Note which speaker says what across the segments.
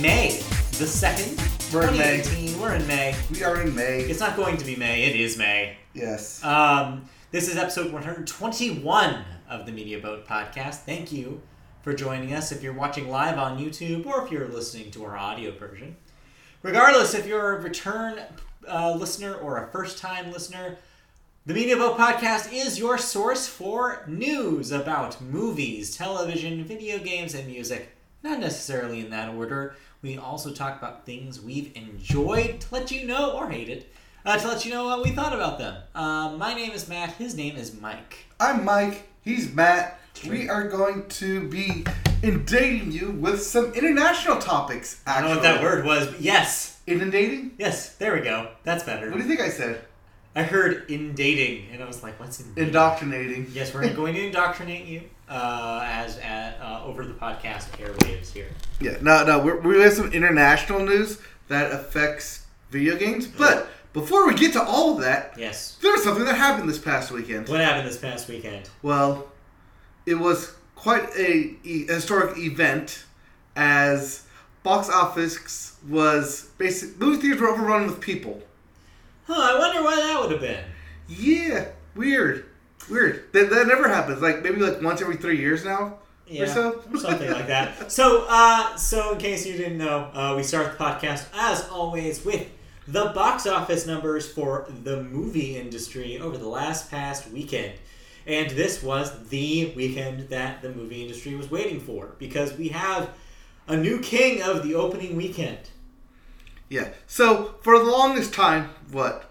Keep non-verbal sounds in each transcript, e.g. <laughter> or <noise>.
Speaker 1: May the 2nd.
Speaker 2: We're in May.
Speaker 1: 2018. We're in May.
Speaker 2: We are in May.
Speaker 1: It's not going to be May, it is May.
Speaker 2: Yes.
Speaker 1: Um, this is episode 121 of the Media Boat podcast. Thank you for joining us if you're watching live on YouTube or if you're listening to our audio version. Regardless if you're a return uh, listener or a first time listener, the Media Boat podcast is your source for news about movies, television, video games, and music. Not necessarily in that order. We also talk about things we've enjoyed to let you know or hated, uh, to let you know what we thought about them. Uh, my name is Matt. His name is Mike.
Speaker 2: I'm Mike. He's Matt. We are going to be inundating you with some international topics.
Speaker 1: I don't
Speaker 2: Actually.
Speaker 1: know what that word was. But yes,
Speaker 2: Inundating?
Speaker 1: yes. There we go. That's
Speaker 2: What do
Speaker 1: better.
Speaker 2: you think I said?
Speaker 1: I heard in dating, and I was like, "What's in?"
Speaker 2: Indoctrinating.
Speaker 1: Yes, we're going to indoctrinate you uh, as at, uh, over the podcast airwaves here.
Speaker 2: Yeah. No, no. We're, we have some international news that affects video games. But before we get to all of that,
Speaker 1: Yes.
Speaker 2: there's something that happened this past weekend.
Speaker 1: What happened this past weekend?
Speaker 2: Well, it was quite a e- historic event, as box office was basic. Movie theaters were overrun with people.
Speaker 1: Huh, I wonder why that would have been.
Speaker 2: Yeah, weird, weird. That, that never happens. Like maybe like once every three years now.
Speaker 1: Yeah,
Speaker 2: so?
Speaker 1: <laughs> something like that. So, uh, so in case you didn't know, uh, we start the podcast as always with the box office numbers for the movie industry over the last past weekend, and this was the weekend that the movie industry was waiting for because we have a new king of the opening weekend.
Speaker 2: Yeah. So for the longest time, what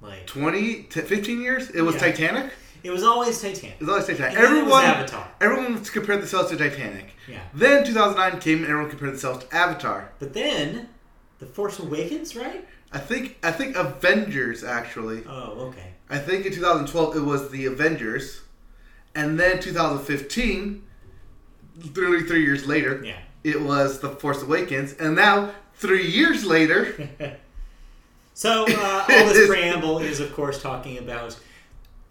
Speaker 1: Like
Speaker 2: 20 to 15 years? It was
Speaker 1: Yeah.
Speaker 2: Titanic. It
Speaker 1: it was always Titanic.
Speaker 2: was always Titanic.
Speaker 1: And then it was
Speaker 2: everyone
Speaker 1: Avatar.
Speaker 2: everyone compared themselves to Titanic.
Speaker 1: Yeah,
Speaker 2: Then 2009 came and everyone compared themselves to Avatar.
Speaker 1: but then the Force Awakens, right?
Speaker 2: I think I think Avengers actually.
Speaker 1: Oh, okay.
Speaker 2: I think in 2012 it was the Avengers, and then 2015, literally three years later,
Speaker 1: Yeah.
Speaker 2: it was the Force Awakens, and now three years
Speaker 1: <laughs>
Speaker 2: later,
Speaker 1: So
Speaker 2: <laughs>
Speaker 1: uh, all this preamble is, of course, talking about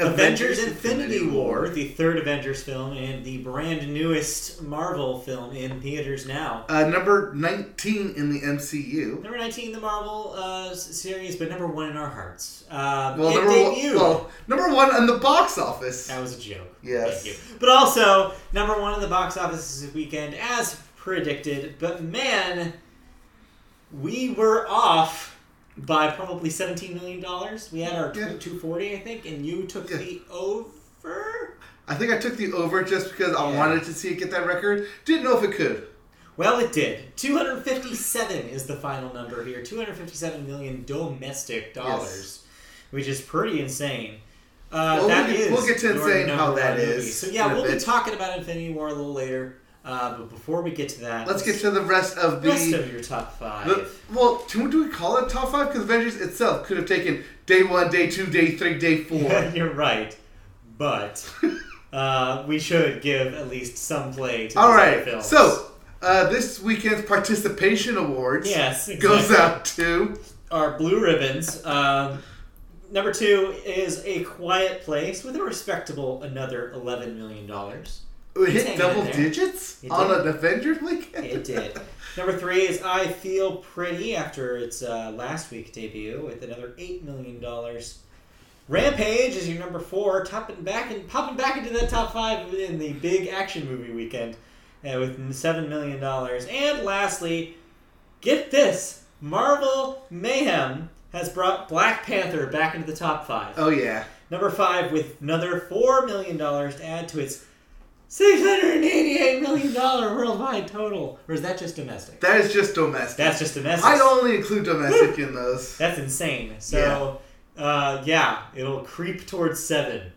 Speaker 1: Avengers, Infinity War, the third Avengers film and the brand newest Marvel film in theaters now.
Speaker 2: uh, number 19 in the MCU.
Speaker 1: Number 19 in the Marvel uh, s- series, but number one in our hearts. Um,
Speaker 2: Well,
Speaker 1: it
Speaker 2: number one,
Speaker 1: debuted-
Speaker 2: well, number one in the box office.
Speaker 1: That was a joke.
Speaker 2: Yes.
Speaker 1: Thank you. But also, number one in the box office this weekend, as predicted. But man, we were off by probably $17 million. We had our
Speaker 2: Yeah.
Speaker 1: 240, I think, and you took
Speaker 2: Yeah.
Speaker 1: the over?
Speaker 2: I think I took the over just because I
Speaker 1: Yeah.
Speaker 2: wanted to see it get that record. Didn't know if it could.
Speaker 1: Well, it did. 257 is the final number here. 257 million domestic dollars, which is pretty insane. Uh,
Speaker 2: Well,
Speaker 1: that
Speaker 2: we'll get-
Speaker 1: is
Speaker 2: we'll get to
Speaker 1: your
Speaker 2: insane
Speaker 1: number
Speaker 2: how that
Speaker 1: one movie.
Speaker 2: is
Speaker 1: So yeah,
Speaker 2: in a
Speaker 1: we'll be
Speaker 2: bit.
Speaker 1: talking about Infinity War a little later. Uh, but before we get to that,
Speaker 2: Let's get to the rest of the.
Speaker 1: the rest of your top five.
Speaker 2: The- well, do, do we call it top five? Because Avengers itself could have taken day one, day two, day three, day
Speaker 1: <laughs>
Speaker 2: four.
Speaker 1: <laughs> You're right,
Speaker 2: <laughs>
Speaker 1: but uh, we should give at least some play to
Speaker 2: All
Speaker 1: these other
Speaker 2: right.
Speaker 1: films.
Speaker 2: So uh, this weekend's participation awards
Speaker 1: yes, exactly.
Speaker 2: goes out to
Speaker 1: are blue ribbons. Um, number two is a quiet place with a respectable another eleven million dollars.
Speaker 2: it
Speaker 1: hanging
Speaker 2: uh, hit
Speaker 1: in
Speaker 2: double
Speaker 1: there.
Speaker 2: digits
Speaker 1: It
Speaker 2: on
Speaker 1: did.
Speaker 2: an Avengers weekend. <laughs>
Speaker 1: It did. number three is I feel pretty after its uh, last week debut with another eight million dollars. Rampage is your number four, topping back and popping back into that top five in the big action movie weekend uh, with seven million dollars. And lastly, get this: Marvel Mayhem has brought Black Panther back into the top five.
Speaker 2: Oh yeah.
Speaker 1: Number five, with another four million dollars to add to its six hundred and eighty-eight million dollar worldwide total, or is that just domestic?
Speaker 2: That is just domestic.
Speaker 1: That's just domestic.
Speaker 2: I only include domestic in those.
Speaker 1: That's insane. So, uh, yeah, it'll creep towards seven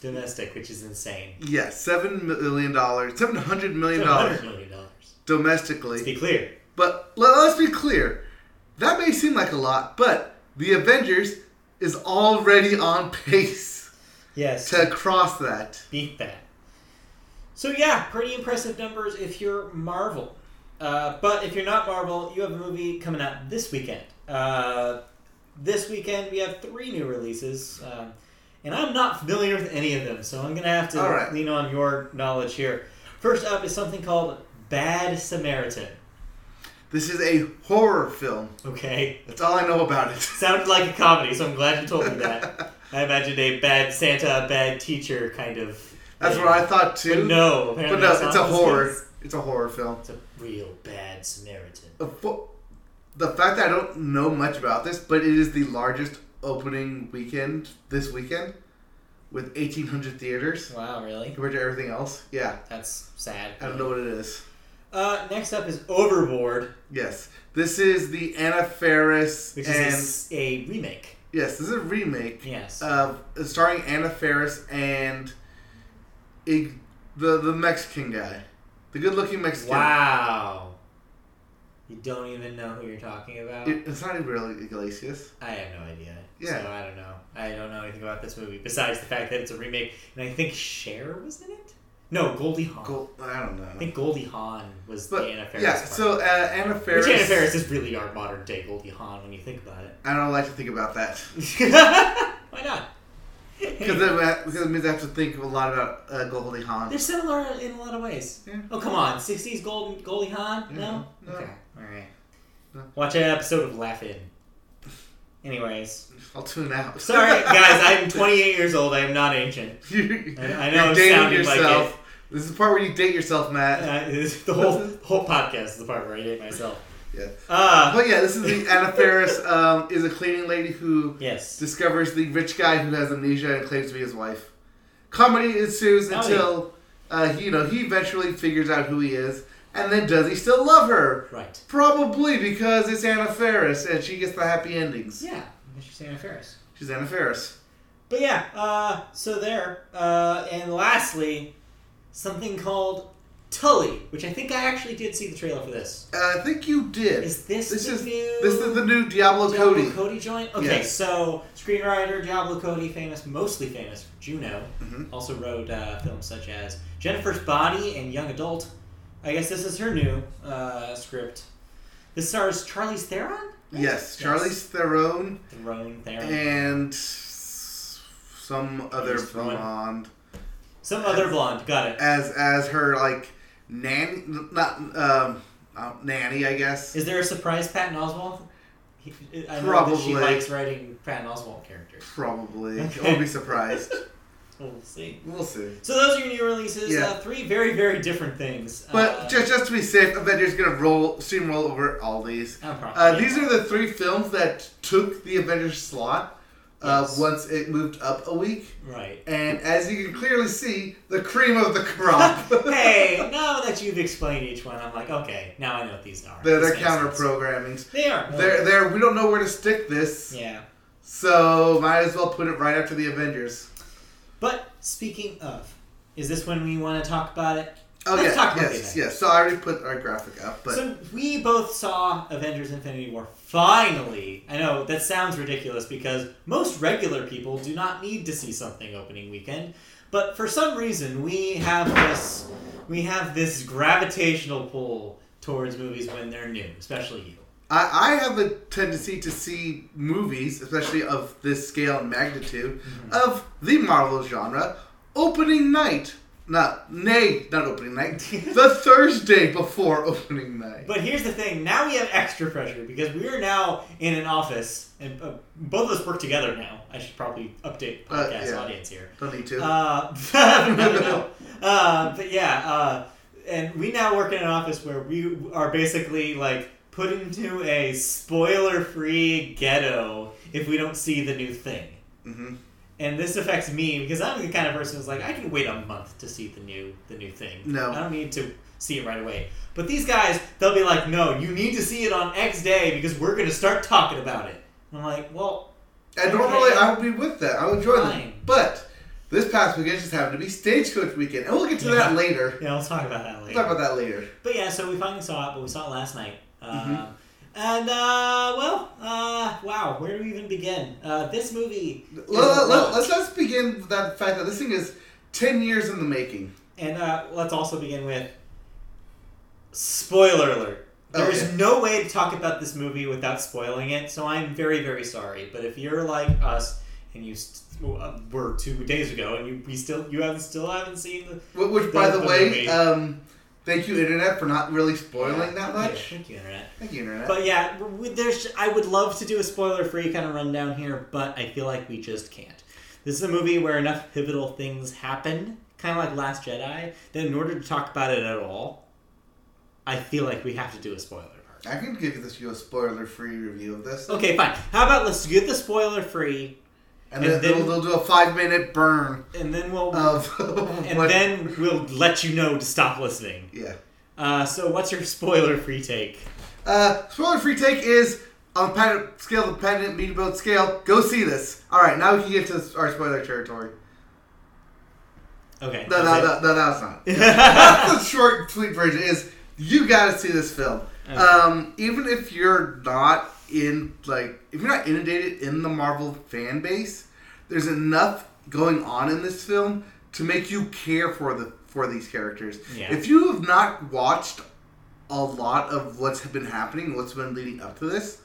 Speaker 1: domestic, which is insane.
Speaker 2: Yeah, seven million dollars, seven hundred million dollars
Speaker 1: Hundred million dollars.
Speaker 2: domestically.
Speaker 1: Let's be clear.
Speaker 2: But let, us be clear, that may seem like a lot, but the Avengers is already on pace
Speaker 1: Yes.
Speaker 2: to cross that.
Speaker 1: beat that. So yeah, pretty impressive numbers if you're Marvel. Uh, but if you're not Marvel, you have a movie coming out this weekend. Uh, this weekend we have three new releases, um, and I'm not familiar with any of them, so I'm gonna have to
Speaker 2: All right.
Speaker 1: lean on your knowledge here. First up is something called Bad Samaritan.
Speaker 2: This is a horror film.
Speaker 1: Okay.
Speaker 2: That's all I know about it. <laughs>
Speaker 1: Sounded like a comedy, so I'm glad you told me that. I imagined a bad Santa, bad teacher kind of.
Speaker 2: That's
Speaker 1: thing.
Speaker 2: what I thought too.
Speaker 1: But no,
Speaker 2: But
Speaker 1: apparently
Speaker 2: no,
Speaker 1: that's
Speaker 2: it's a
Speaker 1: not what
Speaker 2: horror.
Speaker 1: It's
Speaker 2: It's a horror film.
Speaker 1: It's a real bad Samaritan.
Speaker 2: The fo- The fact that I don't know much about this, but it is the largest opening weekend this weekend, with eighteen hundred theaters
Speaker 1: Wow, really?
Speaker 2: compared to everything else. Yeah,
Speaker 1: That's sad.
Speaker 2: I don't know what it is.
Speaker 1: Uh, next up is Overboard,
Speaker 2: Yes, this is the Anna Faris
Speaker 1: which
Speaker 2: and Uh,
Speaker 1: is a, a remake.
Speaker 2: yes, this is a remake.
Speaker 1: Yes.
Speaker 2: of starring Anna Faris and Ig- the the Mexican guy, the good-looking Mexican.
Speaker 1: wow. You don't even know who you're talking about.
Speaker 2: It- it's not really Iglesias.
Speaker 1: I have no idea.
Speaker 2: Yeah.
Speaker 1: So I don't know. I don't know anything about this movie besides the fact that it's a remake, and I think Cher was in it. No, Goldie Hawn.
Speaker 2: Go- I don't
Speaker 1: I
Speaker 2: know.
Speaker 1: think Goldie Hawn was
Speaker 2: But
Speaker 1: the Anna Faris.
Speaker 2: yeah,
Speaker 1: part.
Speaker 2: so uh, Anna Faris.
Speaker 1: Which Anna Faris is really our modern day Goldie Hawn when you think about it. <laughs>
Speaker 2: I don't like to think about that
Speaker 1: Why
Speaker 2: <laughs>
Speaker 1: not?
Speaker 2: because that because it means I have to think a lot about uh, Goldie Hawn.
Speaker 1: They're similar in a lot of ways.
Speaker 2: Yeah.
Speaker 1: Oh come on, sixties Golden Goldie Hawn? No?
Speaker 2: Yeah, no.
Speaker 1: Okay. Alright.
Speaker 2: No.
Speaker 1: Watch an episode of Laugh In. Anyways.
Speaker 2: I'll tune out.
Speaker 1: Sorry guys, I'm twenty eight years old, I am not ancient.
Speaker 2: <laughs> you,
Speaker 1: I- I
Speaker 2: you're
Speaker 1: know I'm
Speaker 2: dating
Speaker 1: sounding like
Speaker 2: yourself. this is the part where you date yourself, Matt.
Speaker 1: Uh, the whole whole podcast is the part where I hate myself.
Speaker 2: Yeah.
Speaker 1: Uh
Speaker 2: But yeah, this is the Anna Faris um, is a cleaning lady who
Speaker 1: yes.
Speaker 2: discovers the rich guy who has amnesia and claims to be his wife. Comedy ensues
Speaker 1: Oh,
Speaker 2: until uh, he- you know he eventually figures out who he is, and then does he still love her?
Speaker 1: Right.
Speaker 2: Probably because it's Anna Faris and she gets the happy endings.
Speaker 1: Yeah. Mr. Anna Faris.
Speaker 2: She's Anna Faris.
Speaker 1: But yeah, uh, so there. Uh, and lastly, something called Tully, which I think I actually did see the trailer for this.
Speaker 2: Uh, I think you did.
Speaker 1: Is this,
Speaker 2: This
Speaker 1: the
Speaker 2: is-
Speaker 1: new
Speaker 2: this is the new Diablo,
Speaker 1: Diablo
Speaker 2: Cody.
Speaker 1: joint? Okay,
Speaker 2: Yes.
Speaker 1: so screenwriter Diablo Cody, famous, mostly famous for Juno,
Speaker 2: Mhm.
Speaker 1: also wrote uh, films such as Jennifer's Body and Young Adult. I guess this is her new uh, script. This stars Charlize Theron.
Speaker 2: Yes, Charlize Theron
Speaker 1: Theron, Theron,
Speaker 2: and s- some other
Speaker 1: Just one.
Speaker 2: blonde
Speaker 1: some other blonde. Got it.
Speaker 2: as as her like nanny, not um, uh, nanny, I guess.
Speaker 1: Is there a surprise Patton Oswald? He, I know that she
Speaker 2: Probably.
Speaker 1: likes writing Patton Oswald characters.
Speaker 2: Probably.
Speaker 1: <laughs> Okay.
Speaker 2: I'll be surprised.
Speaker 1: We'll see.
Speaker 2: we'll see.
Speaker 1: So those are your new releases.
Speaker 2: Yeah.
Speaker 1: Uh, three very very different things.
Speaker 2: But
Speaker 1: uh,
Speaker 2: just, just to be safe, Avengers is gonna roll steamroll over all these.
Speaker 1: I'm probably-
Speaker 2: Uh, these are the three films that took the Avengers slot uh,
Speaker 1: Yes.
Speaker 2: once it moved up a week.
Speaker 1: right.
Speaker 2: And as you can clearly see, the cream of the crop.
Speaker 1: <laughs> hey, now that you've explained each one, I'm like, okay, now I know what these are.
Speaker 2: they're
Speaker 1: This
Speaker 2: they're
Speaker 1: makes sense.
Speaker 2: counter programmings.
Speaker 1: They are.
Speaker 2: They're, they're, we don't know where to stick this,
Speaker 1: Yeah.
Speaker 2: so might as well put it right after the Avengers.
Speaker 1: But speaking of, is this when we want to talk about it?
Speaker 2: Oh, yeah,
Speaker 1: Let's talk about the
Speaker 2: yes,
Speaker 1: Avengers.
Speaker 2: yes. So I already put our graphic up, but
Speaker 1: so we both saw Avengers: Infinity War. Finally, I know that sounds ridiculous because most regular people do not need to see something opening weekend, but for some reason we have this we have this gravitational pull towards movies when they're new, especially you.
Speaker 2: I, I have a tendency to see movies, especially of this scale and magnitude,
Speaker 1: Mm-hmm.
Speaker 2: of the Marvel genre, opening night. Not, nay, not opening
Speaker 1: <laughs>
Speaker 2: night. the Thursday before opening night.
Speaker 1: But here's the thing: now we have extra pressure because we are now in an office, and uh, both of us work together now. I should probably update
Speaker 2: Uh,
Speaker 1: podcast
Speaker 2: yeah.
Speaker 1: audience here.
Speaker 2: Don't need to.
Speaker 1: Uh, <laughs> no,
Speaker 2: <laughs>
Speaker 1: no, no. Uh, but yeah, uh, and we now work in an office where we are basically like put into a spoiler-free ghetto if we don't see the new thing.
Speaker 2: hmm
Speaker 1: And this affects me because I'm the kind of person who's like, I can wait a month to see the new the new thing.
Speaker 2: No.
Speaker 1: I don't need to see it right away. But these guys, they'll be like, No, you need to see it on X day because we're gonna start talking about it. And I'm like, Well,
Speaker 2: And normally I would be with that. I would enjoy them.
Speaker 1: Fine.
Speaker 2: But this past weekend just happened to be Stagecoach Weekend. And we'll get to that
Speaker 1: Yeah.
Speaker 2: later.
Speaker 1: yeah, we'll talk about that later.
Speaker 2: We'll talk about that later.
Speaker 1: But yeah, so we finally saw it, but we saw it last night. Um,
Speaker 2: Mhm.
Speaker 1: And, uh, well, uh, wow, where do we even begin? Uh, this movie. is
Speaker 2: Let,
Speaker 1: a lot.
Speaker 2: us let's begin with that fact that this thing is 10 years in the making.
Speaker 1: and uh, let's also begin with. Spoiler alert. There is
Speaker 2: Okay.
Speaker 1: no way to talk about this movie without spoiling it, so I'm very, very sorry. But if you're like us and you st- uh, were two days ago and you we still you haven't still haven't seen the
Speaker 2: Wh- Which, by
Speaker 1: The-
Speaker 2: the,
Speaker 1: the
Speaker 2: way,
Speaker 1: movie.
Speaker 2: um, Thank you, internet, for not really spoiling that
Speaker 1: Yeah,
Speaker 2: much.
Speaker 1: thank you, internet.
Speaker 2: Thank you, internet.
Speaker 1: But yeah, we, there's. I would love to do a spoiler-free kind of rundown here, but I feel like we just can't. This is a movie where enough pivotal things happen, kind of like Last Jedi, that in order to talk about it at all, I feel like we have to do a spoiler part.
Speaker 2: I can give you this you a spoiler-free review of this,
Speaker 1: Okay, fine. How about let's do the spoiler-free,
Speaker 2: and,
Speaker 1: and
Speaker 2: then,
Speaker 1: then-
Speaker 2: they'll, they'll do a five-minute burn
Speaker 1: and then we'll
Speaker 2: of <laughs>
Speaker 1: and
Speaker 2: Uh, what-
Speaker 1: then we'll let you know to stop listening.
Speaker 2: yeah.
Speaker 1: Uh, so, what's your spoiler-free take?
Speaker 2: Uh, spoiler-free take is on a planet scale, the planet meatboat scale. Go see this. All right, now we can get to our spoiler territory.
Speaker 1: Okay.
Speaker 2: No, no,
Speaker 1: that's
Speaker 2: no, no, that's not.
Speaker 1: <laughs>
Speaker 2: <laughs>
Speaker 1: it.
Speaker 2: That's the short, sweet version. Is you gotta see this film. Um, even if you're not in like, if you're not inundated in the Marvel fan base, there's enough going on in this film to make you care for the for these characters.
Speaker 1: Yeah.
Speaker 2: If you have not watched a lot of what's been happening, what's been leading up to this,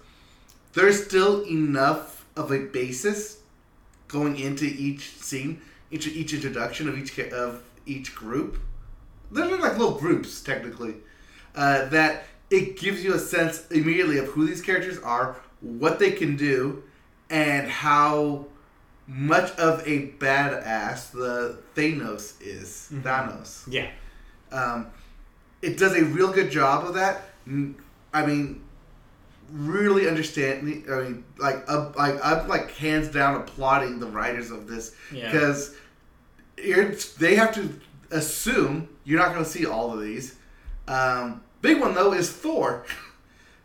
Speaker 2: there's still enough of a basis going into each scene, each each introduction of each ca- of each group. They're like little groups technically. Uh, that it gives you a sense immediately of who these characters are, what they can do, and how much of a badass the Thanos is. Thanos.
Speaker 1: yeah.
Speaker 2: Um, it does a real good job of that. N- I mean, really understanding. I mean, like, up, like I'm like hands down applauding the writers of this
Speaker 1: Yeah.
Speaker 2: because it's they have to assume you're not going to see all of these. Um, big one though is Thor. <laughs>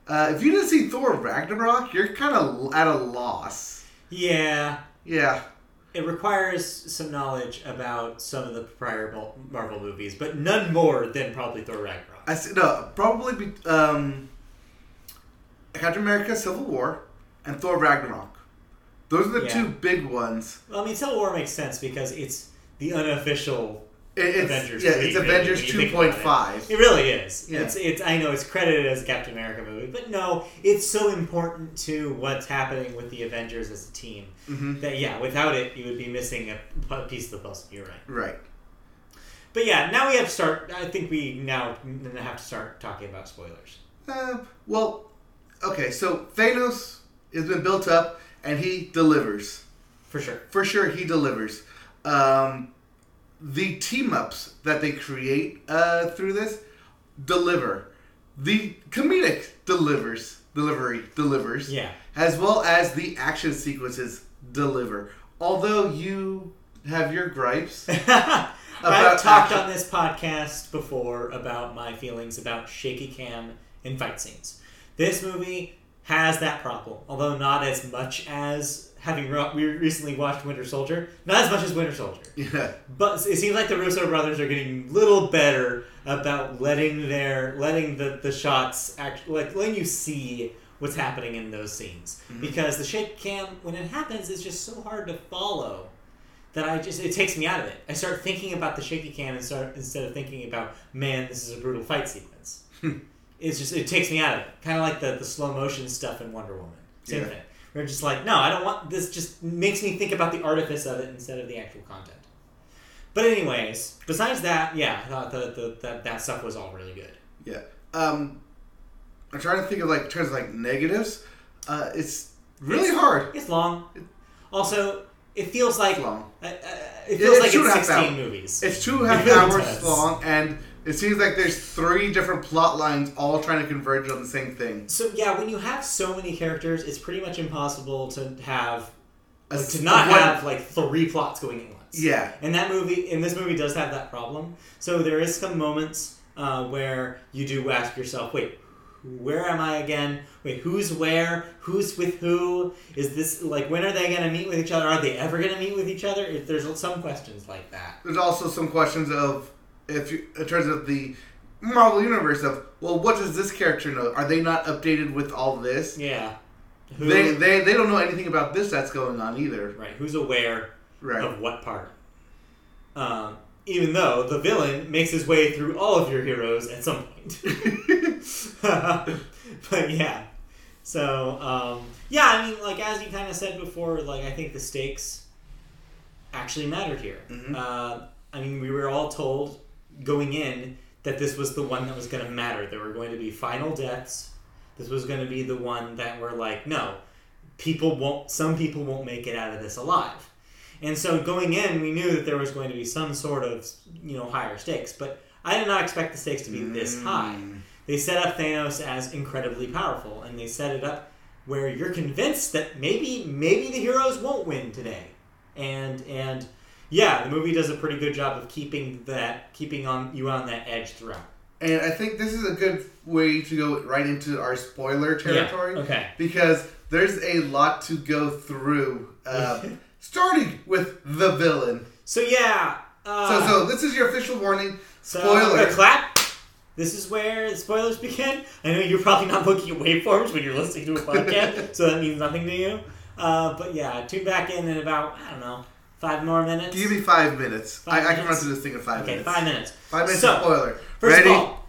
Speaker 2: Uh, if you didn't see Thor Ragnarok, you're kind of at a loss.
Speaker 1: Yeah.
Speaker 2: Yeah,
Speaker 1: It requires some knowledge about some of the prior Mar- Marvel movies, but none more than probably Thor Ragnarok.
Speaker 2: I see, no probably be, um, Captain America: Civil War and Thor Ragnarok. Those are the
Speaker 1: Yeah.
Speaker 2: two big ones.
Speaker 1: Well, I mean, Civil War makes sense because it's the unofficial.
Speaker 2: It, it's
Speaker 1: Avengers
Speaker 2: yeah,
Speaker 1: three,
Speaker 2: it's
Speaker 1: really,
Speaker 2: Avengers
Speaker 1: when you
Speaker 2: two
Speaker 1: think about
Speaker 2: point five.
Speaker 1: It really is.
Speaker 2: Yeah.
Speaker 1: It's. It's. I know it's credited as a Captain America movie, but no, it's so important to what's happening with the Avengers as a team
Speaker 2: Mhm.
Speaker 1: that yeah, without it, you would be missing a pu- piece of the puzzle. You're right.
Speaker 2: Right.
Speaker 1: But yeah, now we have to start. I think we now have to start talking about spoilers.
Speaker 2: Uh, well, okay. So Thanos has been built up, and he delivers.
Speaker 1: For sure.
Speaker 2: for sure he delivers. Um, the team ups that they create uh, through this deliver. The comedic delivers, delivery delivers,
Speaker 1: Yeah.
Speaker 2: as well as the action sequences deliver. Although you have your
Speaker 1: <laughs>
Speaker 2: gripes, <laughs>
Speaker 1: I've talked
Speaker 2: action.
Speaker 1: on this podcast before about my feelings about shaky cam in fight scenes. This movie has that problem, although not as much as having re- we recently watched Winter Soldier, not as much as Winter Soldier.
Speaker 2: yeah,
Speaker 1: But it seems like the Russo brothers are getting a little better about letting their letting the, the shots act like letting you see what's happening in those scenes because the shake cam when it happens is just so hard to follow that I just it takes me out of it. I start thinking about the shaky cam and start, instead of thinking about man, this is a brutal fight sequence.
Speaker 2: Hmm.
Speaker 1: it's just it takes me out of it. Kind of like the, the slow motion stuff in Wonder Woman. Same
Speaker 2: Yeah.
Speaker 1: thing. We're just like, no, I don't want this. Just makes me think about the artifice of it instead of the actual content. But anyways, besides that, yeah, I thought the, the, that that stuff was all really good.
Speaker 2: yeah. Um, I'm trying to think of like in terms of like negatives. Uh, it's really
Speaker 1: It's-
Speaker 2: hard.
Speaker 1: It's long. Also, it feels like
Speaker 2: It's long.
Speaker 1: Uh, uh, it feels
Speaker 2: it's
Speaker 1: like
Speaker 2: two and a
Speaker 1: it's
Speaker 2: half
Speaker 1: sixteen
Speaker 2: hours.
Speaker 1: movies.
Speaker 2: It's two and a half
Speaker 1: It really
Speaker 2: hours
Speaker 1: does.
Speaker 2: long, and it seems like there's three different plot lines all trying to converge on the same thing.
Speaker 1: So yeah, when you have so many characters, it's pretty much impossible to have
Speaker 2: A
Speaker 1: to not
Speaker 2: one-
Speaker 1: have like three plots going at once.
Speaker 2: Yeah.
Speaker 1: And that movie, and this movie does have that problem. So there is some moments uh, where you do ask yourself, wait, where am I again? Wait, who's where? Who's with who? Is this like when are they gonna meet with each other? Are they ever gonna meet with each other? If there's some questions like that.
Speaker 2: There's also some questions of if you, in terms of the Marvel universe of well, what does this character know? Are they not updated with all this?
Speaker 1: Yeah. Who,
Speaker 2: They, they they don't know anything about this that's going on either.
Speaker 1: right. Who's aware?
Speaker 2: Right.
Speaker 1: of what part. Um, even though the villain makes his way through all of your heroes at some point. <laughs>
Speaker 2: <laughs>
Speaker 1: but yeah. So, um, yeah, I mean, like, as you kind of said before, like, I think the stakes actually mattered here.
Speaker 2: Mhm.
Speaker 1: Uh, I mean, we were all told going in that this was the one that was going to matter. There were going to be final deaths. This was going to be the one that were like, no, people won't. Some people won't make it out of this alive. And so going in, we knew that there was going to be some sort of you know higher stakes, but I did not expect the stakes to be this high.
Speaker 2: Mm.
Speaker 1: They set up Thanos as incredibly powerful, and they set it up where you're convinced that maybe maybe the heroes won't win today, and and yeah, the movie does a pretty good job of keeping that keeping on you on that edge throughout.
Speaker 2: And I think this is a good way to go right into our spoiler territory.
Speaker 1: okay.
Speaker 2: Because there's a lot to go through, uh,
Speaker 1: <laughs>
Speaker 2: starting with the villain.
Speaker 1: So yeah. Uh,
Speaker 2: So, so this is your official warning.
Speaker 1: So,
Speaker 2: Spoiler.
Speaker 1: uh, clap. This is where the spoilers begin. I know you're probably not looking at waveforms when you're listening to a
Speaker 2: <laughs>
Speaker 1: podcast, so that means nothing to you. Uh, but yeah, tune back in in about I don't know five more minutes.
Speaker 2: Give me five minutes. I,
Speaker 1: Five
Speaker 2: I can run
Speaker 1: minutes?
Speaker 2: through this thing in five
Speaker 1: okay,
Speaker 2: minutes.
Speaker 1: five minutes.
Speaker 2: Five minutes
Speaker 1: So,
Speaker 2: of spoiler.
Speaker 1: First
Speaker 2: Ready
Speaker 1: of all,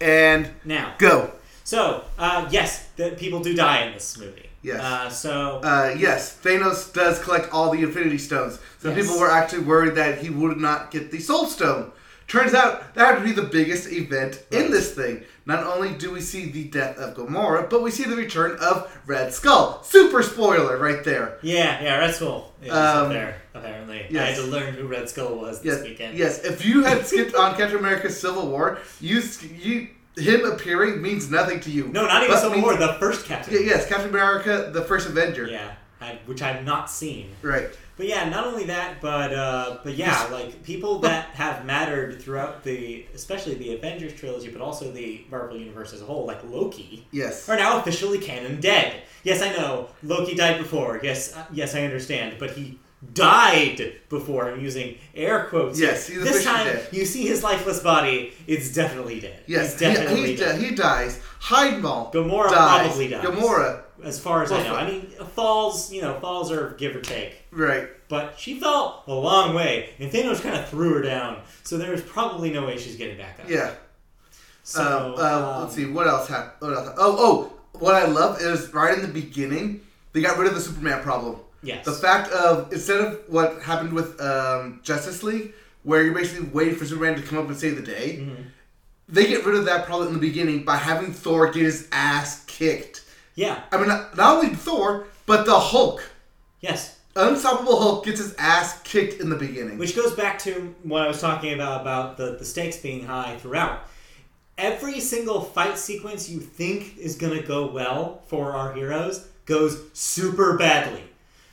Speaker 2: and
Speaker 1: now.
Speaker 2: go.
Speaker 1: So uh, yes, the people do die in this movie.
Speaker 2: Yes.
Speaker 1: Uh, so
Speaker 2: Uh, yes, Thanos does collect all the Infinity Stones. Some
Speaker 1: Yes.
Speaker 2: people were actually worried that he would not get the Soul Stone. Turns out that would be the biggest event in
Speaker 1: Right.
Speaker 2: this thing. Not only do we see the death of Gamora, but we see the return of Red Skull. Super spoiler right there.
Speaker 1: yeah, yeah, Red Skull is up
Speaker 2: Um,
Speaker 1: there apparently. I had
Speaker 2: yes.
Speaker 1: to learn who Red Skull was this
Speaker 2: Yes,
Speaker 1: weekend.
Speaker 2: yes. If you had skipped on Captain America's Civil War, you you him appearing means nothing to you.
Speaker 1: No, not even
Speaker 2: But
Speaker 1: Civil
Speaker 2: means-
Speaker 1: War. The first Captain.
Speaker 2: Yeah, yes, Captain America, the first Avenger.
Speaker 1: Yeah, I, which I've not seen.
Speaker 2: Right.
Speaker 1: But yeah, not only that, but uh, but yeah, like people that have mattered throughout the, especially the Avengers trilogy, but also the Marvel universe as a whole, like Loki,
Speaker 2: Yes.
Speaker 1: are now officially canon dead. Yes, I know Loki died before. Yes, uh, yes, I understand, but he died before. I'm using air quotes. here.
Speaker 2: Yes, he's
Speaker 1: this
Speaker 2: officially
Speaker 1: time
Speaker 2: dead.
Speaker 1: you see his lifeless body. It's definitely dead.
Speaker 2: Yes,
Speaker 1: he's
Speaker 2: he-
Speaker 1: definitely
Speaker 2: he's
Speaker 1: dead.
Speaker 2: de- he dies. Heidmal
Speaker 1: Gamora
Speaker 2: dies.
Speaker 1: probably dies.
Speaker 2: Gamora,
Speaker 1: As far as I know,
Speaker 2: Well,
Speaker 1: I mean, falls. You know, falls are give or take.
Speaker 2: right?
Speaker 1: But she fell a long way, and Thanos kind of threw her down. So there's probably no way she's getting back up.
Speaker 2: Yeah.
Speaker 1: So
Speaker 2: um, um,
Speaker 1: um,
Speaker 2: let's see what else happened. What else? Oh, oh! What I love is right in the beginning, they got rid of the Superman problem.
Speaker 1: Yes.
Speaker 2: The fact of instead of what happened with um, Justice League, where you're basically waiting for Superman to come up and save the day,
Speaker 1: Mm-hmm.
Speaker 2: they get rid of that problem in the beginning by having Thor get his ass kicked.
Speaker 1: yeah.
Speaker 2: I mean, not, not only Thor, but the Hulk,
Speaker 1: Yes.
Speaker 2: Unstoppable Hulk, gets his ass kicked in the beginning.
Speaker 1: Which goes back to what I was talking about about the, the stakes being high throughout. Every single fight sequence you think is going to go well for our heroes goes super badly.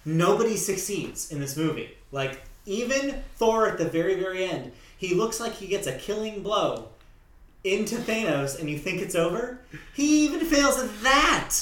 Speaker 1: Nobody succeeds in this movie. Like, even Thor at the very, very end, he looks like he gets a killing blow into Thanos and you think it's over, he even fails at that.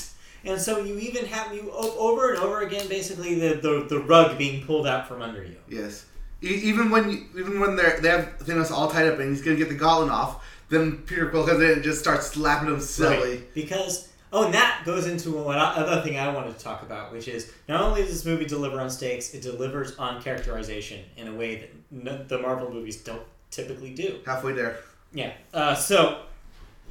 Speaker 1: And so you even have you o- over and over again, basically the, the the rug being pulled out from under you.
Speaker 2: Yes. E- even when you, even when they are they have Thanos all tied up and he's gonna get the gauntlet off, then Peter Quill comes in and just starts slapping him silly.
Speaker 1: Right. Because oh, and that goes into what I, other thing I wanted to talk about, which is not only does this movie deliver on stakes, it delivers on characterization in a way that n- the Marvel movies don't typically do.
Speaker 2: Halfway there.
Speaker 1: Yeah. Uh, so,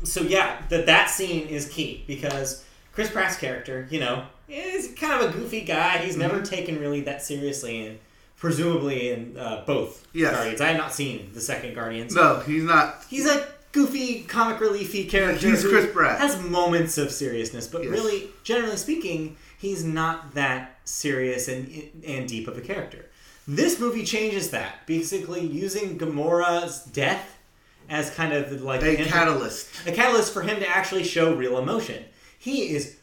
Speaker 1: so yeah, that that scene is key because Chris Pratt's character, you know, is kind of a goofy guy. He's
Speaker 2: Mm-hmm.
Speaker 1: never taken really that seriously, and presumably in uh, both
Speaker 2: Yes.
Speaker 1: Guardians. I have not seen the second Guardians.
Speaker 2: No, he's not.
Speaker 1: He's a goofy, comic reliefy character.
Speaker 2: He's
Speaker 1: who
Speaker 2: Chris Pratt.
Speaker 1: Has moments of seriousness, but
Speaker 2: Yes.
Speaker 1: really, generally speaking, he's not that serious and and deep of a character. This movie changes that, basically using Gamora's death as kind of like
Speaker 2: A
Speaker 1: an-
Speaker 2: catalyst.
Speaker 1: a catalyst for him to actually show real emotion. He is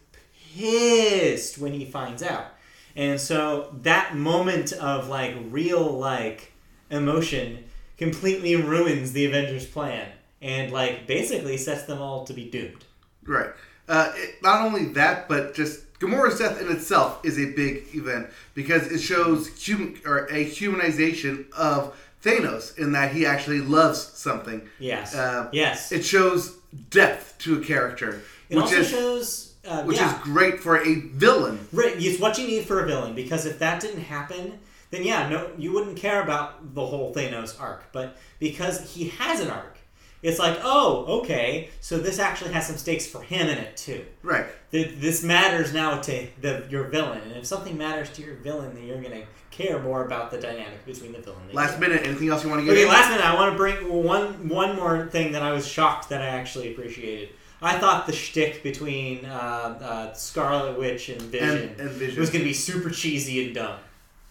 Speaker 1: pissed when he finds out. And so that moment of like real like emotion completely ruins the Avengers plan and like basically sets them all to be doomed.
Speaker 2: Right. Uh, it, not only that, but just Gamora's death in itself is a big event because it shows human or a humanization of Thanos in that he actually loves something.
Speaker 1: Yes.
Speaker 2: Uh,
Speaker 1: yes. It,
Speaker 2: It shows depth to a character, which
Speaker 1: also
Speaker 2: is
Speaker 1: shows uh,
Speaker 2: which
Speaker 1: yeah.
Speaker 2: is great for a villain.
Speaker 1: Right, it's what you need for a villain because if that didn't happen, then yeah, no, you wouldn't care about the whole Thanos arc. But because he has an arc, it's like, oh, okay, so this actually has some stakes for him in it too.
Speaker 2: Right.
Speaker 1: Th- This matters now to the, your villain, and if something matters to your villain, then you're gonna care more about the dynamic between the villain. and the
Speaker 2: Last minute, anything else you want to get
Speaker 1: Okay,
Speaker 2: in?
Speaker 1: last minute. I want to bring one one more thing that I was shocked that I actually appreciated. I thought the shtick between uh, uh, Scarlet Witch and Vision,
Speaker 2: and, and Vision.
Speaker 1: was going to be super cheesy and dumb,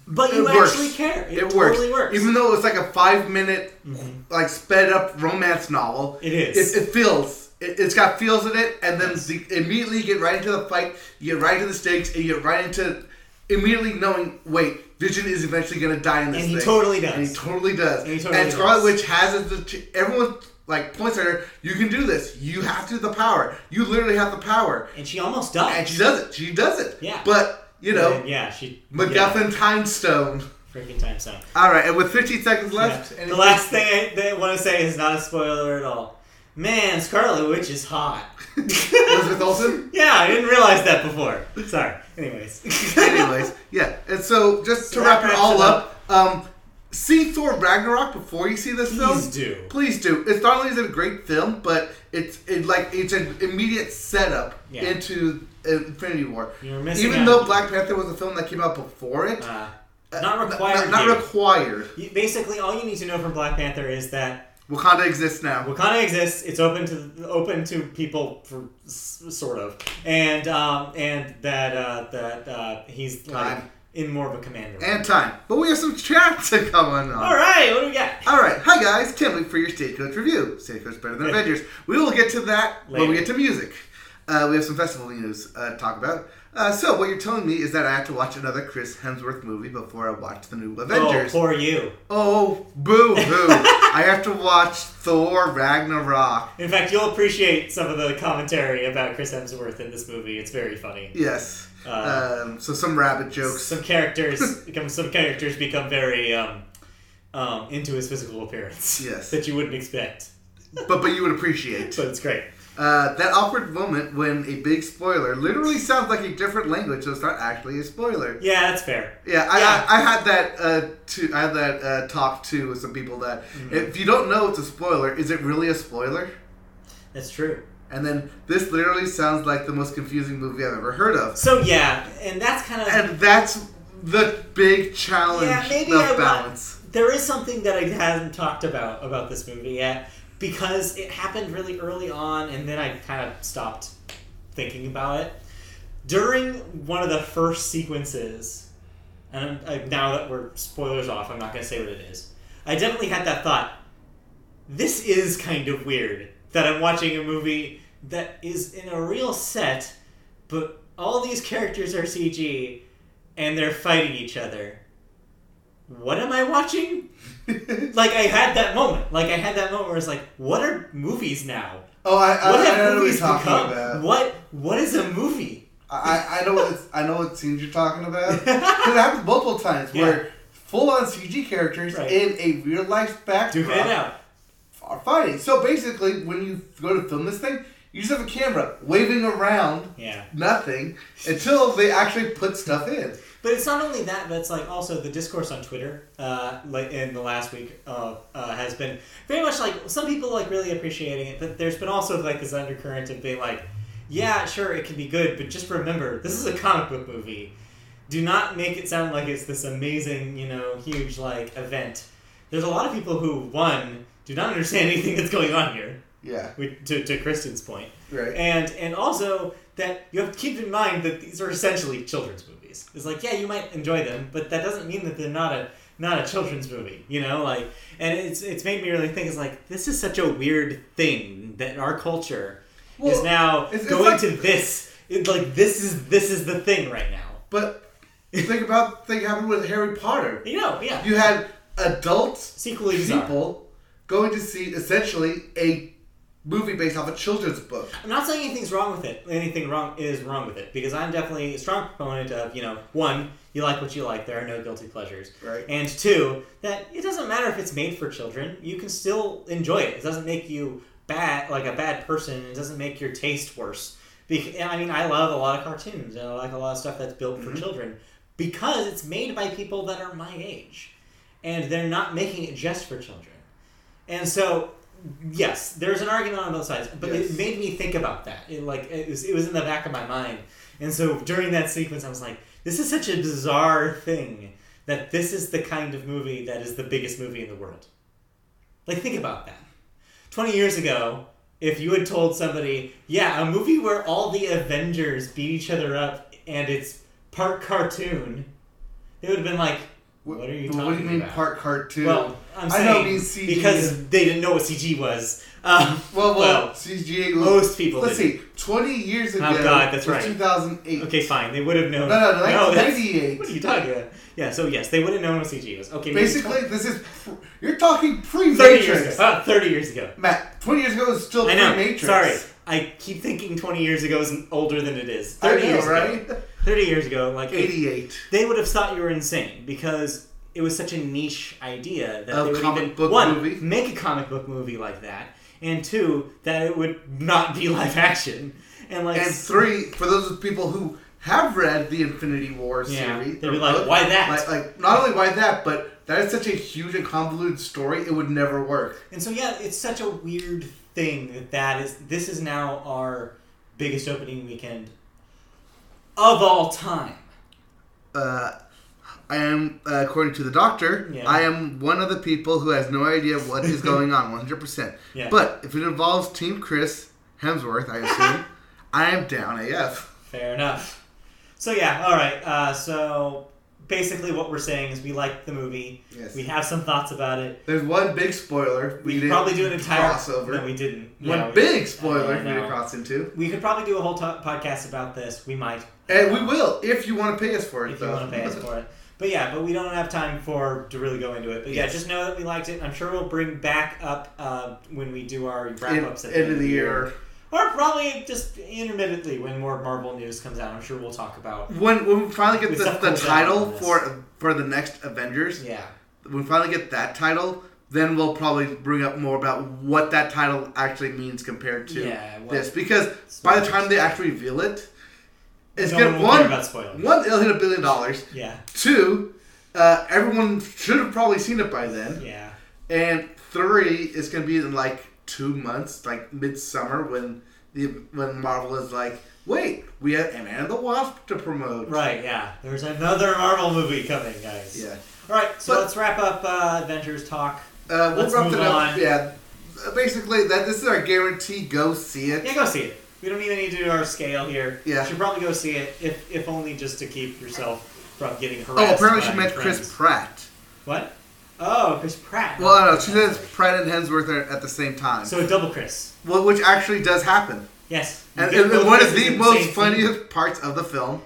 Speaker 1: but
Speaker 2: It
Speaker 1: you
Speaker 2: works.
Speaker 1: actually care. It,
Speaker 2: it works.
Speaker 1: totally works.
Speaker 2: Even though it's like a five minute,
Speaker 1: Mhm.
Speaker 2: like sped up romance novel,
Speaker 1: It
Speaker 2: it,
Speaker 1: is.
Speaker 2: it feels. It, it's got feels in it, and then the, immediately you get right into the fight, you get right into the stakes, and you get right into immediately knowing, wait, Vision is eventually going to die in this
Speaker 1: And he
Speaker 2: thing.
Speaker 1: totally does.
Speaker 2: And he totally does.
Speaker 1: And he totally
Speaker 2: And Scarlet
Speaker 1: does.
Speaker 2: Witch has it. The ch- everyone like points at her. You can do this. You have to the power. You literally have the power,
Speaker 1: and she almost died.
Speaker 2: and she does it. She does it.
Speaker 1: Yeah.
Speaker 2: But you know,
Speaker 1: And yeah, she yeah,
Speaker 2: MacGuffin Time Stone.
Speaker 1: freaking time zone.
Speaker 2: All right, and with 15 seconds left,
Speaker 1: Yeah.
Speaker 2: and
Speaker 1: The last thing I, that I want to say is not a spoiler at all. Man, Scarlet Witch is
Speaker 2: <laughs>
Speaker 1: hot.
Speaker 2: Elizabeth
Speaker 1: <laughs>
Speaker 2: Olsen.
Speaker 1: yeah, I didn't realize that before. Sorry.
Speaker 2: <laughs>
Speaker 1: Anyways.
Speaker 2: Anyways, yeah, and so just
Speaker 1: So
Speaker 2: to
Speaker 1: that
Speaker 2: wrap it
Speaker 1: wraps
Speaker 2: all
Speaker 1: it
Speaker 2: up, um, see Thor Ragnarok before you see this film.
Speaker 1: Please do.
Speaker 2: Please do. It's not only is it a great film, but it's it like it's an immediate setup
Speaker 1: Yeah.
Speaker 2: into Infinity War.
Speaker 1: You're missing
Speaker 2: Even
Speaker 1: out.
Speaker 2: though Black Panther was a film that came out before it,
Speaker 1: Uh, not
Speaker 2: not,
Speaker 1: required.
Speaker 2: not
Speaker 1: dude.
Speaker 2: required.
Speaker 1: You- basically, all you need to know from Black Panther is that
Speaker 2: Wakanda exists now.
Speaker 1: Wakanda exists. It's open to open to people for s- sort of, and um, and that uh, that uh, he's like
Speaker 2: Time.
Speaker 1: in more of a commander.
Speaker 2: And time. But we have some <laughs> chats coming on.
Speaker 1: all right, what do we got?
Speaker 2: All right, hi guys, can't wait for your stagecoach review. Stagecoach better than
Speaker 1: Good.
Speaker 2: Avengers. We will get to that when we
Speaker 1: Later.
Speaker 2: get to music. Uh, we have some festival news uh, to talk about. Uh, so what you're telling me is that I have to watch another Chris Hemsworth movie before I watch the new Avengers.
Speaker 1: Oh, poor you.
Speaker 2: Oh, boo <laughs> hoo! I have to watch Thor Ragnarok.
Speaker 1: In fact, you'll appreciate some of the commentary about Chris Hemsworth in this movie. It's very funny.
Speaker 2: Yes.
Speaker 1: Uh,
Speaker 2: um, so some rabbit jokes.
Speaker 1: Some characters <laughs> become some characters become very um, um, into his physical appearance. <laughs>
Speaker 2: Yes.
Speaker 1: that you wouldn't expect.
Speaker 2: but but you would appreciate.
Speaker 1: But it's great.
Speaker 2: Uh, that awkward moment when a big spoiler literally sounds like a different language, so it's not actually a spoiler.
Speaker 1: Yeah, that's fair.
Speaker 2: Yeah, I,
Speaker 1: Yeah.
Speaker 2: I, I had that uh, to I had that uh, talk too with some people that
Speaker 1: Mm-hmm.
Speaker 2: if you don't know it's a spoiler, is it really a spoiler?
Speaker 1: That's true.
Speaker 2: And then this literally sounds like the most confusing movie I've ever heard of,
Speaker 1: So yeah, and that's kind of
Speaker 2: and that's the big challenge
Speaker 1: yeah. Maybe
Speaker 2: of
Speaker 1: I want-
Speaker 2: balance. <laughs>
Speaker 1: there is something that I haven't talked about about this movie yet because it happened really early on, and then I kind of stopped thinking about it during one of the first sequences. And I'm, I, now that we're spoilers off, I'm not going to say what it is. I definitely had that thought. This is kind of weird that I'm watching a movie that is in a real set, but all these characters are CG and they're fighting each other. What am I watching? Like I had that moment. Like I had that moment where it's like, what are movies now?
Speaker 2: oh, I,
Speaker 1: What have movies become? What what is a movie?
Speaker 2: I, I know what it's, I know what scenes you're talking
Speaker 1: <laughs>
Speaker 2: about. 'Cause it happens multiple times where full on CG characters
Speaker 1: Right.
Speaker 2: in a real life
Speaker 1: Do
Speaker 2: backdrop
Speaker 1: it out.
Speaker 2: are fighting. So basically, when you go to film this thing, you just have a camera waving around
Speaker 1: Yeah.
Speaker 2: nothing until they actually put stuff in.
Speaker 1: But it's not only that, but it's like also the discourse on Twitter, uh, like in the last week, uh, uh, has been very much like some people like really appreciating it, but there's been also like this undercurrent of being like, yeah, sure, it can be good, but just remember, this is a comic book movie. Do not make it sound like it's this amazing, you know, huge like event. There's a lot of people who one do not understand anything that's going on here.
Speaker 2: Yeah,
Speaker 1: which- To to Kristen's point,
Speaker 2: right.
Speaker 1: and and also that you have to keep in mind that these are essentially children's movies. It's like yeah, you might enjoy them, but that doesn't mean that they're not a not a children's movie, you know. Like, and it's it's made me really think. It's like this is such a weird thing that our culture is
Speaker 2: Well,
Speaker 1: now
Speaker 2: it's- it's
Speaker 1: going
Speaker 2: like-
Speaker 1: to this. It, like this is this is the thing right now.
Speaker 2: But think about thing happened with Harry Potter.
Speaker 1: You know, yeah.
Speaker 2: You had adult
Speaker 1: Sequelly bizarre.
Speaker 2: people going to see essentially a movie based off a children's book.
Speaker 1: I'm not saying anything's wrong with it. Anything wrong is wrong with it because I'm definitely a strong proponent of you know one, you like what you like. There are no guilty pleasures.
Speaker 2: Right.
Speaker 1: And two, that it doesn't matter if it's made for children. You can still enjoy it. It doesn't make you bad like a bad person. It doesn't make your taste worse. Because, I mean, I love a lot of cartoons and I like a lot of stuff that's built for children because it's made by people that are my age, and they're not making it just for children. And so yes, there's an argument on both sides, but
Speaker 2: Yes.
Speaker 1: it made me think about that. It, like it was, it was in the back of my mind, and so during that sequence, I was like, "This is such a bizarre thing that this is the kind of movie that is the biggest movie in the world." Like, think about that. Twenty years ago, if you had told somebody, "Yeah, a movie where all the Avengers beat each other up and it's part cartoon," they would have been like, "What are you
Speaker 2: But
Speaker 1: talking
Speaker 2: What do you mean
Speaker 1: about?"
Speaker 2: part cartoon?
Speaker 1: Well, I'm
Speaker 2: I
Speaker 1: saying
Speaker 2: know it means CG.
Speaker 1: because they didn't know what CG was. Um,
Speaker 2: well, well,
Speaker 1: well,
Speaker 2: CGA. was-
Speaker 1: most people.
Speaker 2: Let's
Speaker 1: didn't.
Speaker 2: see. Twenty years ago.
Speaker 1: Oh, God, that's
Speaker 2: was
Speaker 1: right.
Speaker 2: 2008.
Speaker 1: Okay, fine. They would have known.
Speaker 2: No, no,
Speaker 1: that's-
Speaker 2: 1998.
Speaker 1: What are you talking about? Yeah, so yes, they would have known what CG was. Okay, maybe
Speaker 2: Basically, this is pr- you're talking
Speaker 1: 20 30 years ago.
Speaker 2: pre-Matrix.
Speaker 1: About 30 years ago.
Speaker 2: Matt, 20 years ago is still
Speaker 1: I know.
Speaker 2: pre-Matrix.
Speaker 1: Sorry. I keep thinking 20 years ago is older than it is.
Speaker 2: I
Speaker 1: 30
Speaker 2: know,
Speaker 1: years
Speaker 2: right?
Speaker 1: ago. 30 years ago, like, it-
Speaker 2: 88.
Speaker 1: they would have thought you were insane because it was such a niche idea that
Speaker 2: A
Speaker 1: they would
Speaker 2: comic
Speaker 1: even
Speaker 2: book
Speaker 1: one
Speaker 2: movie?
Speaker 1: make a comic book movie like that, and two that it would not be <laughs> live action, and like
Speaker 2: And three, for those people who have read the Infinity War
Speaker 1: Yeah,
Speaker 2: series,
Speaker 1: they'd
Speaker 2: or
Speaker 1: be like,
Speaker 2: book,
Speaker 1: "Why that?"
Speaker 2: Like, like, not only why that, but that is such a huge and convoluted story, it would never work.
Speaker 1: And so yeah, it's such a weird thing that that is this is now our biggest opening weekend of all time.
Speaker 2: Uh, I am, uh, according to the doctor,
Speaker 1: Yeah.
Speaker 2: I am one of the people who has no idea what
Speaker 1: <laughs>
Speaker 2: is going on 100%.
Speaker 1: Yeah.
Speaker 2: But if it involves Team Chris Hemsworth, I assume,
Speaker 1: <laughs>
Speaker 2: I am down AF.
Speaker 1: Fair enough. So yeah, all right. Uh, so basically, what we're saying is we liked the movie.
Speaker 2: Yes.
Speaker 1: We have some thoughts about it.
Speaker 2: There's one big spoiler.
Speaker 1: We, could
Speaker 2: didn't
Speaker 1: probably do an entire
Speaker 2: crossover.
Speaker 1: No, we didn't.
Speaker 2: one
Speaker 1: Yeah, we-
Speaker 2: big spoiler
Speaker 1: I
Speaker 2: for you to
Speaker 1: know.
Speaker 2: cross into,
Speaker 1: We could probably do a whole to- podcast about this. We might,
Speaker 2: and we will if you want to pay us for it.
Speaker 1: if you
Speaker 2: though.
Speaker 1: want to pay us for it. But yeah, but we don't have time for to really go into it. But yeah,
Speaker 2: Yes.
Speaker 1: just know that we liked it. I'm sure we'll bring back up uh, when we do our wrap
Speaker 2: In-
Speaker 1: ups at
Speaker 2: end of the year.
Speaker 1: or probably just intermittently when more Marvel news comes out. I'm sure we'll talk about
Speaker 2: When when we finally
Speaker 1: We
Speaker 2: get the,
Speaker 1: suck
Speaker 2: the
Speaker 1: cool down on
Speaker 2: title
Speaker 1: this.
Speaker 2: for for the next Avengers,
Speaker 1: yeah.
Speaker 2: when we finally get that title, then we'll probably bring up more about what that title actually means compared to
Speaker 1: Yeah, well,
Speaker 2: this. Because by the time they actually reveal it, it's
Speaker 1: no
Speaker 2: gonna
Speaker 1: one will care
Speaker 2: one
Speaker 1: about spoilers.
Speaker 2: one it'll hit a billion dollars.
Speaker 1: Yeah,
Speaker 2: Two, uh, everyone should have probably seen it by then.
Speaker 1: yeah.
Speaker 2: And three is gonna be in like two months, like midsummer, when the when Marvel is like, wait, we have Ant Man and the Wasp to promote.
Speaker 1: Right, yeah. There's another Marvel movie coming, guys.
Speaker 2: Yeah.
Speaker 1: All right, so
Speaker 2: But-
Speaker 1: let's wrap up uh, Adventures Talk.
Speaker 2: Uh, we'll
Speaker 1: Let's
Speaker 2: wrap
Speaker 1: move
Speaker 2: it up.
Speaker 1: on.
Speaker 2: Yeah. Uh, Basically, that this is our guarantee. Go see it.
Speaker 1: Yeah, go see it. We don't even need to do our scale here.
Speaker 2: Yeah.
Speaker 1: You should probably go see it, if, if only just to keep yourself from getting harassed.
Speaker 2: Oh, apparently
Speaker 1: by
Speaker 2: she meant
Speaker 1: friends.
Speaker 2: Chris Pratt.
Speaker 1: What? Oh, Chris Pratt.
Speaker 2: Well, no, she says Pratt and Hemsworth are at the same time,
Speaker 1: So a double Chris.
Speaker 2: Well, which actually does happen.
Speaker 1: Yes.
Speaker 2: And,
Speaker 1: You
Speaker 2: and
Speaker 1: get both
Speaker 2: one of
Speaker 1: Chris's in
Speaker 2: the most
Speaker 1: same
Speaker 2: funniest parts of the film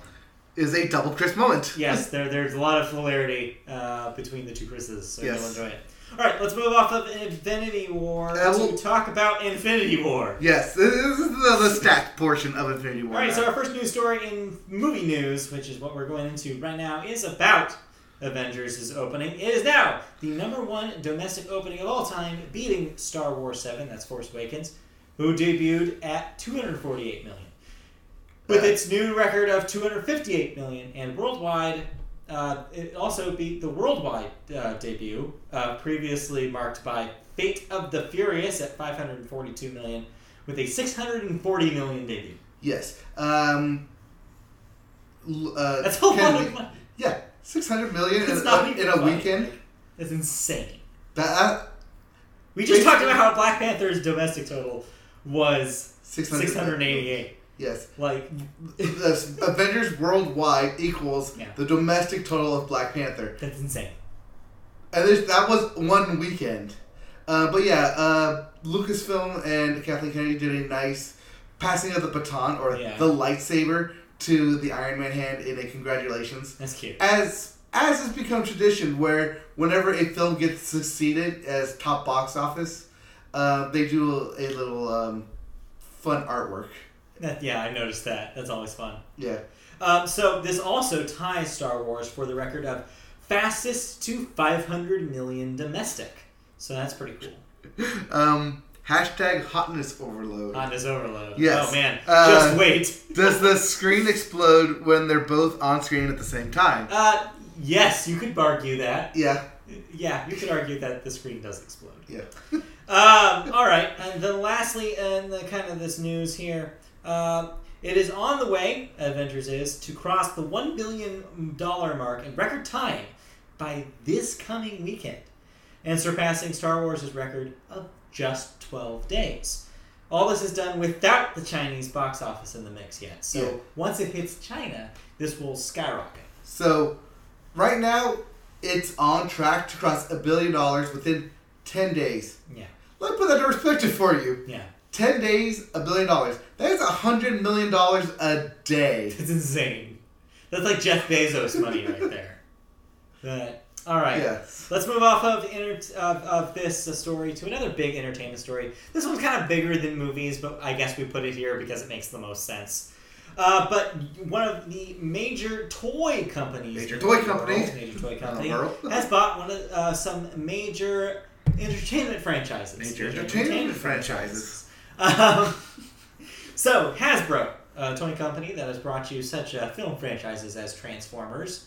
Speaker 2: is a double Chris moment.
Speaker 1: scene. Yes, there, there's a lot of hilarity uh, between the two Chris's, so
Speaker 2: Yes.
Speaker 1: you'll enjoy it. All right, let's move off of Infinity War
Speaker 2: Uh,
Speaker 1: to
Speaker 2: we'll-
Speaker 1: talk about Infinity War.
Speaker 2: Yes, this is the, the stacked portion of Infinity War.
Speaker 1: All right, so our first news story in movie news, which is what we're going into right now, is about Avengers' opening. It is now the number one domestic opening of all time, beating Star Wars 7, that's Force Awakens, who debuted at 248 million. With its new record of 258 million and worldwide, uh, it also beat the worldwide uh, debut, uh, previously marked by Fate of the Furious at 542 million, with a 640 million debut.
Speaker 2: Yes. Um, l- uh,
Speaker 1: That's a lot
Speaker 2: can
Speaker 1: of
Speaker 2: we-
Speaker 1: money.
Speaker 2: Yeah, six hundred million in,
Speaker 1: It's
Speaker 2: a,
Speaker 1: not even
Speaker 2: in a
Speaker 1: funny.
Speaker 2: weekend.
Speaker 1: That's insane.
Speaker 2: That uh,
Speaker 1: We just
Speaker 2: Wait.
Speaker 1: talked about how Black Panther's domestic total was
Speaker 2: six hundred.
Speaker 1: 688.
Speaker 2: Yes.
Speaker 1: Like,
Speaker 2: The Avengers worldwide equals
Speaker 1: Yeah.
Speaker 2: the domestic total of Black Panther,
Speaker 1: that's insane.
Speaker 2: and there's, that was one weekend. Uh, but yeah, uh, Lucasfilm and Kathleen Kennedy did a nice passing of the baton or
Speaker 1: Yeah.
Speaker 2: the lightsaber to the Iron Man hand in a congratulations.
Speaker 1: That's cute.
Speaker 2: as as has become tradition, where whenever a film gets succeeded as top box office, uh, they do a, a little um, fun artwork.
Speaker 1: That, yeah, I noticed that. That's always fun.
Speaker 2: Yeah,
Speaker 1: Um, so this also ties Star Wars for the record of fastest to 500 million domestic. So that's pretty cool.
Speaker 2: um, hashtag hotness overload.
Speaker 1: On this overload.
Speaker 2: Yes.
Speaker 1: Oh man,
Speaker 2: Uh,
Speaker 1: just wait.
Speaker 2: Does the screen explode when they're both on screen at the same time?
Speaker 1: Uh, yes, you could argue that.
Speaker 2: Yeah,
Speaker 1: Yeah, you could argue that the screen does explode.
Speaker 2: yeah.
Speaker 1: <laughs> Um, all right, and then lastly, and the, kind of this news here, uh, it is on the way. Avengers is to cross the one billion dollar mark in record time by this coming weekend, and surpassing Star Wars' record of just twelve days. All this is done without the Chinese box office in the mix yet. So
Speaker 2: Yeah.
Speaker 1: once it hits China, this will skyrocket.
Speaker 2: So, right now, it's on track to cross a billion dollars within 10 days.
Speaker 1: Yeah,
Speaker 2: Let me put that into perspective for you.
Speaker 1: yeah,
Speaker 2: 10 days, a billion dollars. That is $100 million a day.
Speaker 1: it's insane. That's like Jeff Bezos money right there. But, all right.
Speaker 2: Yes.
Speaker 1: Let's move off of inter- of, of this uh, story to another big entertainment story. This one's kind of bigger than movies, but I guess we put it here because it makes the most sense. Uh, but one of the major toy companies,
Speaker 2: Major
Speaker 1: in
Speaker 2: toy
Speaker 1: the world-
Speaker 2: company.
Speaker 1: major
Speaker 2: <laughs>
Speaker 1: toy
Speaker 2: the
Speaker 1: company,
Speaker 2: world.
Speaker 1: has bought one of uh, some major entertainment franchises.
Speaker 2: Major entertainment franchises.
Speaker 1: Um, <laughs> so Hasbro, a toy company that has brought you such uh, film franchises as Transformers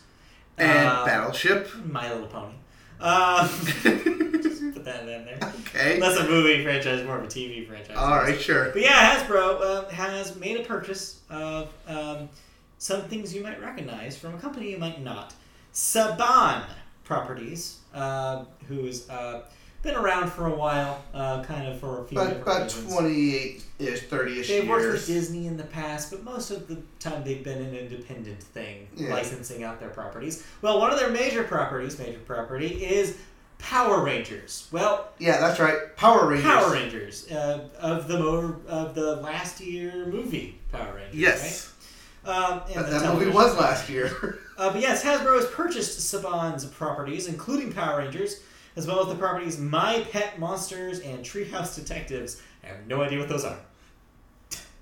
Speaker 2: And
Speaker 1: uh,
Speaker 2: Battleship. <laughs>
Speaker 1: My Little Pony. Um, <laughs>
Speaker 2: okay.
Speaker 1: put that in there. That's a movie franchise, more of a TV franchise.
Speaker 2: Alright, sure.
Speaker 1: But yeah, Hasbro uh, has made a purchase of um, some things you might recognize from a company you might not. Saban Properties, uh, who has uh, been around for a while, uh, kind of for a few
Speaker 2: About,
Speaker 1: different
Speaker 2: about
Speaker 1: reasons.
Speaker 2: 28 ish, 30 ish
Speaker 1: They've worked with
Speaker 2: years.
Speaker 1: Disney in the past, but most of the time they've been an independent thing,
Speaker 2: Yeah.
Speaker 1: licensing out their properties. Well, one of their major properties, major property, is Power Rangers. Well,
Speaker 2: Yeah, that's right. Power Rangers.
Speaker 1: Power Rangers uh, of the mo- of the last year movie Power Rangers.
Speaker 2: Yes.
Speaker 1: Right? Um, and the
Speaker 2: That, that movie
Speaker 1: television
Speaker 2: was
Speaker 1: show.
Speaker 2: last year. <laughs>
Speaker 1: Uh, but yes, Hasbro has purchased Saban's properties, including Power Rangers, as well as the properties My Pet Monsters and Treehouse Detectives. I have no idea what those are.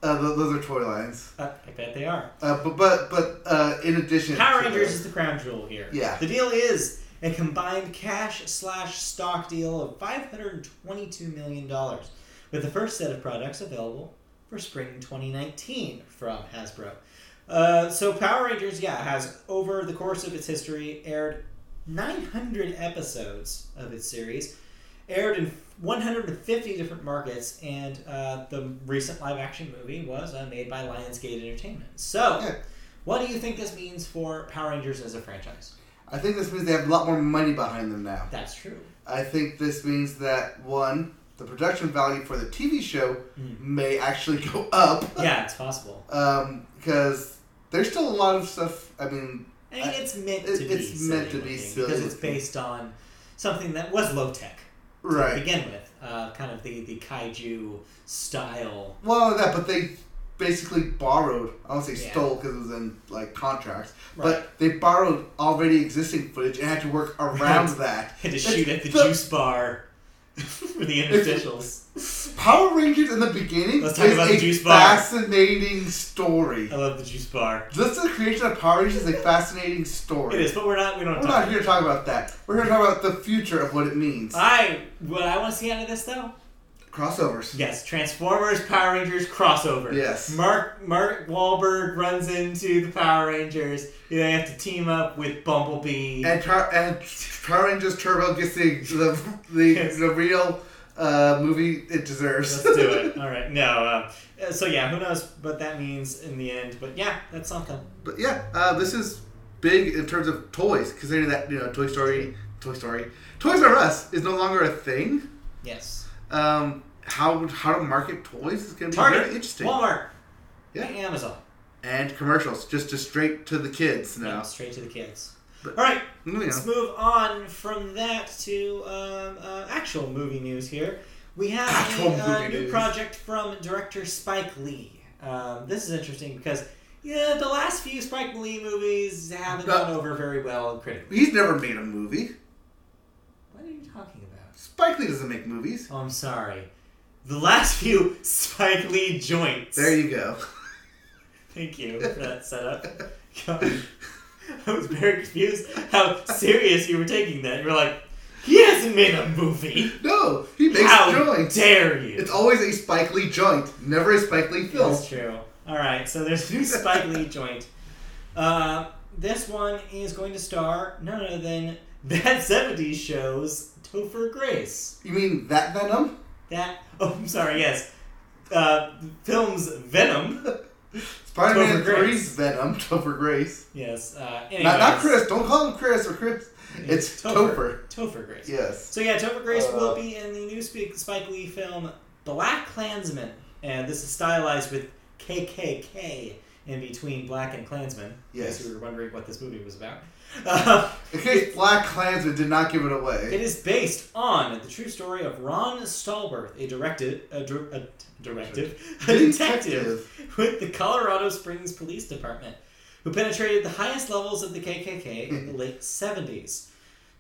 Speaker 2: Uh, tho- those are toy lines.
Speaker 1: Uh, I bet they are.
Speaker 2: Uh, but but, but uh, in addition,
Speaker 1: Power
Speaker 2: to
Speaker 1: Rangers
Speaker 2: those-
Speaker 1: is the crown jewel here.
Speaker 2: Yeah.
Speaker 1: The deal is a combined cash slash stock deal of $522 million, with the first set of products available for spring 2019 from Hasbro. Uh, so Power Rangers, yeah, has over the course of its history aired 900 episodes of its series, aired in 150 different markets, and uh, the recent live action movie was uh, made by Lionsgate Entertainment. So,
Speaker 2: Yeah.
Speaker 1: what do you think this means for Power Rangers as a franchise?
Speaker 2: I think this means they have a lot more money behind them now.
Speaker 1: That's true.
Speaker 2: I think this means that one, the production value for the TV show
Speaker 1: Mm.
Speaker 2: may actually go up.
Speaker 1: Yeah, it's possible.
Speaker 2: Because there's still a lot of stuff. I mean,
Speaker 1: I mean,
Speaker 2: I-
Speaker 1: it's meant to
Speaker 2: it-
Speaker 1: be.
Speaker 2: it's meant to be silly
Speaker 1: because it's
Speaker 2: looking.
Speaker 1: based on something that was low tech to
Speaker 2: right.
Speaker 1: begin with. Uh, kind of the the kaiju style. <laughs>
Speaker 2: Well, that, but they basically borrowed. I don't say
Speaker 1: Yeah.
Speaker 2: stole because it was in like contracts,
Speaker 1: Right.
Speaker 2: but they borrowed already existing footage and had to work around
Speaker 1: Right.
Speaker 2: that.
Speaker 1: Had to
Speaker 2: That's
Speaker 1: shoot at the,
Speaker 2: the-
Speaker 1: juice bar <laughs> for the interstitials.
Speaker 2: Power Rangers in the beginning
Speaker 1: Let's talk
Speaker 2: is
Speaker 1: about
Speaker 2: a
Speaker 1: the juice bar. Um,
Speaker 2: fascinating story.
Speaker 1: I love the juice bar.
Speaker 2: Just the creation of Power Rangers is a fascinating story.
Speaker 1: It is, but we're not. We don't.
Speaker 2: We're
Speaker 1: talk
Speaker 2: not here to talk about that. We're here to talk about the future of what it means.
Speaker 1: I what I want to see out of this though.
Speaker 2: Crossovers.
Speaker 1: Yes, Transformers Power Rangers crossover.
Speaker 2: Yes.
Speaker 1: Mark Mark Wahlberg runs into the Power Rangers. They have to team up with Bumblebee.
Speaker 2: And, Tar- and Power Rangers Turbo gets the the, the,
Speaker 1: Yes.
Speaker 2: the real uh, movie it deserves.
Speaker 1: Let's do it. <laughs> All right. No. Uh, uh, so yeah, who knows what that means in the end? But yeah, that's something.
Speaker 2: <laughs> But yeah, uh, this is big in terms of toys, considering that you know Toy Story, Toy Story, Toys R Us is no longer a thing.
Speaker 1: Yes.
Speaker 2: Um, how how to market toys is going to be
Speaker 1: Target,
Speaker 2: very interesting.
Speaker 1: Walmart,
Speaker 2: Yeah.
Speaker 1: and Amazon.
Speaker 2: And commercials, just to straight to the kids
Speaker 1: Yeah,
Speaker 2: now.
Speaker 1: straight to the kids.
Speaker 2: But-
Speaker 1: All right.
Speaker 2: You know.
Speaker 1: Let's move on from that to um, uh, actual movie news here. We have
Speaker 2: Actual
Speaker 1: a uh,
Speaker 2: movie
Speaker 1: new
Speaker 2: news.
Speaker 1: project from director Spike Lee. Um, this is interesting because, yeah, the last few Spike Lee movies haven't
Speaker 2: Uh,
Speaker 1: gone over very well critically.
Speaker 2: He's never made a movie.
Speaker 1: What are you talking about?
Speaker 2: Spike Lee doesn't make movies.
Speaker 1: Oh, I'm sorry. The last few <laughs> Spike Lee joints.
Speaker 2: There you go. <laughs>
Speaker 1: Thank you for that setup. God, <laughs> I was very confused how serious you were taking that. You were like, he hasn't made a movie.
Speaker 2: No, he makes
Speaker 1: How
Speaker 2: joints.
Speaker 1: dare you?
Speaker 2: It's always a Spike Lee joint, never a Spike Lee film.
Speaker 1: That's true. All right, so there's a new Spike
Speaker 2: <laughs>
Speaker 1: Lee joint. Uh, this one is going to star none <laughs> other than that '70s show's Topher Grace.
Speaker 2: You mean that Venom?
Speaker 1: that. Oh, I'm sorry. Yes, uh, films Venom.
Speaker 2: <laughs> Spider-Man
Speaker 1: Topher Grace.
Speaker 2: 3's Venom, <laughs> Topher Grace.
Speaker 1: Yes. Uh,
Speaker 2: Not, not
Speaker 1: anyways.
Speaker 2: Chris. Don't call him Chris or Chris. It's Topher.
Speaker 1: Topher Grace.
Speaker 2: Yes.
Speaker 1: So yeah, Topher Grace
Speaker 2: Uh,
Speaker 1: will be in the new Spike Spike Lee film Black Klansman, and this is stylized with KKK in between Black and Klansman.
Speaker 2: Yes.
Speaker 1: In case you were wondering what this movie was about. <laughs> Uh,
Speaker 2: In case Black Klansman did not give it away.
Speaker 1: it is based on the true story of Ron Stallworth, a directed a, dir- a directive, <laughs> a detective <laughs> with the Colorado Springs Police Department, who penetrated the highest levels of the KKK in the late 70s.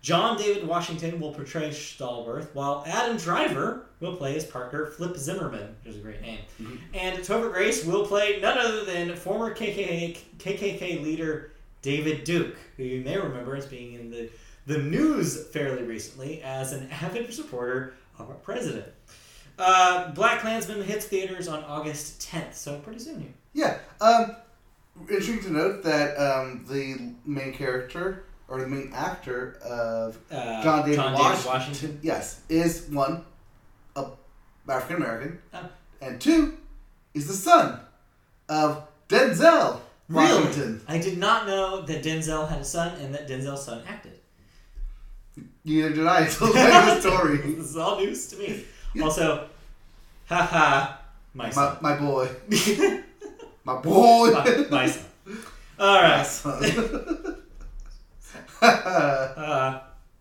Speaker 1: John David Washington will portray Stallworth, while Adam Driver will play his partner Flip Zimmerman, which is a great name.
Speaker 2: Mhm.
Speaker 1: And Topher Grace will play none other than former KKK, KKK leader David Duke, who you may remember as being in the, the news fairly recently as an avid supporter of our president. Uh, Black Klansman hits theaters on August 10th, so pretty soon here.
Speaker 2: Yeah. Um, interesting to note that um, the main character or the main actor of
Speaker 1: Uh,
Speaker 2: John David, Washington,
Speaker 1: Washington.
Speaker 2: yes, is one, a African American,
Speaker 1: Oh.
Speaker 2: and two, is the son of Denzel
Speaker 1: Really?
Speaker 2: Washington.
Speaker 1: I did not know that Denzel had a son and that Denzel's son acted.
Speaker 2: Neither did I until I the story.
Speaker 1: this <laughs> is all news to me.
Speaker 2: Yeah.
Speaker 1: Also, haha, my
Speaker 2: My,
Speaker 1: son. <laughs>
Speaker 2: my boy,
Speaker 1: my,
Speaker 2: my boy,
Speaker 1: my son. All
Speaker 2: <laughs> My
Speaker 1: right. <laughs>
Speaker 2: son. <laughs>
Speaker 1: Uh,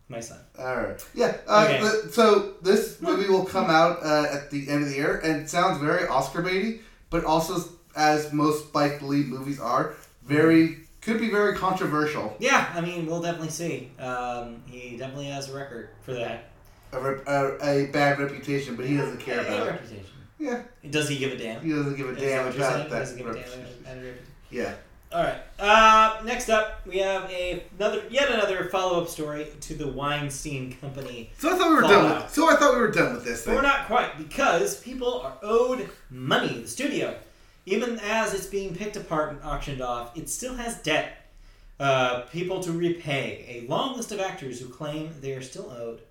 Speaker 1: my son.
Speaker 2: Alright. Yeah. Uh,
Speaker 1: Okay. Hmm.
Speaker 2: th- so this movie will come out uh, at the end of the year, and it sounds very Oscar baity, but also as most Spike Lee movies are, very
Speaker 1: Hmm.
Speaker 2: could be very controversial.
Speaker 1: Yeah, I mean, we'll definitely see. Um, he definitely has a record for that.
Speaker 2: A, rep- a, a bad reputation, but he doesn't care
Speaker 1: A- a
Speaker 2: about it.
Speaker 1: reputation.
Speaker 2: Yeah.
Speaker 1: Does he give a damn?
Speaker 2: He doesn't give a
Speaker 1: Is that
Speaker 2: damn
Speaker 1: what you're saying?
Speaker 2: about
Speaker 1: He
Speaker 2: that.
Speaker 1: doesn't give a damn
Speaker 2: reputation.
Speaker 1: about a reputation.
Speaker 2: Yeah.
Speaker 1: All right. Uh, next up, we have a, another, yet another follow-up story to the Weinstein Company.
Speaker 2: So I thought we were done.
Speaker 1: Fallout.
Speaker 2: With, so I thought we were done with this
Speaker 1: But
Speaker 2: thing.
Speaker 1: we're not quite because people are owed money. The studio, even as it's being picked apart and auctioned off, it still has debt. Uh, people to repay. A long list of actors who claim they are still owed.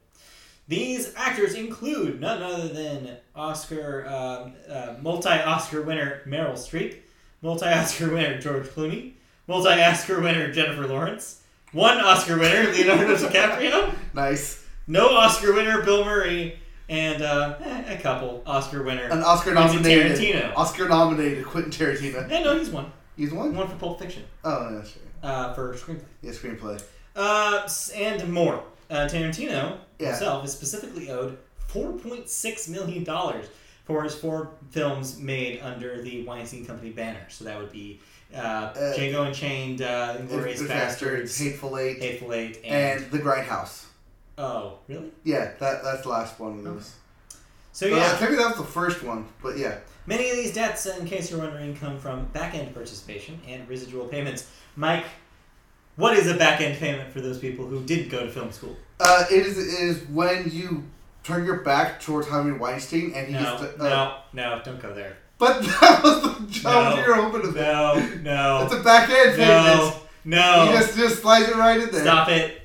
Speaker 1: These actors include none other than Oscar, um, uh, multi-Oscar winner Meryl Streep, multi-Oscar winner George Clooney, multi-Oscar winner Jennifer Lawrence, one Oscar winner Leonardo DiCaprio,
Speaker 2: nice.
Speaker 1: no Oscar winner Bill Murray, and uh, eh, a couple Oscar winner.
Speaker 2: An Oscar
Speaker 1: Quentin
Speaker 2: nominated.
Speaker 1: Tarantino.
Speaker 2: Oscar nominated Quentin Tarantino.
Speaker 1: Eh, no, he's one.
Speaker 2: He's one.
Speaker 1: One for Pulp Fiction,
Speaker 2: Oh, yeah, sure.
Speaker 1: uh, for screenplay,
Speaker 2: Yeah, screenplay.
Speaker 1: uh, s- and more. Uh, Tarantino
Speaker 2: Yeah.
Speaker 1: himself is specifically owed four point six million dollars for his four films made under the Weinstein Company banner. So that would be uh, Django Unchained, uh, Inglorious Bastards,
Speaker 2: Hateful Eight,
Speaker 1: Hateful Eight, and,
Speaker 2: and The Grindhouse.
Speaker 1: oh, really?
Speaker 2: Yeah, that that's the last one of those.
Speaker 1: So
Speaker 2: Well,
Speaker 1: yeah,
Speaker 2: maybe that was the first one, but yeah.
Speaker 1: Many of these debts, in case you're wondering, come from back end participation and residual payments. Mike, what is a back end payment for those people who didn't go to film school?
Speaker 2: Uh, it is it is when you turn your back towards Harvey Weinstein and he
Speaker 1: No,
Speaker 2: used to, uh,
Speaker 1: no, no, don't
Speaker 2: <laughs>
Speaker 1: go there.
Speaker 2: But that was the job
Speaker 1: No.
Speaker 2: you were hoping to
Speaker 1: No, no,
Speaker 2: It's a back end
Speaker 1: no,
Speaker 2: payment. <laughs> You
Speaker 1: no.
Speaker 2: just just slide it right in there.
Speaker 1: Stop it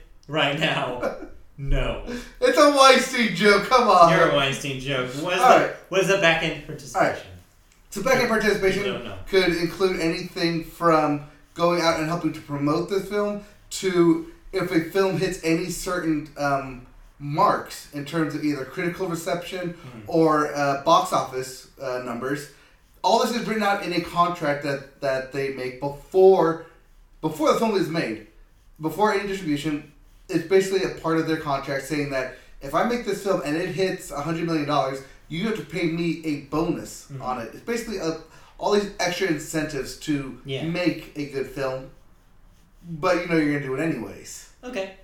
Speaker 2: <laughs>
Speaker 1: right now. No.
Speaker 2: It's a Weinstein joke. Come on.
Speaker 1: You're a Weinstein joke. What is,
Speaker 2: All
Speaker 1: the,
Speaker 2: right.
Speaker 1: what is the back end participation?
Speaker 2: So back end
Speaker 1: You
Speaker 2: participation
Speaker 1: don't know.
Speaker 2: could include anything from going out and helping to promote the film to if a film hits any certain um, marks in terms of either critical reception
Speaker 1: Hmm.
Speaker 2: or uh, box office uh, numbers. All this is written out in a contract that, that they make before before the film is made, before any distribution. It's basically a part of their contract saying that if I make this film and it hits hundred million dollars, you have to pay me a bonus
Speaker 1: Mhm.
Speaker 2: on it. It's basically a, all these extra incentives to
Speaker 1: Yeah.
Speaker 2: make a good film, but you know you're gonna do it anyways.
Speaker 1: Okay.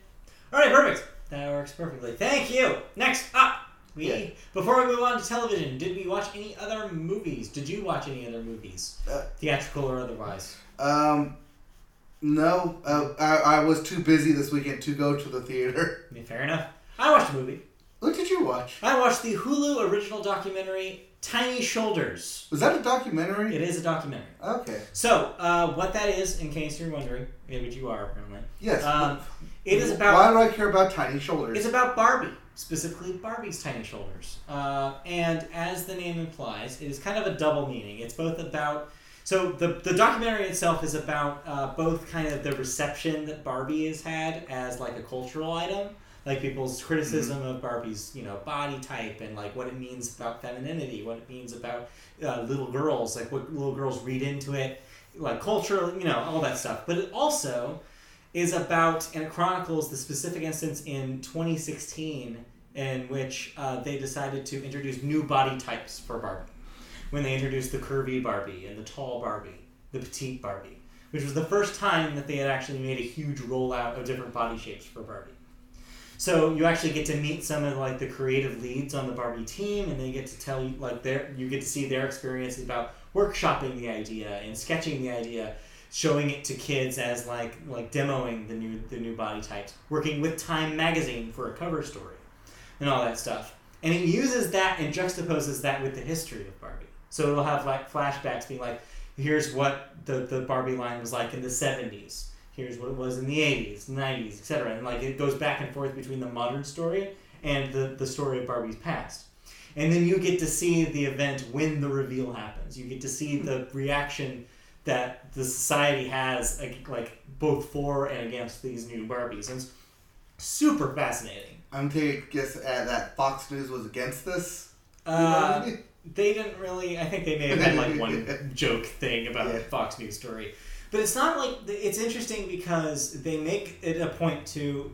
Speaker 1: All right, perfect. That works perfectly. Thank you. Next up, we
Speaker 2: Yeah.
Speaker 1: before we move on to television, did we watch any other movies? Did you watch any other movies,
Speaker 2: Uh,
Speaker 1: theatrical or otherwise?
Speaker 2: Um, no, uh, I, I was too busy this weekend to go to the theater. <laughs>
Speaker 1: I mean, fair enough. I watched a movie.
Speaker 2: What did you watch?
Speaker 1: I watched the Hulu original documentary Tiny Shoulders.
Speaker 2: Was that a documentary?
Speaker 1: It is a documentary.
Speaker 2: Okay.
Speaker 1: So, uh, what that is, in case you're wondering, yeah, which you are apparently,
Speaker 2: Yes.
Speaker 1: um, it is
Speaker 2: Why
Speaker 1: about
Speaker 2: do I care about tiny shoulders?
Speaker 1: it's about Barbie. specifically Barbie's tiny shoulders. Uh, and as the name implies, it is kind of a double meaning. It's both about so the the documentary itself is about uh, both kind of the reception that Barbie has had as like a cultural item, like people's criticism of Barbie's you know body type and like what it means about femininity, what it means about uh, little girls, like what little girls read into it, like culture, you know, all that stuff. But it also is about and it chronicles the specific instance in 2016 in which uh, they decided to introduce new body types for Barbie. When they introduced the curvy Barbie and the tall Barbie, the petite Barbie, which was the first time that they had actually made a huge rollout of different body shapes for Barbie. So you actually get to meet some of like the creative leads on the Barbie team, and they get to tell you like their you get to see their experiences about workshopping the idea and sketching the idea, showing it to kids as like like demoing the new the new body types, working with Time magazine for a cover story, and all that stuff. And it uses that and juxtaposes that with the history of Barbie. So it'll have like flashbacks being like, here's what the, the Barbie line was like in the 70s. Here's what it was in the 80s, 90s, etc. And like it goes back and forth between the modern story and the, the story of Barbie's past. And then you get to see the event when the reveal happens. You get to see the reaction that the society has like, like both for and against these new Barbies. And it's super fascinating.
Speaker 2: I'm taking a guess at that Fox News was against this.
Speaker 1: Uh, they didn't really. I think they may have had
Speaker 2: <laughs>
Speaker 1: like one joke thing about
Speaker 2: Yeah.
Speaker 1: a Fox News story, but it's not like it's interesting because they make it a point to,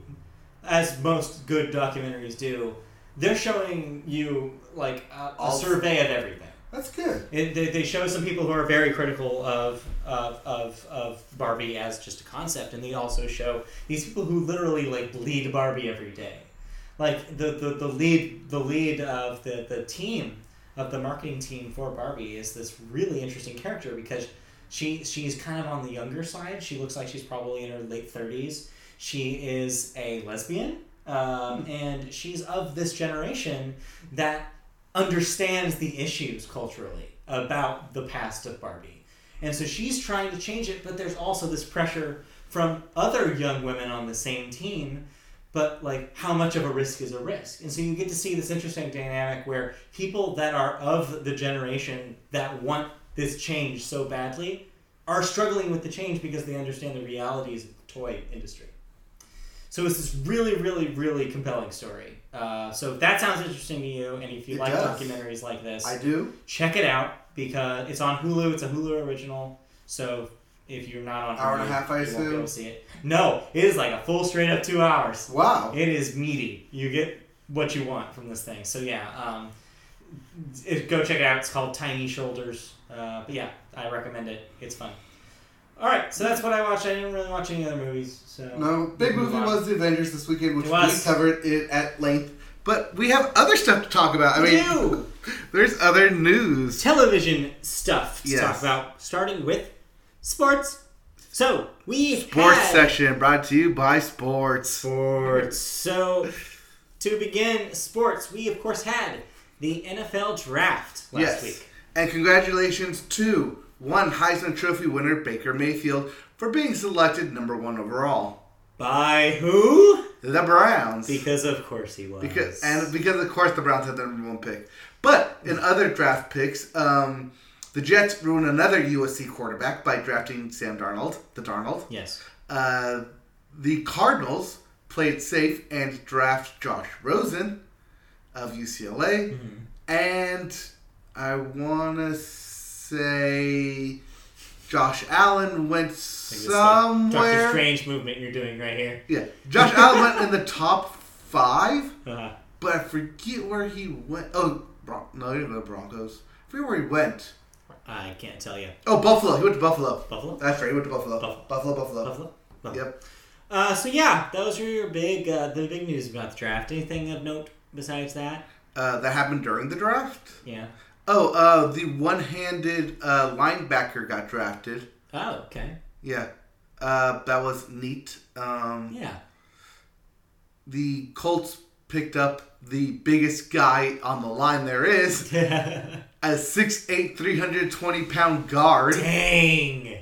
Speaker 1: as most good documentaries do, they're showing you like a, a
Speaker 2: All-
Speaker 1: survey of everything.
Speaker 2: That's good.
Speaker 1: It, they, they show some people who are very critical of, of, of, of Barbie as just a concept, and they also show these people who literally like lead Barbie every day. Like the, the, the lead the lead of the, the team of the marketing team for Barbie is this really interesting character because she she's kind of on the younger side. She looks like she's probably in her late thirties. She is a lesbian, um, and she's of this generation that understands the issues culturally about the past of Barbie. And so she's trying to change it, but there's also this pressure from other young women on the same team. But like, how much of a risk is a risk? And so you get to see this interesting dynamic where people that are of the generation that want this change so badly are struggling with the change because they understand the realities of the toy industry. So it's this really, really, really compelling story. Uh, so if that sounds interesting to you, and if you
Speaker 2: It
Speaker 1: like
Speaker 2: does.
Speaker 1: documentaries like this,
Speaker 2: I do.
Speaker 1: check it out because it's on Hulu. It's a Hulu original. So if you're not on
Speaker 2: Hour
Speaker 1: Hulu,
Speaker 2: and a half, I
Speaker 1: you won't be
Speaker 2: assume?
Speaker 1: able to see it. No, it is like a full straight up two hours.
Speaker 2: Wow.
Speaker 1: It is meaty. You get what you want from this thing. So yeah, um, it, go check it out. It's called Tiny Shoulders. Uh, but yeah, I recommend it. It's fun. All right, so that's what I watched. I didn't really watch any other movies. So
Speaker 2: No, big
Speaker 1: Move
Speaker 2: movie
Speaker 1: on.
Speaker 2: was The Avengers this weekend, which
Speaker 1: It
Speaker 2: we
Speaker 1: was.
Speaker 2: covered it at length. But we have other stuff to talk about. I
Speaker 1: We
Speaker 2: mean,
Speaker 1: do.
Speaker 2: <laughs> there's other news.
Speaker 1: television stuff to talk
Speaker 2: Yes.
Speaker 1: about, starting with sports. So we
Speaker 2: Sports
Speaker 1: had-
Speaker 2: section brought to you by Sports.
Speaker 1: sports. So, to begin sports, we of course had the NFL draft last
Speaker 2: yes.
Speaker 1: week.
Speaker 2: And congratulations to one Heisman Trophy winner, Baker Mayfield, for being selected number one overall.
Speaker 1: By who?
Speaker 2: The Browns.
Speaker 1: Because of course he was.
Speaker 2: Because, and because of course the Browns had the number one pick. But in other draft picks, um, the Jets ruined another USC quarterback by drafting Sam Darnold, the Darnold.
Speaker 1: yes,
Speaker 2: Uh, the Cardinals played safe and draft Josh Rosen of UCLA. And I want to say Josh Allen went
Speaker 1: It's like Doctor
Speaker 2: somewhere.
Speaker 1: Strange movement you're doing right here.
Speaker 2: yeah, Josh Allen went in the top five,
Speaker 1: Uh,
Speaker 2: but I forget where he went. Oh, Bron- no, he didn't go to Broncos. I forget where he went.
Speaker 1: I can't tell you.
Speaker 2: Oh, Buffalo. He went to Buffalo.
Speaker 1: Buffalo,
Speaker 2: That's right. He went to Buffalo.
Speaker 1: Buffalo.
Speaker 2: Buffalo. Buffalo.
Speaker 1: Buffalo. Buffalo.
Speaker 2: Yep.
Speaker 1: Uh, so yeah, those were your big uh, the big news about the draft. Anything of note besides that?
Speaker 2: Uh, that happened during the draft.
Speaker 1: Yeah.
Speaker 2: Oh, uh, the one-handed uh, linebacker got drafted.
Speaker 1: Oh, okay.
Speaker 2: Yeah, uh, that was neat. Um,
Speaker 1: Yeah. <laughs>
Speaker 2: The Colts picked up the biggest guy on the line there is, a 6'8", 320-pound guard
Speaker 1: Dang.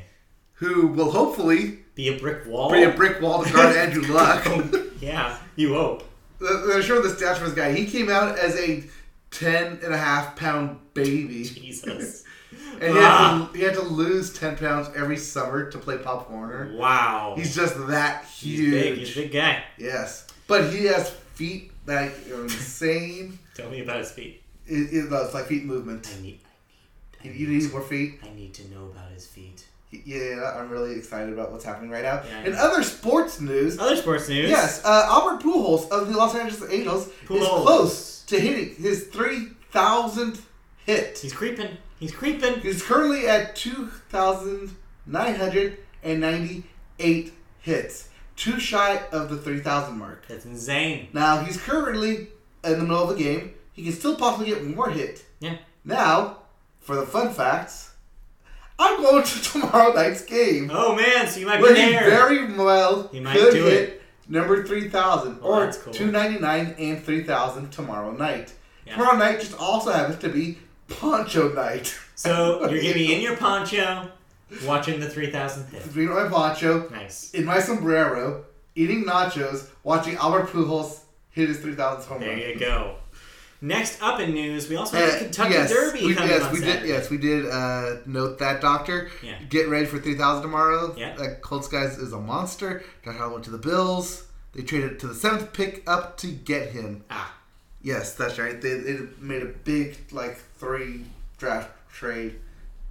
Speaker 2: who will hopefully
Speaker 1: Be a brick wall. Oh,
Speaker 2: be a brick wall to guard Andrew Luck.
Speaker 1: <laughs> yeah, you hope.
Speaker 2: They're showing the statue of this guy. He came out as a 10 and a half pound baby.
Speaker 1: Jesus.
Speaker 2: And he
Speaker 1: Ah.
Speaker 2: had, to, he had to lose 10 pounds every summer to play Pop Warner.
Speaker 1: Wow.
Speaker 2: He's just that huge.
Speaker 1: He's big. He's a big guy.
Speaker 2: Yes. But he has feet that are insane.
Speaker 1: Tell me about his feet.
Speaker 2: it, it, no, it's like feet movement.
Speaker 1: I need, I
Speaker 2: You,
Speaker 1: need,
Speaker 2: you need more feet.
Speaker 1: I need to know about his feet.
Speaker 2: Yeah, I'm really excited about what's happening right now.
Speaker 1: Yeah, I
Speaker 2: In
Speaker 1: know.
Speaker 2: other sports news,
Speaker 1: Other sports news.
Speaker 2: yes, uh, Albert Pujols of the Los Angeles Angels is
Speaker 1: Pujols.
Speaker 2: close to hitting his 3,000th hit.
Speaker 1: He's creeping. He's creeping.
Speaker 2: He's currently at 2,998 hits, too shy of the 3,000 mark.
Speaker 1: That's insane.
Speaker 2: Now, he's currently in the middle of a game. He can still possibly get more hit.
Speaker 1: Yeah.
Speaker 2: Now, for the fun facts, I'm going to <laughs> tomorrow night's game.
Speaker 1: Oh man, so you might
Speaker 2: Where
Speaker 1: be
Speaker 2: he
Speaker 1: there.
Speaker 2: very well
Speaker 1: He might
Speaker 2: could
Speaker 1: do
Speaker 2: hit number 3,000
Speaker 1: Well,
Speaker 2: or
Speaker 1: that's cool.
Speaker 2: 299 and 3,000 tomorrow night.
Speaker 1: Yeah.
Speaker 2: Tomorrow night just also happens to be poncho night. <laughs>
Speaker 1: So you're gonna be in your poncho, watching the three thousand hit.
Speaker 2: Between my poncho,
Speaker 1: Nice.
Speaker 2: in my sombrero, eating nachos, watching Albert Pujols hit his 3,000 home
Speaker 1: There
Speaker 2: run.
Speaker 1: you go. Next up in news, we also have
Speaker 2: Uh,
Speaker 1: the Kentucky
Speaker 2: yes,
Speaker 1: Derby
Speaker 2: we,
Speaker 1: coming
Speaker 2: yes,
Speaker 1: on
Speaker 2: we
Speaker 1: Saturday.
Speaker 2: did. Yes, we did uh, note that, Doctor.
Speaker 1: Yeah.
Speaker 2: Get ready for three thousand tomorrow.
Speaker 1: Yeah.
Speaker 2: That Colts guys is a monster. Josh Allen went to the Bills. They traded to the seventh pick up to get him.
Speaker 1: Ah,
Speaker 2: Yes, that's right. They, they made a big like three draft trade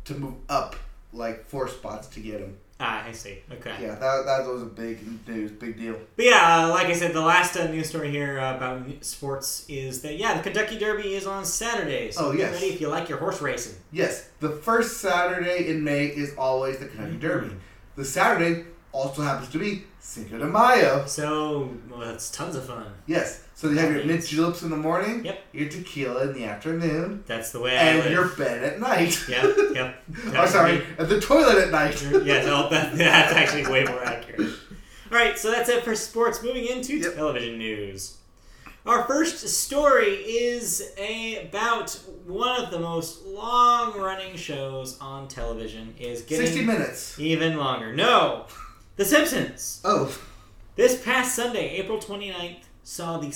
Speaker 2: to move up like four spots to get him.
Speaker 1: ah, I see. Okay.
Speaker 2: Yeah, that, that was a big news, big deal.
Speaker 1: But yeah, uh, like I said, the last uh, news story here uh, about n- sports is that yeah, the Kentucky Derby is on Saturday. So
Speaker 2: Oh,
Speaker 1: get
Speaker 2: yes.
Speaker 1: ready if you like your horse racing.
Speaker 2: Yes, the first Saturday in May is always the
Speaker 1: Mm-hmm.
Speaker 2: Kentucky Derby. The Saturday also happens to be Cinco de Mayo.
Speaker 1: So well, that's tons of fun.
Speaker 2: Yes, so you have your mint juleps in the morning,
Speaker 1: Yep.
Speaker 2: your tequila in the afternoon,
Speaker 1: That's the way I
Speaker 2: and
Speaker 1: live.
Speaker 2: your bed at
Speaker 1: <laughs>
Speaker 2: night.
Speaker 1: Yep,
Speaker 2: <laughs>
Speaker 1: yep.
Speaker 2: oh, sorry, at the toilet at night.
Speaker 1: yeah, no, that, <laughs> that's actually way more accurate. All right, so that's it for sports. Moving into
Speaker 2: Yep.
Speaker 1: television news. Our first story is a, about one of the most long-running shows on television is
Speaker 2: <laughs> Sixty
Speaker 1: getting
Speaker 2: minutes.
Speaker 1: even longer. No, The Simpsons.
Speaker 2: Oh,
Speaker 1: This past Sunday, April 29th, saw the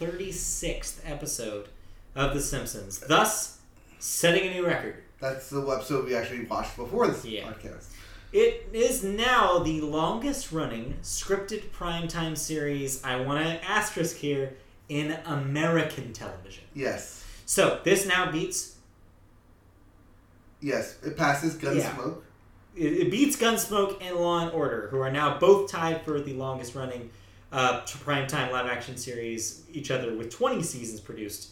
Speaker 1: 636th episode of The Simpsons, thus setting a new record.
Speaker 2: that's the website we actually watched before this
Speaker 1: Yeah.
Speaker 2: podcast.
Speaker 1: It is now the longest running scripted primetime series, I want to asterisk here, in American television.
Speaker 2: Yes,
Speaker 1: So this now beats,
Speaker 2: yes, it passes Gunsmoke.
Speaker 1: Yeah. it, it beats Gunsmoke and Law and Order, who are now both tied for the longest running uh, t- primetime live action series, each other with 20 seasons produced.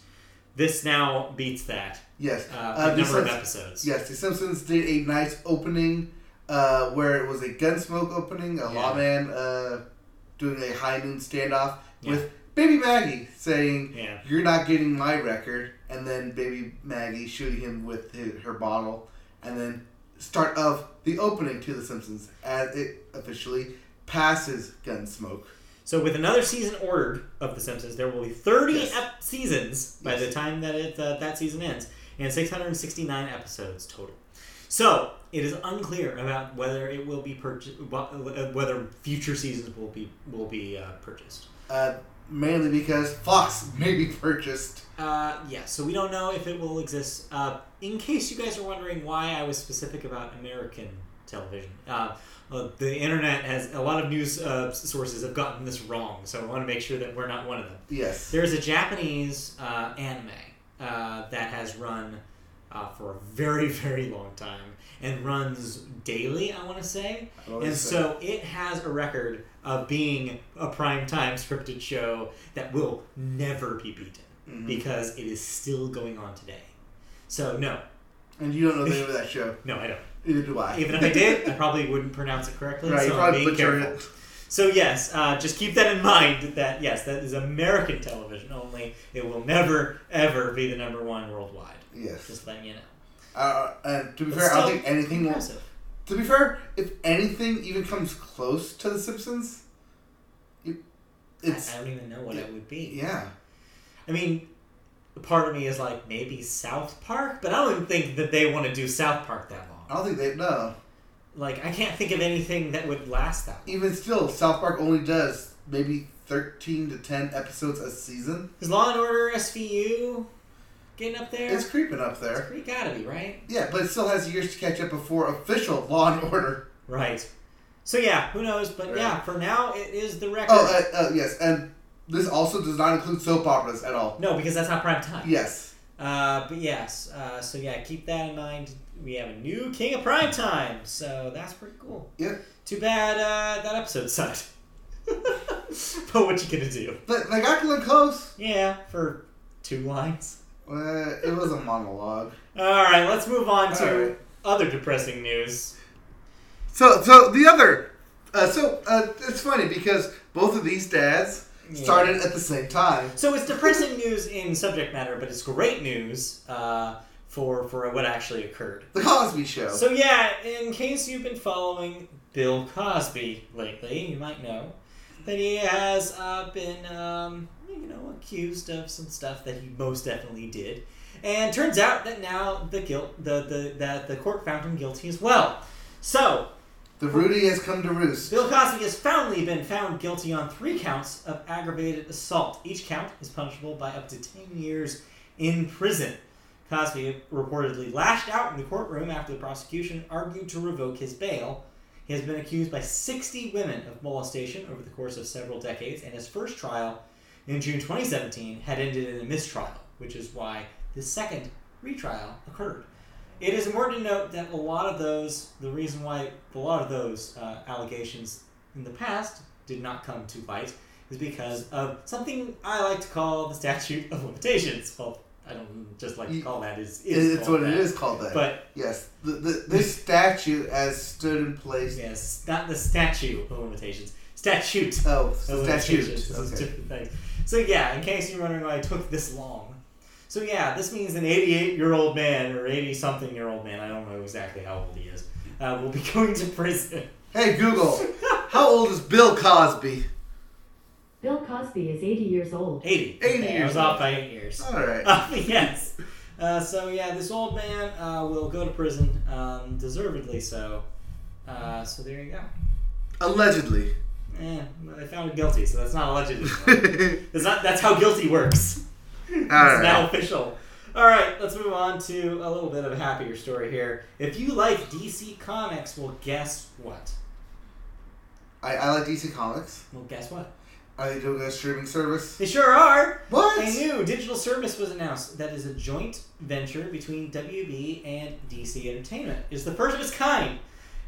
Speaker 1: This now beats that
Speaker 2: Yes,
Speaker 1: uh,
Speaker 2: Uh,
Speaker 1: in
Speaker 2: The
Speaker 1: number of
Speaker 2: Simps-
Speaker 1: episodes.
Speaker 2: Yes, The Simpsons did a nice opening uh, where it was a gunsmoke opening, a
Speaker 1: Yeah.
Speaker 2: lawman uh, doing a high noon standoff
Speaker 1: Yeah.
Speaker 2: with Baby Maggie saying,
Speaker 1: Yeah.
Speaker 2: You're not getting my record. And then Baby Maggie shooting him with his, her bottle. And then start of the opening to The Simpsons as it officially passes Gunsmoke.
Speaker 1: So with another season ordered of The Simpsons, there will be 30
Speaker 2: Yes.
Speaker 1: ep- seasons by
Speaker 2: Yes.
Speaker 1: the time that it, uh, that season ends, and 669 episodes total. So it is unclear about whether it will be purchased, whether future seasons will be will be uh, purchased.
Speaker 2: Uh, mainly because Fox <laughs> may be purchased.
Speaker 1: Uh, yeah, so we don't know if it will exist. Uh, in case you guys are wondering why I was specific about American television, uh, well, the internet has a lot of news uh, sources have gotten this wrong, so I want to make sure that we're not one of them.
Speaker 2: Yes.
Speaker 1: There's a Japanese uh, anime uh, that has run uh, for a very, <laughs> very long time and runs daily, I want to say.
Speaker 2: I don't
Speaker 1: And
Speaker 2: understand.
Speaker 1: so it has a record of being a primetime scripted show that will never be beaten
Speaker 2: Mhm.
Speaker 1: because it is still going on today. So, no,
Speaker 2: And you don't know the name of that show.
Speaker 1: no, I don't.
Speaker 2: Neither do I.
Speaker 1: Even if I did, I probably wouldn't pronounce it correctly.
Speaker 2: Right, you
Speaker 1: so I'm
Speaker 2: probably
Speaker 1: being
Speaker 2: butchered
Speaker 1: careful.
Speaker 2: it.
Speaker 1: So yes, uh, just keep that in mind. That yes, that is American television only. It will never ever be the number one worldwide.
Speaker 2: Yes.
Speaker 1: Just letting you know.
Speaker 2: Uh, and to be
Speaker 1: But
Speaker 2: fair, I don't
Speaker 1: still
Speaker 2: think anything will.
Speaker 1: impressive.
Speaker 2: To be fair, if anything even comes close to The Simpsons, you, it's
Speaker 1: I, I don't even know what it would be.
Speaker 2: yeah.
Speaker 1: I mean, part of me is like maybe South Park, but I don't even think that they want to do South Park that
Speaker 2: I
Speaker 1: long.
Speaker 2: don't think they no.
Speaker 1: Like I can't think of anything that would last that. long.
Speaker 2: Even still, South Park only does maybe thirteen to ten episodes a season.
Speaker 1: Is Law and Order SVU getting up there?
Speaker 2: It's creeping up there.
Speaker 1: pretty gotta be right.
Speaker 2: Yeah, but it still has years to catch up before official Law and Order.
Speaker 1: Right. So yeah, who knows? But
Speaker 2: Right.
Speaker 1: yeah, for now it is the record.
Speaker 2: Oh, uh, uh, yes, and this also does not include soap operas at all.
Speaker 1: no, because that's not prime time.
Speaker 2: Yes,
Speaker 1: Uh, but yes, uh, so yeah, keep that in mind. We have a new king of prime time, so that's pretty cool.
Speaker 2: Yeah.
Speaker 1: Too bad uh, that episode sucked. <laughs> but what you gonna do?
Speaker 2: but they got really close.
Speaker 1: Yeah, for two lines.
Speaker 2: Uh, it was a monologue.
Speaker 1: All right, let's move on to
Speaker 2: All right.
Speaker 1: other depressing news.
Speaker 2: So, so the other, uh, so uh, it's funny because both of these dads
Speaker 1: Yeah.
Speaker 2: started at the same time.
Speaker 1: So it's depressing news in subject matter, but it's great news uh, for for what actually occurred.
Speaker 2: The Cosby Show.
Speaker 1: So yeah, in case you've been following Bill Cosby lately, you might know that he has uh, been um, you know accused of some stuff that he most definitely did, and turns out that now the guilt the the that the court found him guilty as well. So
Speaker 2: the Rudy has come to roost.
Speaker 1: Bill Cosby has finally been found guilty on three counts of aggravated assault. Each count is punishable by up to 10 years in prison. Cosby reportedly lashed out in the courtroom after the prosecution argued to revoke his bail. He has been accused by 60 women of molestation over the course of several decades, and his first trial in June 2017 had ended in a mistrial, which is why the second retrial occurred. It is important to note that a lot of those, the reason why a lot of those uh, allegations in the past did not come to light is because of something I like to call the statute of limitations. Well, I don't just like to call that. Is
Speaker 2: It-
Speaker 1: is
Speaker 2: it's
Speaker 1: called
Speaker 2: what it
Speaker 1: that.
Speaker 2: is called that.
Speaker 1: But
Speaker 2: yes, the, the, this statue has stood in place.
Speaker 1: yes, not the statue of limitations. Statute
Speaker 2: Oh,
Speaker 1: Oh,
Speaker 2: statute.
Speaker 1: limitations. This is
Speaker 2: Okay.
Speaker 1: different things. So yeah, in case you're wondering why it took this long. So yeah, this means an 88 year old man or 80 something year old man, I don't know exactly how old he is, uh, will be <laughs> going to prison.
Speaker 2: Hey Google, how old is Bill Cosby?
Speaker 3: Bill Cosby is 80 years old.
Speaker 1: 80.
Speaker 2: 80
Speaker 1: Okay, I
Speaker 2: years
Speaker 1: was off by eight <laughs> years.
Speaker 2: All right.
Speaker 1: Uh, yes. Uh, so yeah, this old man uh, will go to prison, um, deservedly so. Uh, so there you go. <laughs>
Speaker 2: Allegedly.
Speaker 1: Eh, well, they found him guilty, so that's not alleged.
Speaker 2: <laughs>
Speaker 1: anymore. that's not. That's how guilty works. it's
Speaker 2: right.
Speaker 1: now official. All right, let's move on to a little bit of a happier story here. If you like DC Comics, well, guess what?
Speaker 2: I, I like DC Comics.
Speaker 1: Well, guess what?
Speaker 2: Are they doing a streaming service?
Speaker 1: They sure are.
Speaker 2: What?
Speaker 1: A new digital service was announced that is a joint venture between WB and DC Entertainment. It's the first of its kind,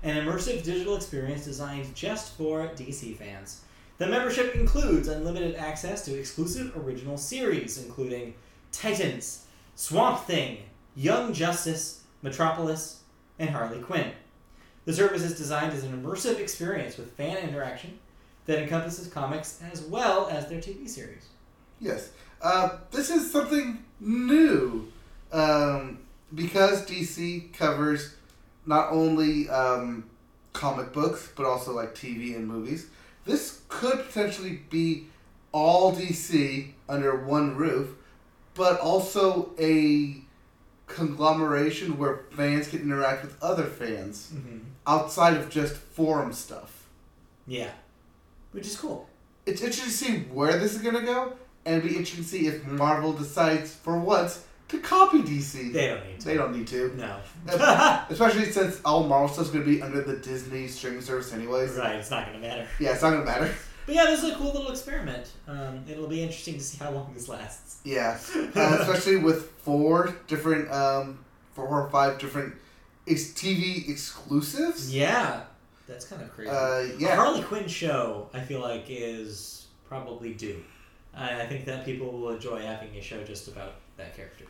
Speaker 1: an immersive digital experience designed just for DC fans. The membership includes unlimited access to exclusive original series, including Titans, Swamp Thing, Young Justice, Metropolis, and Harley Quinn. The service is designed as an immersive experience with fan interaction that encompasses comics as well as their TV series.
Speaker 2: Yes. Uh, this is something new um, because DC covers not only um, comic books but also like TV and movies. This could potentially be all DC under one roof, but also a conglomeration where fans can interact with other fans
Speaker 1: Mm-hmm.
Speaker 2: outside of just forum stuff.
Speaker 1: Yeah. Which is cool.
Speaker 2: It's interesting to see where this is gonna go, and it'd be interesting to see if Marvel decides for once to copy DC.
Speaker 1: They don't need to.
Speaker 2: They don't need to,
Speaker 1: No. <laughs> right,
Speaker 2: Uh, especially since all Marvel stuff's gonna be under the Disney streaming service anyways.
Speaker 1: it's not going to matter.
Speaker 2: Yeah, it's not gonna matter. <laughs>
Speaker 1: But yeah, this is a cool little experiment. Um, it'll be interesting to see how long this lasts.
Speaker 2: Yeah, uh,
Speaker 1: <laughs>
Speaker 2: especially with four different, um, four or five different ex- TV exclusives.
Speaker 1: yeah. That's kind of crazy.
Speaker 2: Uh,
Speaker 1: The
Speaker 2: yeah,
Speaker 1: Harley Quinn show, I feel like, is probably due. I, I think that people will enjoy having a show just about that character.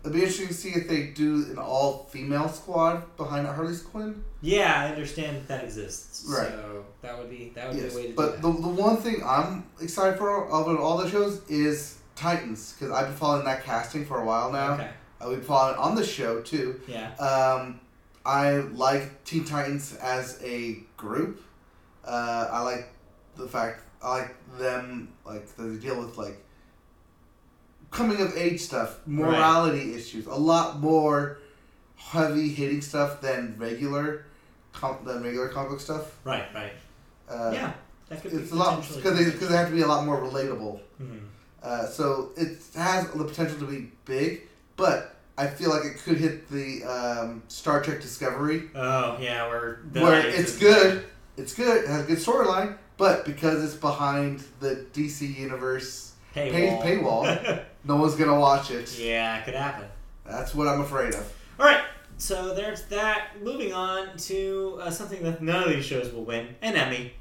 Speaker 2: it'd be interesting to see if they do an all-female squad behind Harley Quinn.
Speaker 1: Yeah, I understand that exists.
Speaker 2: Right.
Speaker 1: So that would be that would
Speaker 2: Yes,
Speaker 1: be a way to
Speaker 2: but
Speaker 1: do
Speaker 2: the,
Speaker 1: that.
Speaker 2: the one thing I'm excited for out of all the shows is Titans because I've been following that casting for a while now.
Speaker 1: okay.
Speaker 2: I've been following it on the show too.
Speaker 1: Yeah.
Speaker 2: Um, I like Teen Titans as a group. Uh, I like the fact I like them like that they deal with like coming of age stuff, morality issues, a lot more heavy hitting stuff than regular com- than regular comic book stuff.
Speaker 1: Right. Right.
Speaker 2: Uh,
Speaker 1: yeah. That could
Speaker 2: It's a
Speaker 1: be
Speaker 2: lot
Speaker 1: potentially.
Speaker 2: because they, 'cause they have to be a lot more relatable.
Speaker 1: Mhm.
Speaker 2: Uh, so it has the potential to be big, but I feel like it could hit the um, Star Trek Discovery,
Speaker 1: Oh yeah, where the
Speaker 2: where
Speaker 1: audience
Speaker 2: it's
Speaker 1: is-
Speaker 2: good, it's good, it has a good storyline, but because it's behind the DC universe,
Speaker 1: Paywall.
Speaker 2: Pay- paywall. no one's gonna watch it.
Speaker 1: <laughs> yeah, it could happen.
Speaker 2: That's what I'm afraid of.
Speaker 1: All right, so there's that. Moving on to uh, something that none of these shows will win an Emmy.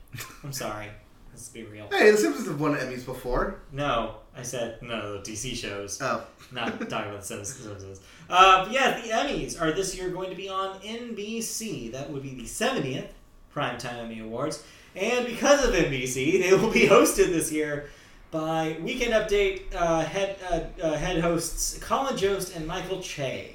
Speaker 1: I'm sorry. Let's be real.
Speaker 2: Hey, The Simpsons have won Emmys before.
Speaker 1: No, I said none of the DC shows.
Speaker 2: Oh,
Speaker 1: Not talking about the Sim- Simpsons. Uh, but yeah, the Emmys are this year going to be on NBC. That would be the 70th Primetime Emmy Awards. And because of NBC, they will be <laughs> hosted this year by Weekend Update uh, head, uh, uh, head hosts Colin Jost and Michael Che.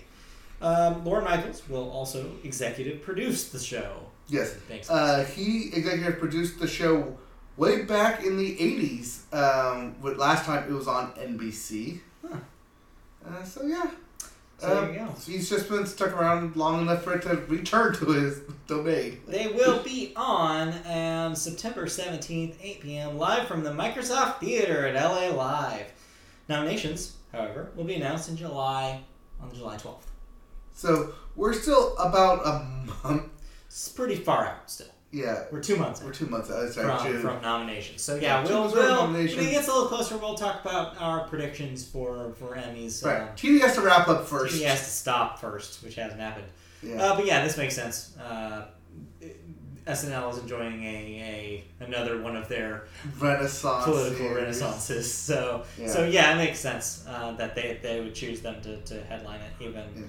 Speaker 1: Um, Lauren Michaels will also executive produce the show.
Speaker 2: yes.
Speaker 1: Thanks.
Speaker 2: Uh, he executive produced the show way back in the 80s. Um, with last time it was on NBC.
Speaker 1: Huh.
Speaker 2: Uh, so yeah.
Speaker 1: So
Speaker 2: Uh,
Speaker 1: there you go.
Speaker 2: He's just been stuck around long enough for it to return to his domain.
Speaker 1: They will be on um, September 17th, 8 p.m., live from the Microsoft Theater at LA Live. Nominations, however, will be announced in July, on July 12th.
Speaker 2: So we're still about a month.
Speaker 1: It's pretty far out still.
Speaker 2: Yeah,
Speaker 1: We're two months
Speaker 2: we're
Speaker 1: out
Speaker 2: two months out. It's like
Speaker 1: from,
Speaker 2: June.
Speaker 1: from nominations. So, yeah,
Speaker 2: Two
Speaker 1: we'll,
Speaker 2: months out from
Speaker 1: we'll when it
Speaker 2: nominations.
Speaker 1: gets a little closer, we'll talk about our predictions for, for Emmys.
Speaker 2: Right. TV has to wrap up
Speaker 1: Um,
Speaker 2: first.
Speaker 1: he has to stop first, which hasn't happened.
Speaker 2: Yeah.
Speaker 1: Uh, but yeah, this makes sense. Uh, SNL is enjoying a, a another one of their
Speaker 2: renaissance.
Speaker 1: political
Speaker 2: years.
Speaker 1: renaissances. So
Speaker 2: Yeah.
Speaker 1: so yeah, it makes sense uh, that they, they would choose them to, to headline it, even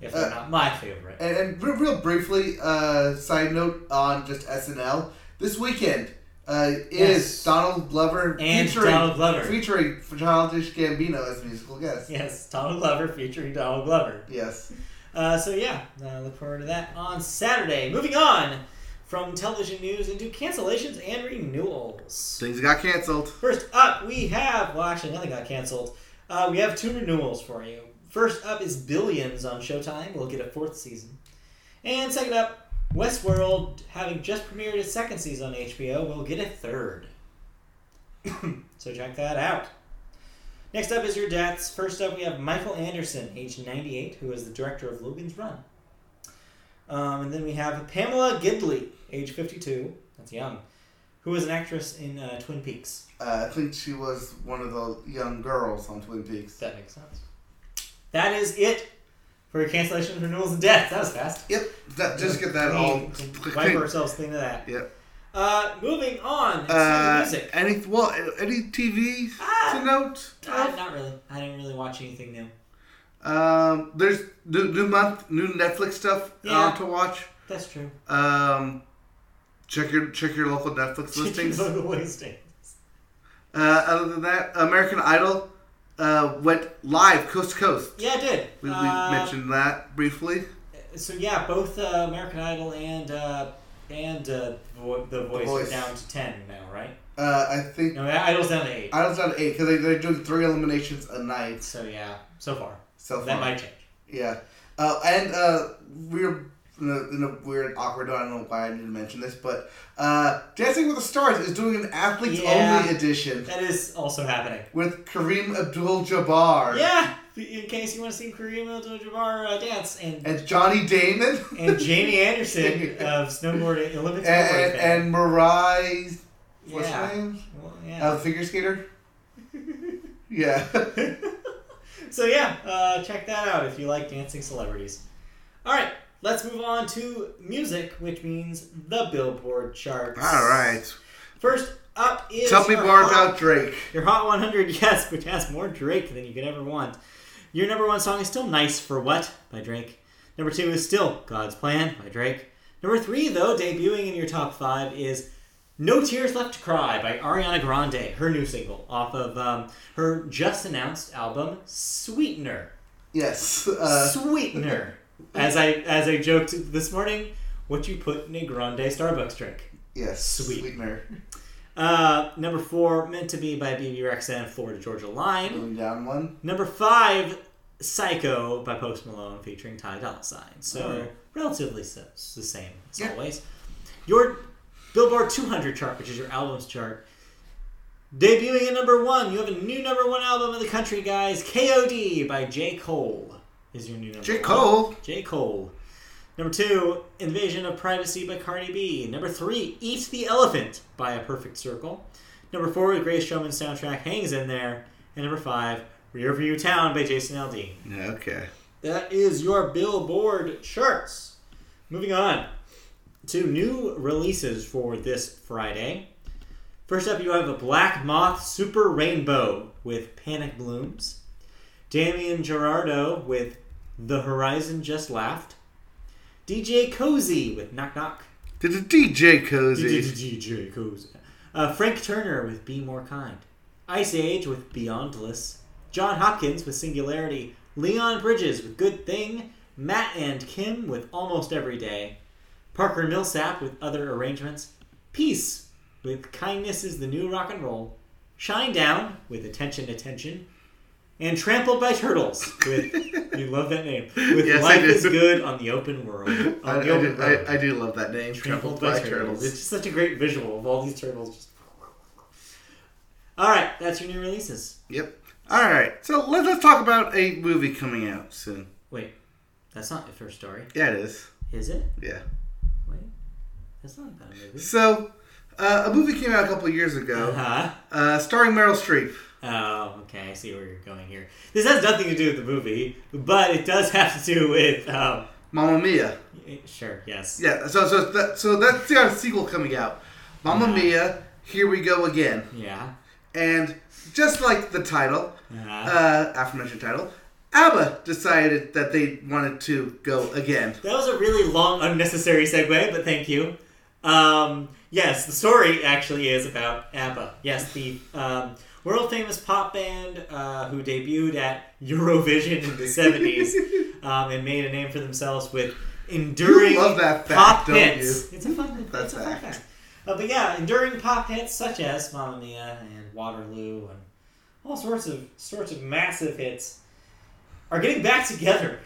Speaker 1: if they're
Speaker 2: Uh,
Speaker 1: not my favorite.
Speaker 2: And, and real, real briefly, uh, side note on just SNL. This weekend uh, is
Speaker 1: Yes.
Speaker 2: Donald Glover
Speaker 1: And
Speaker 2: featuring
Speaker 1: Donald Glover.
Speaker 2: featuring Childish Gambino as musical guest.
Speaker 1: yes, Donald Glover featuring Donald Glover.
Speaker 2: Yes.
Speaker 1: Uh, so yeah, uh, look forward to that on Saturday. Moving on from television news into cancellations and renewals.
Speaker 2: Things got canceled.
Speaker 1: First up, we have well, actually nothing got canceled. Uh, we have two renewals for you. First up is Billions on Showtime. We'll get a fourth season. And second up, Westworld, having just premiered its second season on HBO, will get a third. <coughs> so check that out. Next up is your deaths. First up, we have Michael Anderson, age 98, who is the director of Logan's Run. Um, and then we have Pamela Gidley, age 52. That's young. Who is an actress in uh, Twin Peaks.
Speaker 2: Uh, I think she was one of the young girls on Twin Peaks.
Speaker 1: That makes sense. That is it for cancellations, renewals, and deaths. That was fast.
Speaker 2: Yep. That, just get that
Speaker 1: We
Speaker 2: all.
Speaker 1: can Wipe ourselves clean of that.
Speaker 2: Yep.
Speaker 1: Uh, moving on to music.
Speaker 2: Uh, any well, any TV
Speaker 1: Ah.
Speaker 2: to note?
Speaker 1: Uh, not really. I didn't really watch anything new.
Speaker 2: Um, there's new, new month, new Netflix stuff
Speaker 1: Yeah.
Speaker 2: uh, to watch.
Speaker 1: That's true.
Speaker 2: Um, check your check your local Netflix
Speaker 1: <laughs>
Speaker 2: listings. uh,
Speaker 1: Total wasting.
Speaker 2: other than that, American Idol uh, went live coast to coast.
Speaker 1: Yeah, I did.
Speaker 2: We, we
Speaker 1: Uh,
Speaker 2: mentioned that briefly.
Speaker 1: So yeah, both uh, American Idol and uh, and uh, Vo- the, voice
Speaker 2: Voice.
Speaker 1: are down to ten now, right?
Speaker 2: Uh, I think
Speaker 1: No, Idol's down to eight.
Speaker 2: Idol's down to eight because they, they're doing three eliminations a night
Speaker 1: So yeah, so far
Speaker 2: so far.
Speaker 1: that might change.
Speaker 2: Yeah. Uh, and uh, we're in a, in a weird, awkward. I don't know why I didn't mention this, but uh, Dancing with the Stars is doing an athletes
Speaker 1: Yeah.
Speaker 2: only edition
Speaker 1: That is also happening.
Speaker 2: with Kareem Abdul-Jabbar
Speaker 1: Yeah, in case you want to see Kareem Abdul-Jabbar uh, dance and
Speaker 2: and Johnny Damon <laughs>
Speaker 1: and Jamie Anderson of snowboarding Olympic
Speaker 2: and,
Speaker 1: snowboarding.
Speaker 2: and, and Mariah. What's
Speaker 1: yeah,
Speaker 2: her
Speaker 1: <laughs>
Speaker 2: name?
Speaker 1: Well,
Speaker 2: Uh,
Speaker 1: yeah.
Speaker 2: figure skater. <laughs> yeah.
Speaker 1: so yeah, uh, check that out if you like dancing celebrities. All right, let's move on to music, which means the Billboard charts. First up is
Speaker 2: Tell me
Speaker 1: your
Speaker 2: more
Speaker 1: Hot-
Speaker 2: about Drake.
Speaker 1: your Hot 100. <laughs> Yes, which has more Drake than you could ever want. Your number one song is still "Nice for What" by Drake. Number two is still God's Plan by Drake. Number three, though, debuting in your top five is No Tears Left to Cry by Ariana Grande, her new single off of um, her just announced album Sweetener.
Speaker 2: Yes. Uh,
Speaker 1: Sweetener. As I as I joked this morning, what you put in a Grande Starbucks drink.
Speaker 2: yes.
Speaker 1: Sweet.
Speaker 2: Sweetener.
Speaker 1: Uh, number four, Meant to Be by BB Rexa and Florida Georgia Line.
Speaker 2: Moving down one.
Speaker 1: Number five, Psycho by Post Malone featuring Ty Dolla Sign. So
Speaker 2: Alright.
Speaker 1: relatively s- the same as
Speaker 2: Oh. Yeah.
Speaker 1: always. Your Billboard 200 chart, which is your albums chart. Debuting at number one, you have a new number one album in the country, guys. KOD by J. Cole is your new number
Speaker 2: J.
Speaker 1: one.
Speaker 2: Cole.
Speaker 1: J. Cole. Number two, Invasion of Privacy by Cardi B. Number three, Eat the Elephant by A Perfect Circle. Number four, the Grace Showman's soundtrack hangs in there. And number five, Rearview Town by Jason Aldean.
Speaker 2: Yeah, okay.
Speaker 1: That is your Billboard charts. Moving on to new releases for this Friday. First up, you have a Black Moth Super Rainbow with Panic Blooms, Damian Gerardo with The Horizon Just Laughed, DJ Cozy with Knock Knock,
Speaker 2: Did a DJ cozy.
Speaker 1: DJ Cozy, uh, Frank Turner with Be More Kind, Ice Age with Beyondless, John Hopkins with Singularity, Leon Bridges with Good Thing, Matt and Kim with Almost Every Day, Parker Millsap with Other Arrangements, Peace with Kindness is the New Rock and Roll, Shine Down with Attention Attention, and Trampled by Turtles
Speaker 2: <laughs>
Speaker 1: with you love that name with
Speaker 2: Yes, I
Speaker 1: Life
Speaker 2: do.
Speaker 1: is Good on the Open World. On
Speaker 2: I, I,
Speaker 1: the open
Speaker 2: do,
Speaker 1: road.
Speaker 2: I, I do love that name.
Speaker 1: Oh, Trampled by turtles. It's just such a great visual of all these turtles. Just... All right, that's your new releases.
Speaker 2: Yep. All right. So let's, let's talk about a movie coming out soon.
Speaker 1: Wait, that's not your first story,
Speaker 2: Yeah, it is.
Speaker 1: is it?
Speaker 2: Yeah.
Speaker 1: Wait, that's not about a movie.
Speaker 2: So uh, a movie came out a couple of years ago,
Speaker 1: Uh-huh.
Speaker 2: uh, starring Meryl Streep.
Speaker 1: Oh, okay. I see where you're going here. This has nothing to do with the movie, but it does have to do with. Um,
Speaker 2: Mamma Mia.
Speaker 1: eh, sure. Yes.
Speaker 2: Yeah. So so that, so that's got a sequel coming out. Mamma
Speaker 1: Mm-hmm.
Speaker 2: Mia. Here we go again.
Speaker 1: Yeah.
Speaker 2: And just like the title,
Speaker 1: Uh-huh.
Speaker 2: uh, aforementioned title, ABBA decided that they wanted to go again.
Speaker 1: That was a really long, unnecessary segue, but thank you. Um, yes, the story actually is about ABBA. Yes, the um, world famous pop band uh, who debuted at Eurovision in
Speaker 2: <laughs>
Speaker 1: the 70s um, and made a name for themselves with enduring
Speaker 2: You love that fact,
Speaker 1: pop
Speaker 2: don't
Speaker 1: hits. It's a fun,
Speaker 2: That
Speaker 1: it's a fun
Speaker 2: fact.
Speaker 1: fact. Uh, but yeah, enduring pop hits such as Mamma Mia and Waterloo and all sorts of sorts of massive hits are getting back together.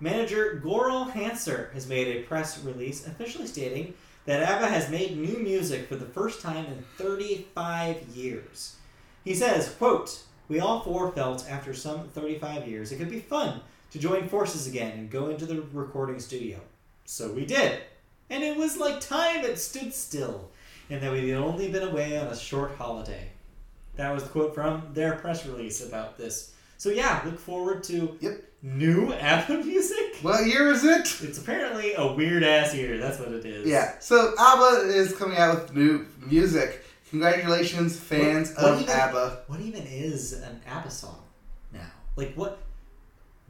Speaker 1: Manager Goral Hanser has made a press release officially stating that ABBA has made new music for the first time in 35 years. He says, quote, We all four felt after some 35 years it could be fun to join forces again and go into the recording studio. So we did. And it was like time had stood still and that we had only been away on a short holiday. That was the quote from their press release about this. So yeah, look forward to
Speaker 2: Yep.
Speaker 1: new <laughs> ABBA music.
Speaker 2: What year is it?
Speaker 1: It's apparently a weird ass year. That's what it is.
Speaker 2: Yeah. So ABBA is coming out with new music. Congratulations, fans
Speaker 1: What- what
Speaker 2: of
Speaker 1: even-
Speaker 2: ABBA.
Speaker 1: What even is an ABBA song now? Like what?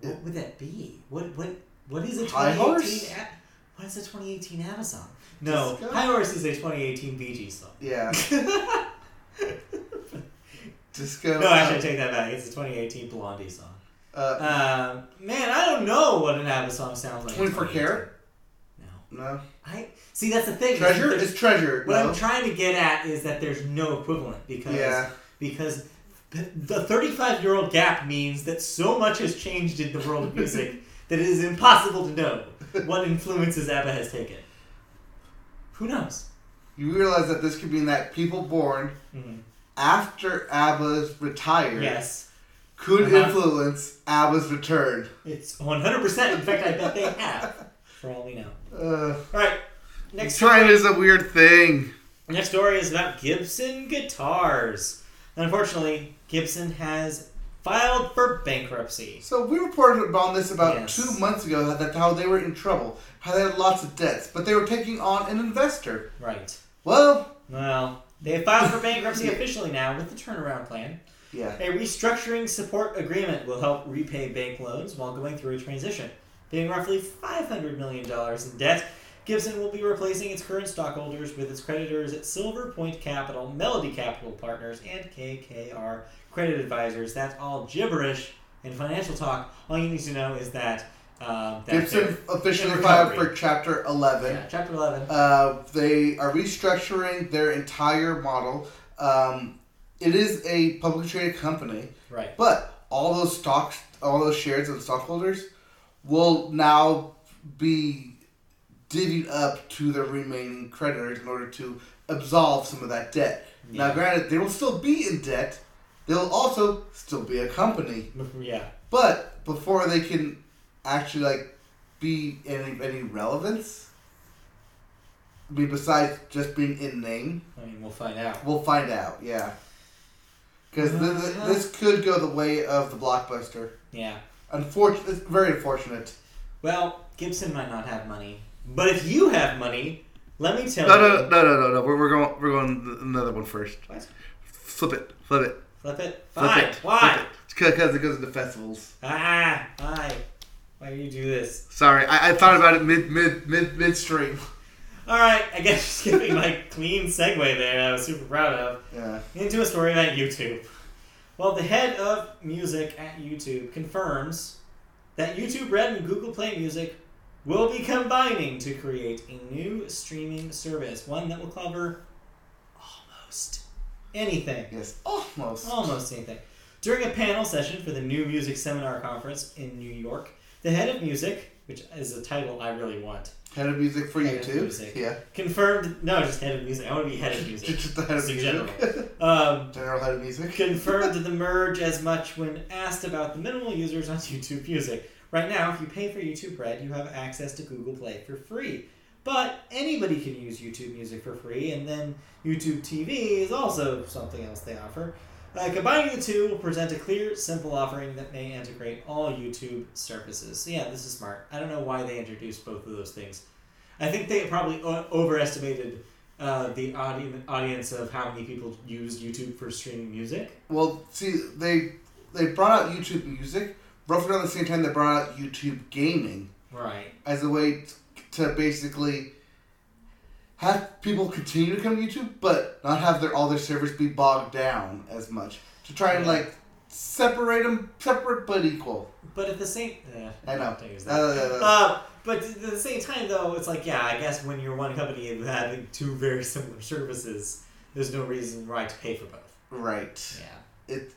Speaker 1: What would that be? What what what is a
Speaker 2: High
Speaker 1: 2018? A- what is a 2018 ABBA song? No,
Speaker 2: Disco?
Speaker 1: High Horse is a 2018 Bee Gees song. <laughs>
Speaker 2: Yeah. Disco.
Speaker 1: no, actually, I take that back. It's a 2018 Blondie song.
Speaker 2: uh,
Speaker 1: Um, man, I don't know what an ABBA song sounds like. in
Speaker 2: 24
Speaker 1: 2018.
Speaker 2: karat.
Speaker 1: No,
Speaker 2: No.
Speaker 1: I see. That's the thing.
Speaker 2: Treasure
Speaker 1: There's-
Speaker 2: is treasure.
Speaker 1: What
Speaker 2: no.
Speaker 1: I'm trying to get at is that there's no equivalent because
Speaker 2: Yeah.
Speaker 1: because th- the 35 year old gap means that so much has changed in the world
Speaker 2: <laughs>
Speaker 1: of music that it is impossible to know what influences ABBA has taken. Who knows?
Speaker 2: you realize that this could mean that people born
Speaker 1: Mhm.
Speaker 2: Mm-hmm. after ABBA's retired
Speaker 1: Yes,
Speaker 2: could
Speaker 1: Uh-huh.
Speaker 2: influence ABBA's return.
Speaker 1: it's 100. percent In fact, I bet they have. For all we know.
Speaker 2: Uh,
Speaker 1: All right, next
Speaker 2: time is a weird thing.
Speaker 1: Next story is about Gibson guitars. Unfortunately, Gibson has filed for bankruptcy.
Speaker 2: So we reported on this about
Speaker 1: Yes.
Speaker 2: two months ago that that how they were in trouble, how they had lots of debts, but they were taking on an investor.
Speaker 1: Right.
Speaker 2: Well,
Speaker 1: Well, they filed for bankruptcy officially now with the turnaround plan.
Speaker 2: yeah,
Speaker 1: A restructuring support agreement will help repay bank loans while going through a transition. Being roughly $500 million in debt, Gibson will be replacing its current stockholders with its creditors at Silver Point Capital, Melody Capital Partners, and KKR Credit Advisors. That's all gibberish in financial talk. All you need to know is that. Um, that
Speaker 2: Gibson
Speaker 1: they're-
Speaker 2: officially
Speaker 1: in
Speaker 2: filed
Speaker 1: recovery.
Speaker 2: for Chapter Eleven.
Speaker 1: Yeah, chapter 11.
Speaker 2: Uh, they are restructuring their entire model. Um, it is a publicly traded company,
Speaker 1: Right. <laughs>
Speaker 2: but all those stocks, all those shares of stockholders, will now be divvied up to their remaining creditors in order to absolve some of that debt. Now,
Speaker 1: Yeah.
Speaker 2: granted, they will still be in debt. They'll also still be a company,
Speaker 1: yeah.
Speaker 2: but before they can actually like be any of any relevance, I mean, besides just being in name,
Speaker 1: I mean, we'll find out.
Speaker 2: We'll find out, yeah. Because
Speaker 1: Uh-huh.
Speaker 2: this could go the way of the blockbuster.
Speaker 1: Yeah.
Speaker 2: Unfortunate, it's very unfortunate.
Speaker 1: Well, Gibson might not have money, but if you have money, let me tell
Speaker 2: No,
Speaker 1: you.
Speaker 2: no, no, no, no, no. We're, we're going, we're going another one first.
Speaker 1: What?
Speaker 2: Flip it, flip it,
Speaker 1: Flip it.
Speaker 2: flip
Speaker 1: Why?
Speaker 2: it.
Speaker 1: Why?
Speaker 2: Because it goes into festivals.
Speaker 1: Ah, why? Why do you do this?
Speaker 2: Sorry, I, I thought about it mid, mid, mid, midstream.
Speaker 1: All right, I guess just giving my
Speaker 2: <laughs>
Speaker 1: clean segue there. I was super proud of.
Speaker 2: Yeah.
Speaker 1: Into a story about YouTube. Well, the head of music at YouTube confirms that YouTube Red and Google Play Music will be combining to create a new streaming service, one that will cover almost anything.
Speaker 2: Yes. Almost.
Speaker 1: Almost anything. During a panel session for the New Music Seminar Conference in New York, the head of music, which is a title I really want,
Speaker 2: Head of music for
Speaker 1: Head of
Speaker 2: YouTube.
Speaker 1: music.
Speaker 2: Yeah. <laughs>
Speaker 1: confirmed. No, just head of music. I want to be head of
Speaker 2: Just,
Speaker 1: music.
Speaker 2: just the <laughs> head of
Speaker 1: In
Speaker 2: music. General.
Speaker 1: Um,
Speaker 2: head of music.
Speaker 1: <laughs> confirmed the merge as much when asked about the minimal users on <laughs> YouTube Music. Right now, if you pay for YouTube Red, you have access to Google Play for free. But anybody can use YouTube Music for free, and then YouTube TV is also something else they offer. Uh, combining the two will present a clear, simple offering that may integrate all YouTube services. So yeah, this is smart. I don't know why they introduced both of those things. I think they probably o- overestimated uh, the audi- audience of how many people use YouTube for streaming music.
Speaker 2: Well, see, they they brought out YouTube Music roughly around the same time they brought out YouTube Gaming
Speaker 1: Right.
Speaker 2: as a way t- to basically have people continue to come to YouTube, but not have their all their servers be bogged down as much to try and
Speaker 1: Yeah.
Speaker 2: like separate them, separate but equal.
Speaker 1: But at the same, eh,
Speaker 2: I know.
Speaker 1: don't use that.
Speaker 2: Uh,
Speaker 1: Uh, but at the same time, though, it's like, yeah, I guess when you're one company and having two very similar services, there's no reason why to pay for both.
Speaker 2: right.
Speaker 1: Yeah.
Speaker 2: It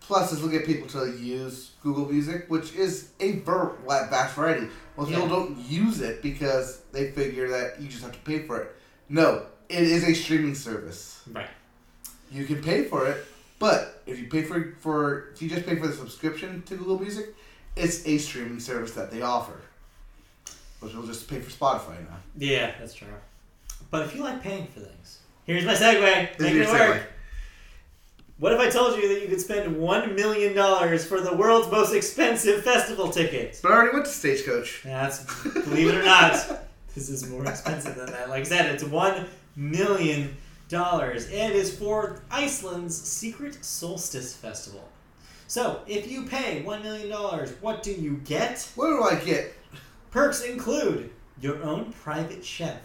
Speaker 2: plus is we'll get people to use Google Music, which is a ver- wa- vast variety. Most
Speaker 1: Yeah.
Speaker 2: people don't use it because they figure that you just have to pay for it. No, it is a streaming service.
Speaker 1: Right.
Speaker 2: You can pay for it, but if you pay for for if you just pay for the subscription to Google Music, it's a streaming service that they offer. Which will just pay for Spotify now.
Speaker 1: Yeah, that's true. But if you like paying for things, here's my segue. Make
Speaker 2: Your
Speaker 1: it
Speaker 2: segue.
Speaker 1: work. What if I told you that you could spend one million dollars for the world's most expensive festival ticket?
Speaker 2: But I already went to Stagecoach.
Speaker 1: Yeah, That's believe it or not, this is more expensive than that. Like I said, it's one million dollars, and is for Iceland's secret solstice festival. So, if you pay one million dollars, what do you get?
Speaker 2: What do I get?
Speaker 1: Perks include your own private chef,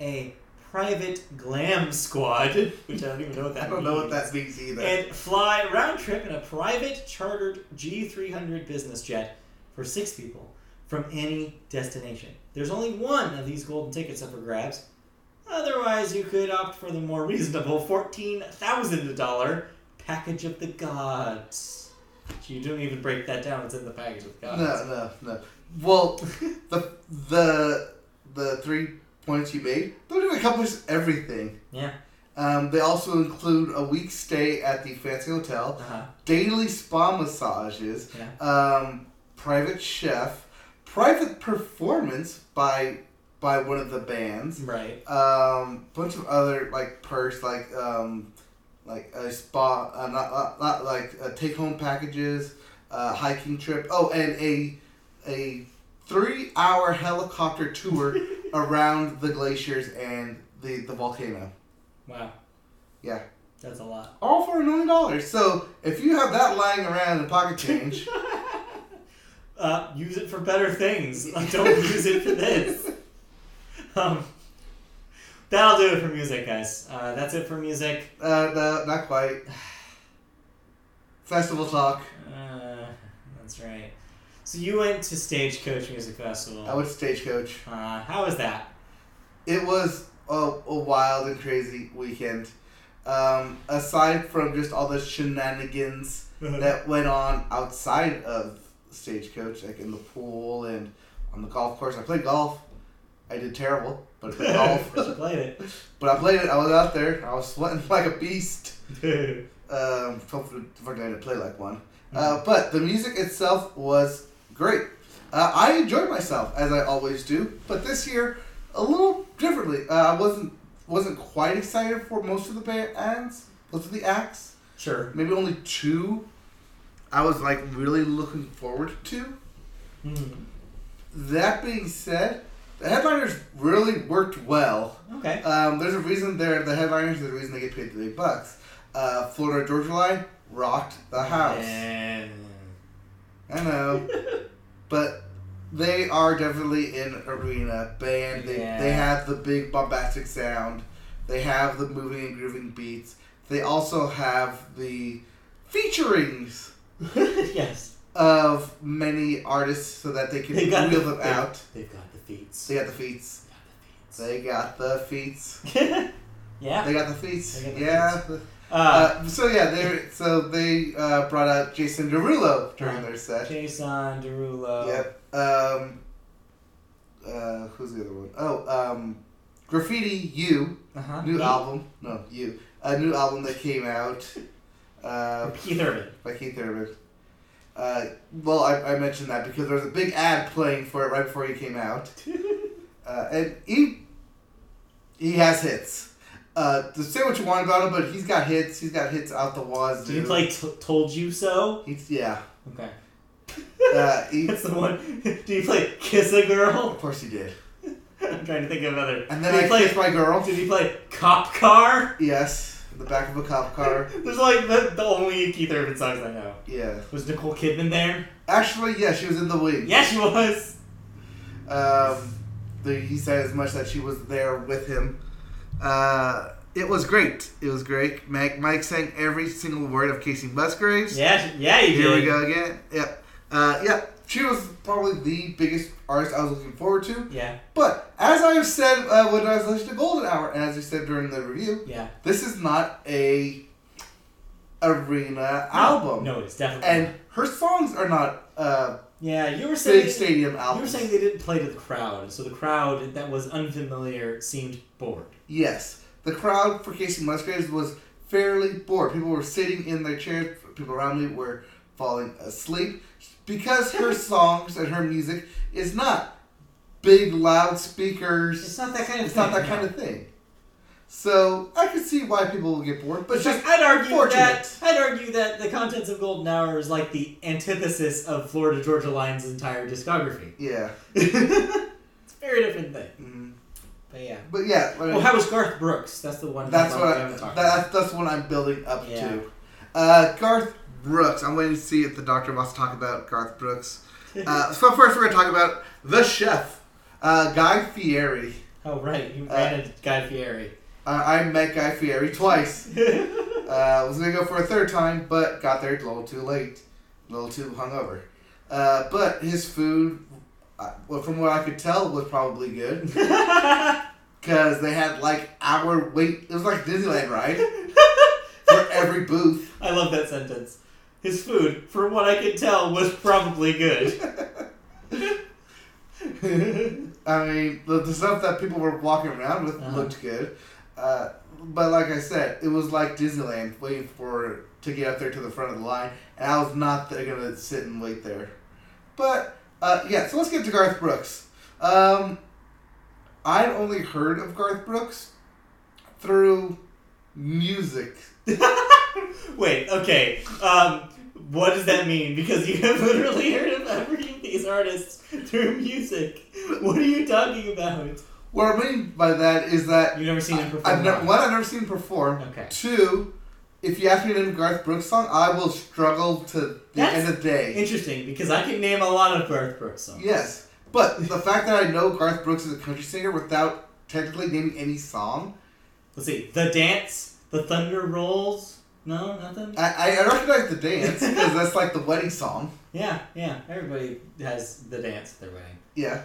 Speaker 1: a private glam squad, which I don't even know what that
Speaker 2: I don't know what
Speaker 1: means,
Speaker 2: that means either.
Speaker 1: and fly round trip in a private chartered G300 business jet for six people from any destination. There's only one of these golden tickets up for grabs. Otherwise, you could opt for the more reasonable $14,000 package of the gods. You don't even break that down. It's in the package of the gods.
Speaker 2: No, no, no. Well, the the the three points you made, they do accomplish everything.
Speaker 1: Yeah.
Speaker 2: Um, they also include a week stay at the fancy hotel,
Speaker 1: Uh-huh.
Speaker 2: daily spa massages,
Speaker 1: Yeah.
Speaker 2: um, private chef, private performance by by one of the bands,
Speaker 1: Right.
Speaker 2: um, bunch of other like perks like um, like a spa, uh, not, not, not like uh, take home packages, uh, hiking trip. Oh, and a a three hour helicopter tour around the glaciers and the the volcano.
Speaker 1: Wow.
Speaker 2: Yeah.
Speaker 1: That's a lot.
Speaker 2: All for a million dollars. So if you have that lying around in pocket change,
Speaker 1: Uh, use it for better things. <laughs> Don't use it for this. Um, that'll do it for music, guys. Uh, that's it for music.
Speaker 2: <laughs> uh, no, not quite. Festival talk.
Speaker 1: Uh, that's right. So you went to Stagecoach Music Festival.
Speaker 2: I went to stagecoach.
Speaker 1: uh, how was that?
Speaker 2: It was a, a wild and crazy weekend. Um, aside from just all the shenanigans that went on outside of Stagecoach, like in the pool and on the golf course, I played golf. I did terrible, but it was
Speaker 1: <laughs> but you
Speaker 2: golf.
Speaker 1: played
Speaker 2: but I played it. I was out there. I was sweating <laughs> like a beast. <laughs>
Speaker 1: it.
Speaker 2: um, hopefully for guy to play like one. Uh, but the music itself was great. Uh, I enjoyed myself as I always do, but this year a little differently. Uh, I wasn't wasn't quite excited for most of the bands, most of the acts.
Speaker 1: sure.
Speaker 2: Maybe only two. I was like really looking forward to.
Speaker 1: Mhm.
Speaker 2: That being said, the headliners really worked well.
Speaker 1: Okay.
Speaker 2: Um, there's a reason they're the headliners. There's a reason they get paid the big bucks. Uh, Florida Georgia Line rocked the house.
Speaker 1: And- <laughs>
Speaker 2: I know, but they are definitely an arena band. They
Speaker 1: Yeah.
Speaker 2: they have the big bombastic sound. They have the moving and grooving beats. They also have the featurings
Speaker 1: yes.
Speaker 2: of many artists so that they can
Speaker 1: They got
Speaker 2: wheel
Speaker 1: the-
Speaker 2: them out.
Speaker 1: They've got the feats.
Speaker 2: They got the feats. They got the feats.
Speaker 1: <laughs> yeah.
Speaker 2: They got the feats.
Speaker 1: They got the
Speaker 2: yeah.
Speaker 1: Uh,
Speaker 2: Uh, so yeah, they so they uh, brought out Jason Derulo during
Speaker 1: Uh-huh.
Speaker 2: their set.
Speaker 1: Jason Derulo.
Speaker 2: Uh, Yep. Um, uh, who's the other one? Oh, um, Graffiti You,
Speaker 1: Uh-huh.
Speaker 2: new album. No, You, a new album that came out uh,
Speaker 1: Keith Urban.
Speaker 2: by Keith Urban. Uh, well, I, I mentioned that because there was a big ad playing for it right before he came
Speaker 1: <laughs>
Speaker 2: out, uh, and he he has hits. Uh, to say what you want about him, but he's got hits. He's got hits out the wazoo.
Speaker 1: Did he play t- Told You So?
Speaker 2: He's yeah.
Speaker 1: Okay.
Speaker 2: Uh, he,
Speaker 1: That's the one. <laughs> Did he play Kiss a Girl? <laughs>
Speaker 2: of course he did.
Speaker 1: I'm trying to think of another.
Speaker 2: And then
Speaker 1: did
Speaker 2: I
Speaker 1: he play,
Speaker 2: kissed my girl.
Speaker 1: <laughs> Did he play Cop Car?
Speaker 2: Yes, in the back of a cop car.
Speaker 1: There's like the, the only Keith Urban songs I know.
Speaker 2: Yeah.
Speaker 1: Was Nicole Kidman there?
Speaker 2: Actually, yeah, she was in the wing.
Speaker 1: Yeah, she was.
Speaker 2: Um, the, he said as much that she was there with him. Uh, it was great. It was great. Mike, Mike sang every single word of Casey Musgraves.
Speaker 1: Yeah, she, yeah, you
Speaker 2: Here
Speaker 1: did.
Speaker 2: we go again. Yep. Uh, yep. She was probably the biggest artist I was looking forward to.
Speaker 1: Yeah,
Speaker 2: But as I've said uh, when I was listening to Golden Hour, and as you said during the review,
Speaker 1: yeah.
Speaker 2: this is not a arena album.
Speaker 1: No, it's definitely.
Speaker 2: and her songs are not uh,
Speaker 1: yeah, you were saying
Speaker 2: big stadium albums.
Speaker 1: you were saying they didn't play to the crowd, so the crowd that was unfamiliar seemed bored.
Speaker 2: yes, the crowd for Casey Musgraves was fairly bored. People were sitting in their chairs. People around me were falling asleep because her
Speaker 1: <laughs>
Speaker 2: songs and her music is not big loudspeakers.
Speaker 1: It's not that kind of.
Speaker 2: It's
Speaker 1: thing,
Speaker 2: not that kind
Speaker 1: no.
Speaker 2: of thing. So I could see why people will get bored, but
Speaker 1: But
Speaker 2: it's just
Speaker 1: I'd argue
Speaker 2: fortunate.
Speaker 1: that I'd argue that the contents of Golden Hour is like the antithesis of Florida Georgia Line's entire discography. <laughs>
Speaker 2: yeah.
Speaker 1: it's a very different thing.
Speaker 2: Mm.
Speaker 1: But yeah.
Speaker 2: But yeah, I mean,
Speaker 1: Well, how was Garth Brooks? That's the one.
Speaker 2: That's
Speaker 1: song
Speaker 2: what
Speaker 1: we
Speaker 2: I,
Speaker 1: haven't talked about.
Speaker 2: that's that's what I'm building up
Speaker 1: Yeah.
Speaker 2: to. Uh, Garth Brooks. I'm waiting to see if the doctor wants to talk about Garth Brooks.
Speaker 1: <laughs>
Speaker 2: Uh, so first, we're gonna talk about the chef, uh, Guy Fieri.
Speaker 1: Oh right, you ran into Guy Fieri. <laughs>
Speaker 2: Uh, I met Guy Fieri twice. Uh, I was gonna go for a third time, but got there a little too late, a little too hungover. Uh, but his food, uh, well, from what I could tell, was probably good because they had like hour wait. It was like Disneyland ride for every booth.
Speaker 1: I love that sentence. His food, from what I could tell, was probably
Speaker 2: <laughs>
Speaker 1: good. <laughs>
Speaker 2: I mean, the, the stuff that people were walking around with
Speaker 1: Uh-huh.
Speaker 2: looked good. Uh, but like I said, it was like Disneyland waiting for to get up there to the front of the line, and I was not there gonna sit and wait there. But uh, yeah, so let's get to Garth Brooks. Um, I'd only heard of Garth Brooks through music.
Speaker 1: Wait, okay. Um, what does that mean? Because you have <laughs> literally heard of every of these artists through music. What are you talking about?
Speaker 2: What I mean by that is that
Speaker 1: You've never seen him perform.
Speaker 2: I've never
Speaker 1: live.
Speaker 2: one I've never seen him perform.
Speaker 1: Okay.
Speaker 2: Two, if you ask me to name a Garth Brooks song, I will struggle to the
Speaker 1: That's
Speaker 2: end of the day.
Speaker 1: Interesting, because I can name a lot of Garth Brooks songs.
Speaker 2: yes, but the fact that I know Garth Brooks is a country singer without technically naming any song,
Speaker 1: Let's see. The Dance, The Thunder Rolls. No, nothing?
Speaker 2: I, I recognize the dance because that's like the wedding song.
Speaker 1: Yeah, yeah. Everybody has The Dance at their wedding.
Speaker 2: Yeah.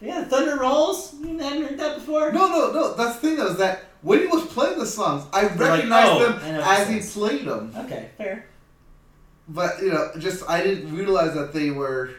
Speaker 1: Yeah, Thunder Rolls? You hadn't heard that before?
Speaker 2: No, no, no. That's the thing though is that when he was playing the songs, I
Speaker 1: like,
Speaker 2: recognized
Speaker 1: "Oh, I
Speaker 2: them
Speaker 1: know
Speaker 2: as
Speaker 1: this
Speaker 2: he played them.
Speaker 1: Okay, fair.
Speaker 2: But you know, just I didn't realize that they were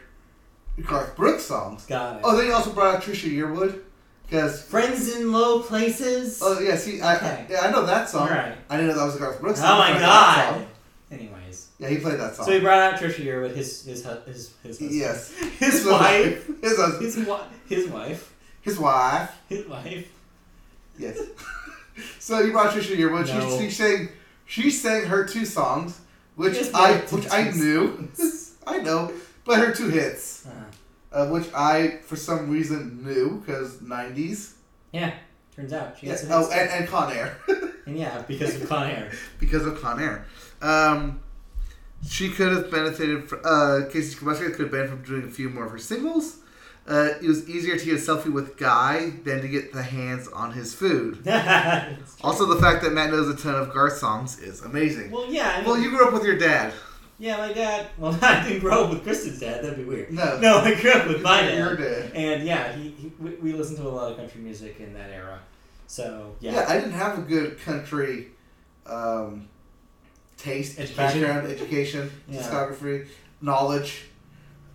Speaker 2: Garth Brooks songs.
Speaker 1: Got it.
Speaker 2: Oh, they also brought out Trisha Yearwood because
Speaker 1: Friends in Low Places.
Speaker 2: oh yeah, see, I,
Speaker 1: Okay.
Speaker 2: I yeah I know that song.
Speaker 1: Right.
Speaker 2: I didn't know that was a Garth Brooks.
Speaker 1: Oh
Speaker 2: song.
Speaker 1: my
Speaker 2: I know that
Speaker 1: god.
Speaker 2: song.
Speaker 1: Anyways,
Speaker 2: Yeah, he played that song.
Speaker 1: so he brought out Trisha Yearwood, his his hu- his his husband.
Speaker 2: yes,
Speaker 1: <laughs> his wife,
Speaker 2: His husband.
Speaker 1: his wi- his wife,
Speaker 2: His wife. <laughs>
Speaker 1: his wife.
Speaker 2: Yes. <laughs> so you brought Trisha Yearwood.
Speaker 1: No.
Speaker 2: She, she sang, she sang her two songs, which
Speaker 1: Yes,
Speaker 2: I
Speaker 1: but-
Speaker 2: which I knew, I know, but her two hits,
Speaker 1: Uh,
Speaker 2: uh, which I for some reason knew because '90s.
Speaker 1: yeah, turns out she
Speaker 2: Yeah.
Speaker 1: has a
Speaker 2: Oh,
Speaker 1: hit.
Speaker 2: and, and Con Air <laughs>
Speaker 1: and yeah, because of Con Air. <laughs>
Speaker 2: because of Con Air. Um, she could have benefited. From, uh, Casey Kabuska could have benefited from doing a few more of her singles. Uh, it was easier to get a selfie with Guy than to get the hands on his food. <laughs> Also, the fact that Matt knows a ton of Garth songs is amazing.
Speaker 1: well, yeah, I mean,
Speaker 2: Well, you grew up with your dad.
Speaker 1: yeah, my dad. Well, <laughs> I didn't grow up with Kristen's dad. That'd be weird.
Speaker 2: No.
Speaker 1: No, I grew up with my dad.
Speaker 2: Your dad.
Speaker 1: And yeah, he, he we, we listened to a lot of country music in that era. So
Speaker 2: Yeah.
Speaker 1: yeah, <laughs>
Speaker 2: I didn't have a good country um, taste,
Speaker 1: Education.
Speaker 2: background, education,
Speaker 1: <laughs> Yeah.
Speaker 2: discography, knowledge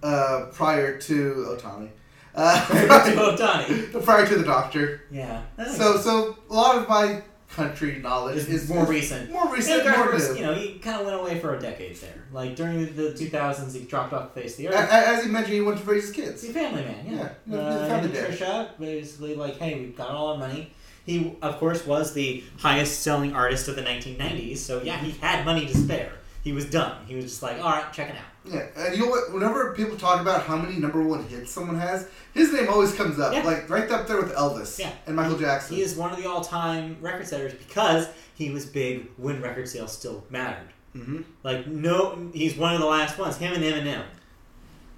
Speaker 2: uh, prior to Otani.
Speaker 1: <laughs>
Speaker 2: Uh, <laughs>
Speaker 1: Oh, Donnie.
Speaker 2: prior to the doctor.
Speaker 1: Yeah. That
Speaker 2: So, so a lot of my country knowledge
Speaker 1: is,
Speaker 2: is,
Speaker 1: more recent.
Speaker 2: More recent,
Speaker 1: Yeah,
Speaker 2: more
Speaker 1: Garth Brooks,
Speaker 2: new.
Speaker 1: you know, he kind of went away for a decade there. Like during the, the 2000s, he dropped off the face of the
Speaker 2: A-
Speaker 1: earth.
Speaker 2: a- As you mentioned, you went to raise his kids.
Speaker 1: He's a family man, yeah.
Speaker 2: Uh, Yeah, he's a
Speaker 1: Uh,
Speaker 2: family
Speaker 1: him
Speaker 2: dad.
Speaker 1: and Trisha basically like, hey, we've got all our money. He, of course, was the highest selling artist of the 1990s, so yeah, he had money to spare. He was done. He was just like, all right, check it out.
Speaker 2: Yeah, and you know what? Whenever people talk about how many number one hits someone has, his name always comes up,
Speaker 1: Yeah.
Speaker 2: like right up there with Elvis
Speaker 1: Yeah.
Speaker 2: and Michael Jackson.
Speaker 1: He is one of the all time record setters because he was big when record sales still mattered.
Speaker 2: mm-hmm.
Speaker 1: Like, no, he's one of the last ones. Him and Eminem,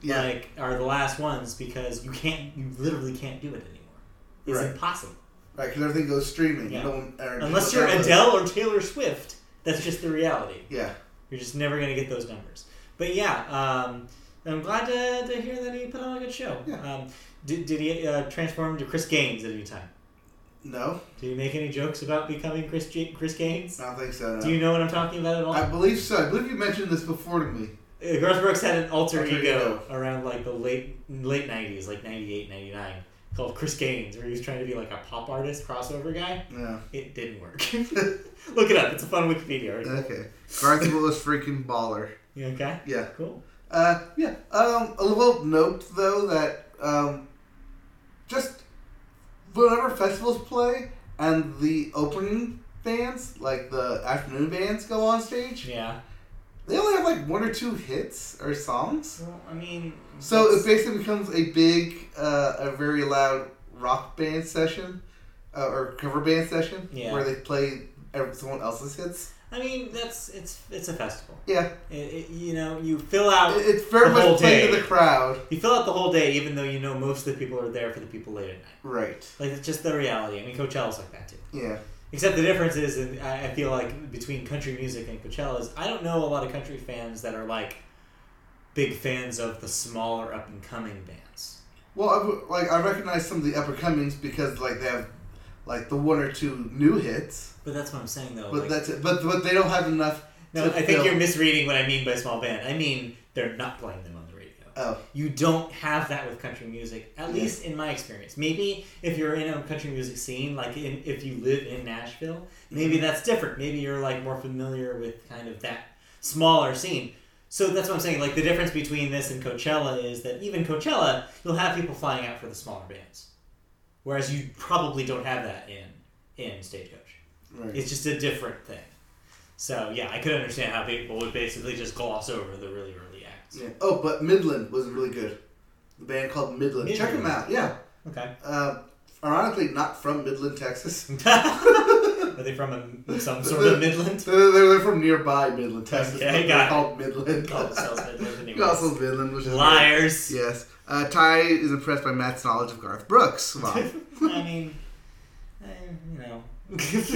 Speaker 2: Yeah,
Speaker 1: like, are the last ones because you can't, you literally can't do it anymore. It's
Speaker 2: Right.
Speaker 1: impossible.
Speaker 2: right. Because everything goes streaming.
Speaker 1: Yeah.
Speaker 2: You don't, or-
Speaker 1: Unless you're
Speaker 2: Elvis.
Speaker 1: Adele or Taylor Swift, that's just the reality.
Speaker 2: Yeah,
Speaker 1: You're just never going to get those numbers. But yeah, um, I'm glad to, to hear that he put on a good show.
Speaker 2: Yeah.
Speaker 1: Um, did, did he uh, transform into Chris Gaines at any time?
Speaker 2: no,
Speaker 1: Did he make any jokes about becoming Chris, G- Chris Gaines?
Speaker 2: I don't think so. No.
Speaker 1: Do you know what I'm talking about at all?
Speaker 2: I believe so. I believe you mentioned this before to me.
Speaker 1: Uh, Garth Brooks had an alter,
Speaker 2: Alter
Speaker 1: ego, around like the late late 90s, like 98, 99, called Chris Gaines, where he was trying to be like a pop artist crossover guy.
Speaker 2: Yeah.
Speaker 1: It didn't work. <laughs> Look it up. It's a fun Wikipedia article.
Speaker 2: Okay. Garth Willis freaking baller.
Speaker 1: You okay?
Speaker 2: Yeah.
Speaker 1: Cool.
Speaker 2: Uh, yeah. Um, a little note though that um, just whenever festivals play and the opening bands, like the afternoon bands, go on stage,
Speaker 1: Yeah.
Speaker 2: they only have like one or two hits or songs.
Speaker 1: Well, I mean.
Speaker 2: So it
Speaker 1: it's-
Speaker 2: basically becomes a big, uh, a very loud rock band session uh, or cover band session
Speaker 1: Yeah.
Speaker 2: where they play ev- someone else's hits.
Speaker 1: I mean, that's it's it's a festival.
Speaker 2: Yeah,
Speaker 1: It, it, you know, you fill out
Speaker 2: it, it's very
Speaker 1: The whole
Speaker 2: much played to
Speaker 1: day.
Speaker 2: the crowd.
Speaker 1: you fill out the whole day, even though you know most of the people are there for the people late at night.
Speaker 2: Right.
Speaker 1: Like it's just the reality. I mean, Coachella's like that too.
Speaker 2: Yeah.
Speaker 1: Except the difference is, and I, I feel like between country music and Coachella is, I don't know a lot of country fans that are like big fans of the smaller up and coming bands.
Speaker 2: Well, I w like I recognize some of the upper comings because like they have like the one or two new hits,
Speaker 1: But that's what I'm saying though.
Speaker 2: but
Speaker 1: Oh, like,
Speaker 2: that's it. But but they don't have enough.
Speaker 1: no,
Speaker 2: to
Speaker 1: I think
Speaker 2: fill-
Speaker 1: you're misreading what I mean by small band. I mean they're not playing them on the radio.
Speaker 2: Oh,
Speaker 1: you don't have that with country music at
Speaker 2: Yeah.
Speaker 1: least in my experience maybe if you're in a country music scene like in, if you live in nashville maybe
Speaker 2: Mm-hmm.
Speaker 1: that's different maybe you're like more familiar with kind of that smaller scene so that's what i'm saying like the difference between this and coachella is that even coachella you'll have people flying out for the smaller bands whereas you probably don't have that in in stagecoach
Speaker 2: right.
Speaker 1: it's just a different thing so yeah i could understand how people would basically just gloss over the really early acts
Speaker 2: Yeah. Oh, but Midland was really good. The band called Midland. Check them
Speaker 1: Midland.
Speaker 2: out. Yeah.
Speaker 1: okay <laughs>
Speaker 2: Uh, ironically, not from Midland, Texas. <laughs>
Speaker 1: Are they from a, some sort of
Speaker 2: <laughs>
Speaker 1: Midland?
Speaker 2: They're, they're, they're from nearby Midland, Texas.
Speaker 1: Okay,
Speaker 2: but they're
Speaker 1: got it.
Speaker 2: called Midland.
Speaker 1: Call
Speaker 2: <laughs>
Speaker 1: themselves Midland anyways.
Speaker 2: Gospel Midland, which is
Speaker 1: Liars.
Speaker 2: Yes. Uh, Ty is impressed by Matt's knowledge of Garth Brooks.
Speaker 1: <laughs>
Speaker 2: Wow.
Speaker 1: I mean, eh, you know,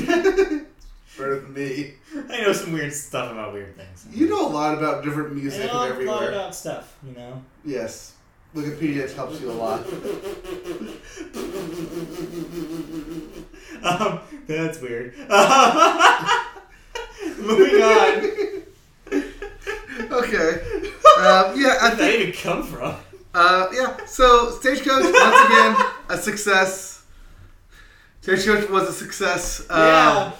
Speaker 2: Better than me.
Speaker 1: I know some weird stuff about weird things.
Speaker 2: You know a lot about different
Speaker 1: I
Speaker 2: music
Speaker 1: know
Speaker 2: and
Speaker 1: a
Speaker 2: everywhere.
Speaker 1: lot about stuff. You know.
Speaker 2: Yes. Wikipedia helps you a lot.
Speaker 1: <laughs> Um, that's weird. <laughs> Moving on.
Speaker 2: okay. Um, yeah, I
Speaker 1: Where did
Speaker 2: think
Speaker 1: that even come from?
Speaker 2: Uh, yeah. So Stagecoach once again a success. Stagecoach was a success. Um,
Speaker 1: yeah.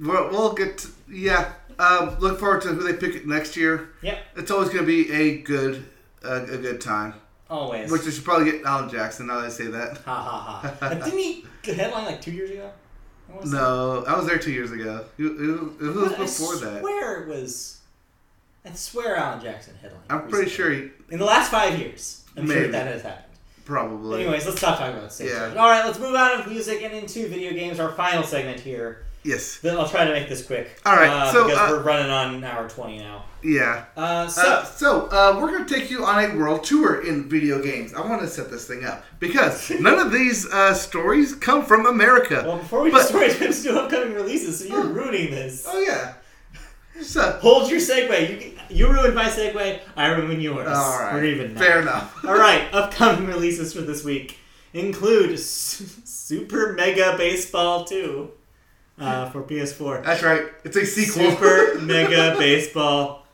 Speaker 2: we'll, we'll get. To, yeah. Um, look forward to who they pick next year.
Speaker 1: <laughs> yep.
Speaker 2: It's always going to be a good, uh, a good time.
Speaker 1: Always.
Speaker 2: Which they should probably get Alan Jackson. Now that I say that.
Speaker 1: ha ha ha. And didn't he headline like two years ago? I wanna say-
Speaker 2: No, I was there two years ago. It, it- it was before
Speaker 1: But I
Speaker 2: that.
Speaker 1: swear it was. I swear Alan Jackson headlined.
Speaker 2: I'm pretty
Speaker 1: recently.
Speaker 2: sure he
Speaker 1: In the last five years, I'm sure
Speaker 2: Maybe.
Speaker 1: that has happened.
Speaker 2: probably.
Speaker 1: Anyways, let's stop talking about stage.
Speaker 2: Yeah.
Speaker 1: All right, let's move out of music and into video games. Our final segment here.
Speaker 2: Yes.
Speaker 1: Then I'll try to make this quick.
Speaker 2: All right,
Speaker 1: uh,
Speaker 2: so,
Speaker 1: because
Speaker 2: uh,
Speaker 1: we're running on an hour twenty now.
Speaker 2: Yeah.
Speaker 1: Uh, so
Speaker 2: Uh, so uh, we're going to take you on a world tour in video games. I want to set this thing up because none of these uh, stories come from America.
Speaker 1: well, before we
Speaker 2: but-
Speaker 1: just <laughs> story times to upcoming releases, so
Speaker 2: <laughs>
Speaker 1: you're ruining this.
Speaker 2: oh yeah. So
Speaker 1: Hold your segue. You you ruined my segue. I ruined yours.
Speaker 2: all right.
Speaker 1: We're even. Now.
Speaker 2: Fair enough.
Speaker 1: <laughs> All right, upcoming releases for this week include S- Super Mega Baseball 2 uh, for PS4.
Speaker 2: That's right. It's a sequel.
Speaker 1: Super Mega Baseball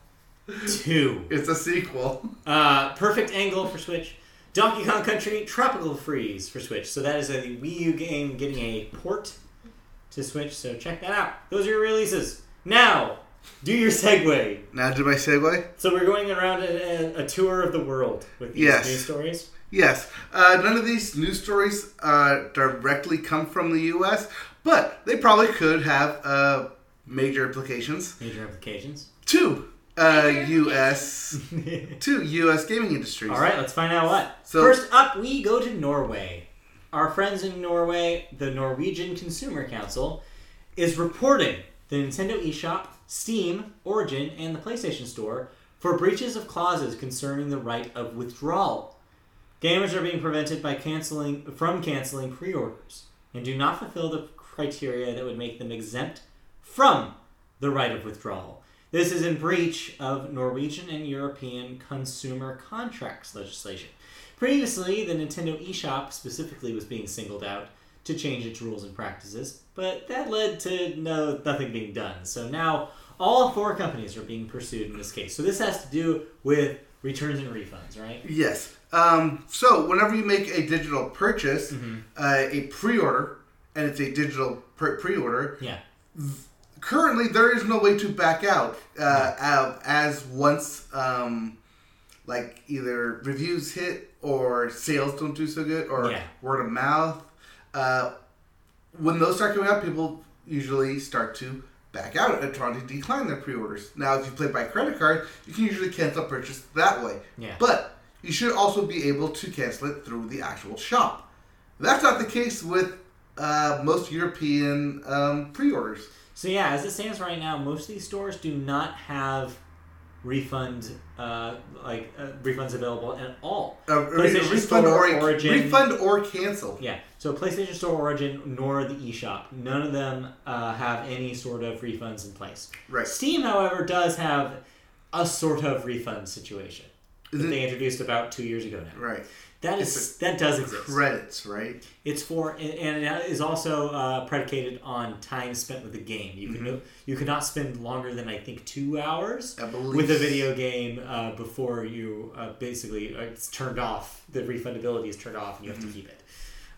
Speaker 1: 2.
Speaker 2: <laughs> It's a sequel.
Speaker 1: Uh, Perfect Angle for Switch. Donkey Kong Country Tropical Freeze for Switch. So that is a Wii U game getting a port to Switch, so check that out. Those are your releases. Now, do your segue.
Speaker 2: Now did my segue?
Speaker 1: So we're going around a, a, a tour of the world with these
Speaker 2: Yes.
Speaker 1: news stories.
Speaker 2: Yes. Uh, none of these news stories uh, directly come from the U.S., but they probably could have uh, major implications
Speaker 1: Major implications.
Speaker 2: to uh,
Speaker 1: <laughs>
Speaker 2: U.S. to U.S. gaming industries.
Speaker 1: All right, let's find out what.
Speaker 2: So-
Speaker 1: First up, we go to Norway. Our friends in Norway, the Norwegian Consumer Council, is reporting the Nintendo eShop, Steam, Origin, and the PlayStation Store for breaches of clauses concerning the right of withdrawal. Gamers are being prevented by canceling from canceling pre-orders and do not fulfill the criteria that would make them exempt from the right of withdrawal. This is in breach of Norwegian and European consumer contracts legislation. Previously, the Nintendo eShop specifically was being singled out to change its rules and practices, but that led to no nothing being done. So now all four companies are being pursued in this case. So this has to do with returns and refunds, right?
Speaker 2: Yes. Um, so whenever you make a digital purchase,
Speaker 1: Mm-hmm.
Speaker 2: uh, a pre-order, and it's a digital per- pre-order,
Speaker 1: Yeah.
Speaker 2: currently there is no way to back out uh, out as once um, like either reviews hit or sales don't do so good or
Speaker 1: Yeah.
Speaker 2: word of mouth uh, when those start coming out people usually start to back out and try to decline their pre-orders now if you play by credit card you can usually cancel purchase that way
Speaker 1: Yeah.
Speaker 2: but you should also be able to cancel it through the actual shop that's not the case with uh, most european um, pre-orders
Speaker 1: So yeah, as it stands right now, most of these stores do not have refund uh, like uh, refunds available at all.
Speaker 2: Uh, re-
Speaker 1: PlayStation
Speaker 2: refund
Speaker 1: Store,
Speaker 2: or
Speaker 1: Origin.
Speaker 2: refund or cancel.
Speaker 1: Yeah, so PlayStation Store Origin nor the eShop, none of them uh, have any sort of refunds in place.
Speaker 2: Right.
Speaker 1: Steam, however, does have a sort of refund situation
Speaker 2: Is
Speaker 1: that
Speaker 2: it-
Speaker 1: they introduced about two years ago now.
Speaker 2: Right.
Speaker 1: That is
Speaker 2: It's
Speaker 1: that does exist.
Speaker 2: Credits, right?
Speaker 1: It's for and- and it is also uh, predicated on time spent with the game. You can you cannot spend longer than I think two hours
Speaker 2: I believe
Speaker 1: with a video game uh, before you uh, basically uh, it's turned off. The refundability is turned off, and you have to keep it.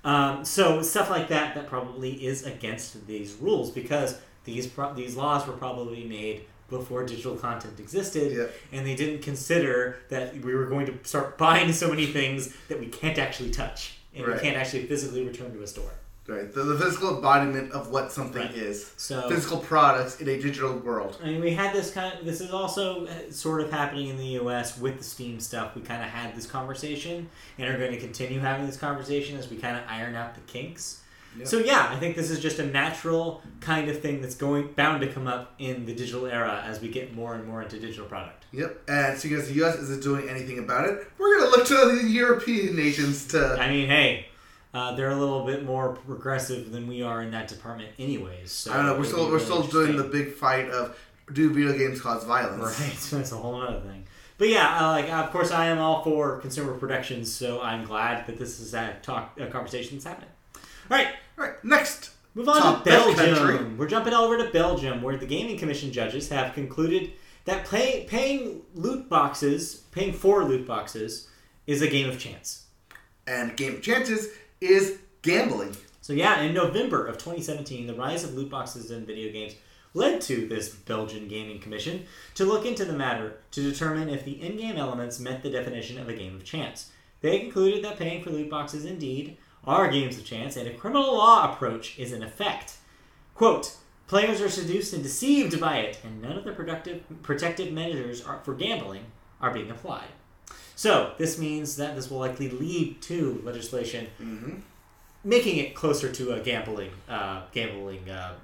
Speaker 1: Um, so stuff like that that probably is against these rules because these pro- these laws were probably made before digital content existed,
Speaker 2: Yeah.
Speaker 1: and they didn't consider that we were going to start buying so many things that we can't actually touch and we
Speaker 2: Right.
Speaker 1: can't actually physically return to a store.
Speaker 2: Right. The, the physical embodiment of what something
Speaker 1: Right.
Speaker 2: is.
Speaker 1: So
Speaker 2: Physical products in a digital world.
Speaker 1: I mean, we had this kind. Of, this is also uh, sort of happening in the U.S. with the Steam stuff. We kind of had this conversation, and are going to continue having this conversation as we kind of iron out the kinks.
Speaker 2: Yep.
Speaker 1: So yeah, I think this is just a natural kind of thing that's going bound to come up in the digital era as we get more and more into digital product.
Speaker 2: Yep. And seeing as the U.S. isn't doing anything about it, we're gonna look to the European nations to.
Speaker 1: I mean, hey, uh, they're a little bit more progressive than we are in that department, anyways. So
Speaker 2: I don't know. We're
Speaker 1: it'll
Speaker 2: still
Speaker 1: be
Speaker 2: we're
Speaker 1: really
Speaker 2: still doing
Speaker 1: interesting.
Speaker 2: the big fight of do video games cause violence?
Speaker 1: <laughs> Right, that's a whole other thing. But yeah, uh, like of course I am all for consumer productions, so I'm glad that this is a talk a conversation that's happening. All right,
Speaker 2: All right. Next.
Speaker 1: move on
Speaker 2: Top
Speaker 1: to
Speaker 2: best
Speaker 1: Belgium.
Speaker 2: country.
Speaker 1: We're jumping over to Belgium, where the gaming commission judges have concluded that pay, paying loot boxes, paying for loot boxes, is a game of chance.
Speaker 2: And Game of Chances is gambling.
Speaker 1: So yeah, in November of 2017, the rise of loot boxes in video games led to this Belgian gaming commission to look into the matter to determine if the in-game elements met the definition of a game of chance. They concluded that paying for loot boxes indeed are games of chance and a criminal law approach is in effect. Quote, players are seduced and deceived by it and none of the productive, protective measures are, for gambling are being applied. So, this means that this will likely lead to legislation
Speaker 2: Mm-hmm.
Speaker 1: making it closer to a gambling uh, gambling uh,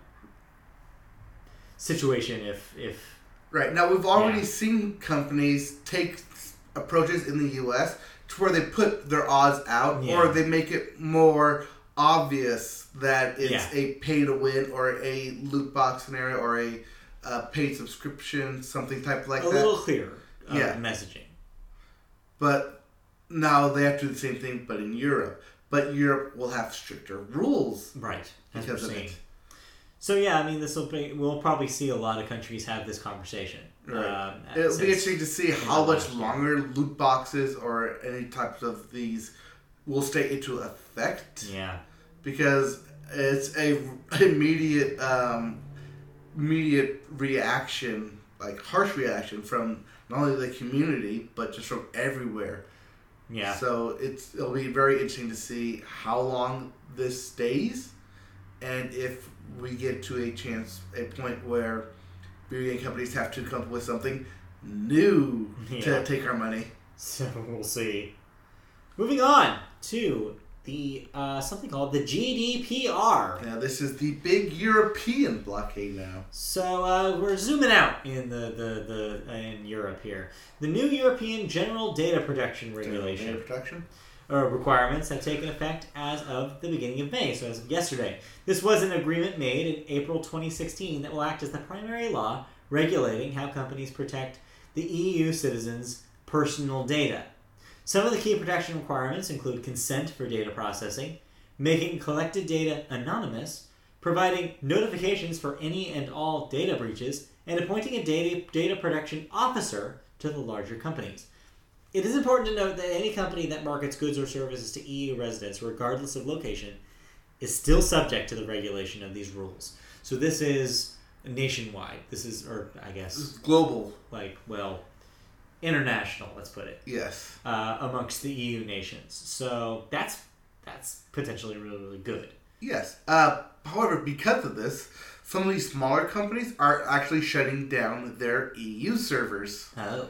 Speaker 1: situation if if
Speaker 2: Right. Now, we've already
Speaker 1: Yeah.
Speaker 2: seen companies take approaches in the U.S. to where they put their odds out
Speaker 1: Yeah.
Speaker 2: or they make it more obvious that it's
Speaker 1: Yeah.
Speaker 2: a pay to win or a loot box scenario or a uh, paid subscription, something type like
Speaker 1: a
Speaker 2: that.
Speaker 1: little clearer uh,
Speaker 2: Yeah.
Speaker 1: messaging.
Speaker 2: But now they have to do the same thing, but in Europe. But Europe will have stricter rules
Speaker 1: Right. As
Speaker 2: because
Speaker 1: we're
Speaker 2: of
Speaker 1: seeing.
Speaker 2: it.
Speaker 1: So yeah, I mean, this will be we'll probably see a lot of countries have this conversation.
Speaker 2: Right.
Speaker 1: um,
Speaker 2: It'll be
Speaker 1: since-
Speaker 2: interesting to see how much longer loot boxes or any types of these will stay into effect
Speaker 1: Yeah.
Speaker 2: because it's a <laughs> immediate um, immediate reaction, like harsh reaction from not only the community but just from everywhere.
Speaker 1: Yeah. <laughs>
Speaker 2: So it's it'll be very interesting to see how long this stays, and if we get to a chance a point where video game companies have to come up with something new
Speaker 1: <laughs> Yeah.
Speaker 2: to take our money.
Speaker 1: So we'll see. Moving on to the uh, something called the GDPR.
Speaker 2: Now this is the big European blockade now.
Speaker 1: So uh, we're zooming out in the, the, the in Europe here. The new European General Data Protection
Speaker 2: Data
Speaker 1: Regulation
Speaker 2: protection.
Speaker 1: or requirements have taken effect as of the beginning of May, so as of yesterday. This was an agreement made in April 2016 that will act as the primary law regulating how companies protect the EU citizens' personal data. Some of the key protection requirements include consent for data processing, making collected data anonymous, providing notifications for any and all data breaches, and appointing a data, data protection officer to the larger companies. It is important to note that any company that markets goods or services to EU residents, regardless of location, is still subject to the regulation of these rules. So this is nationwide. This is, or I
Speaker 2: This is
Speaker 1: guess,
Speaker 2: global.
Speaker 1: like, well, international, let's put it
Speaker 2: Yes.
Speaker 1: uh, amongst the EU nations. So that's that's potentially really really good.
Speaker 2: Yes. Uh, however, because of this, some of these smaller companies are actually shutting down their EU servers
Speaker 1: Oh,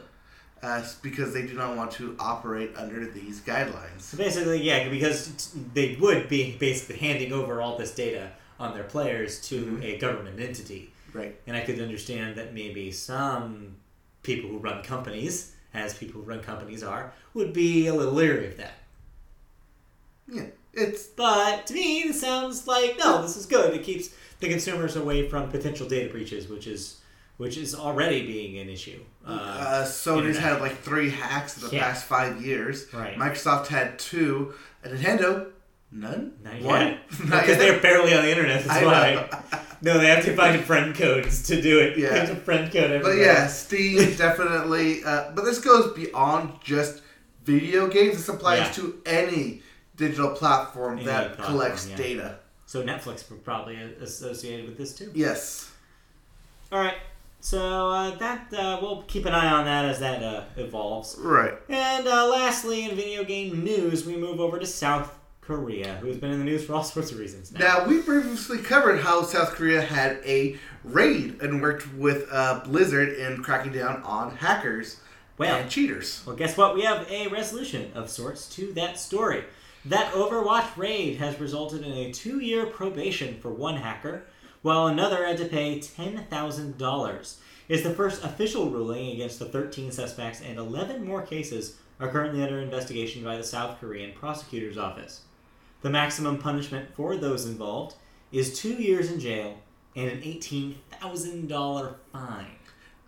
Speaker 2: uh, because they do not want to operate under these guidelines.
Speaker 1: so basically, yeah, because t- they would be basically handing over all this data on their players to a government entity,
Speaker 2: Right.
Speaker 1: and I could understand that maybe some people who run companies, as people who run companies are, would be a little leery of that.
Speaker 2: Yeah. It's
Speaker 1: But to me, this sounds like no, this is good. It keeps the consumers away from potential data breaches, which is which is already being an issue.
Speaker 2: uh, Sony's
Speaker 1: internet.
Speaker 2: had like three hacks in the
Speaker 1: Yeah.
Speaker 2: past five years.
Speaker 1: Right.
Speaker 2: Microsoft had two. And Nintendo, none.
Speaker 1: Not <laughs>
Speaker 2: One. <laughs>
Speaker 1: yet. Because they're barely on the internet. That's
Speaker 2: I
Speaker 1: why.
Speaker 2: know.
Speaker 1: No, they have to find friend codes to do <laughs> it. They
Speaker 2: Yeah.
Speaker 1: have to friend code
Speaker 2: But
Speaker 1: everybody.
Speaker 2: yeah,
Speaker 1: <laughs>
Speaker 2: Steam definitely. Uh, but this goes beyond just video games. This applies
Speaker 1: Yeah.
Speaker 2: to any digital platform
Speaker 1: Any
Speaker 2: that
Speaker 1: platform,
Speaker 2: collects
Speaker 1: yeah.
Speaker 2: data.
Speaker 1: So Netflix were probably associated with this too.
Speaker 2: Yes.
Speaker 1: All right. So uh, that uh, we'll keep an eye on that as that uh, evolves.
Speaker 2: Right.
Speaker 1: And uh, lastly, in video game news, we move over to South Korea, who's been in the news for all <laughs> sorts of reasons now.
Speaker 2: Now we previously covered how South Korea had a raid and worked with uh, Blizzard in cracking down on hackers
Speaker 1: Well.
Speaker 2: and cheaters.
Speaker 1: Well, guess what? We have a resolution of sorts to that story. That Overwatch raid has resulted in a two year probation for one hacker, while another had to pay $10,000. It's the first official ruling against the 13 suspects, and 11 more cases are currently under investigation by the South Korean prosecutor's office. The maximum punishment for those involved is two years in jail and an $18,000 fine.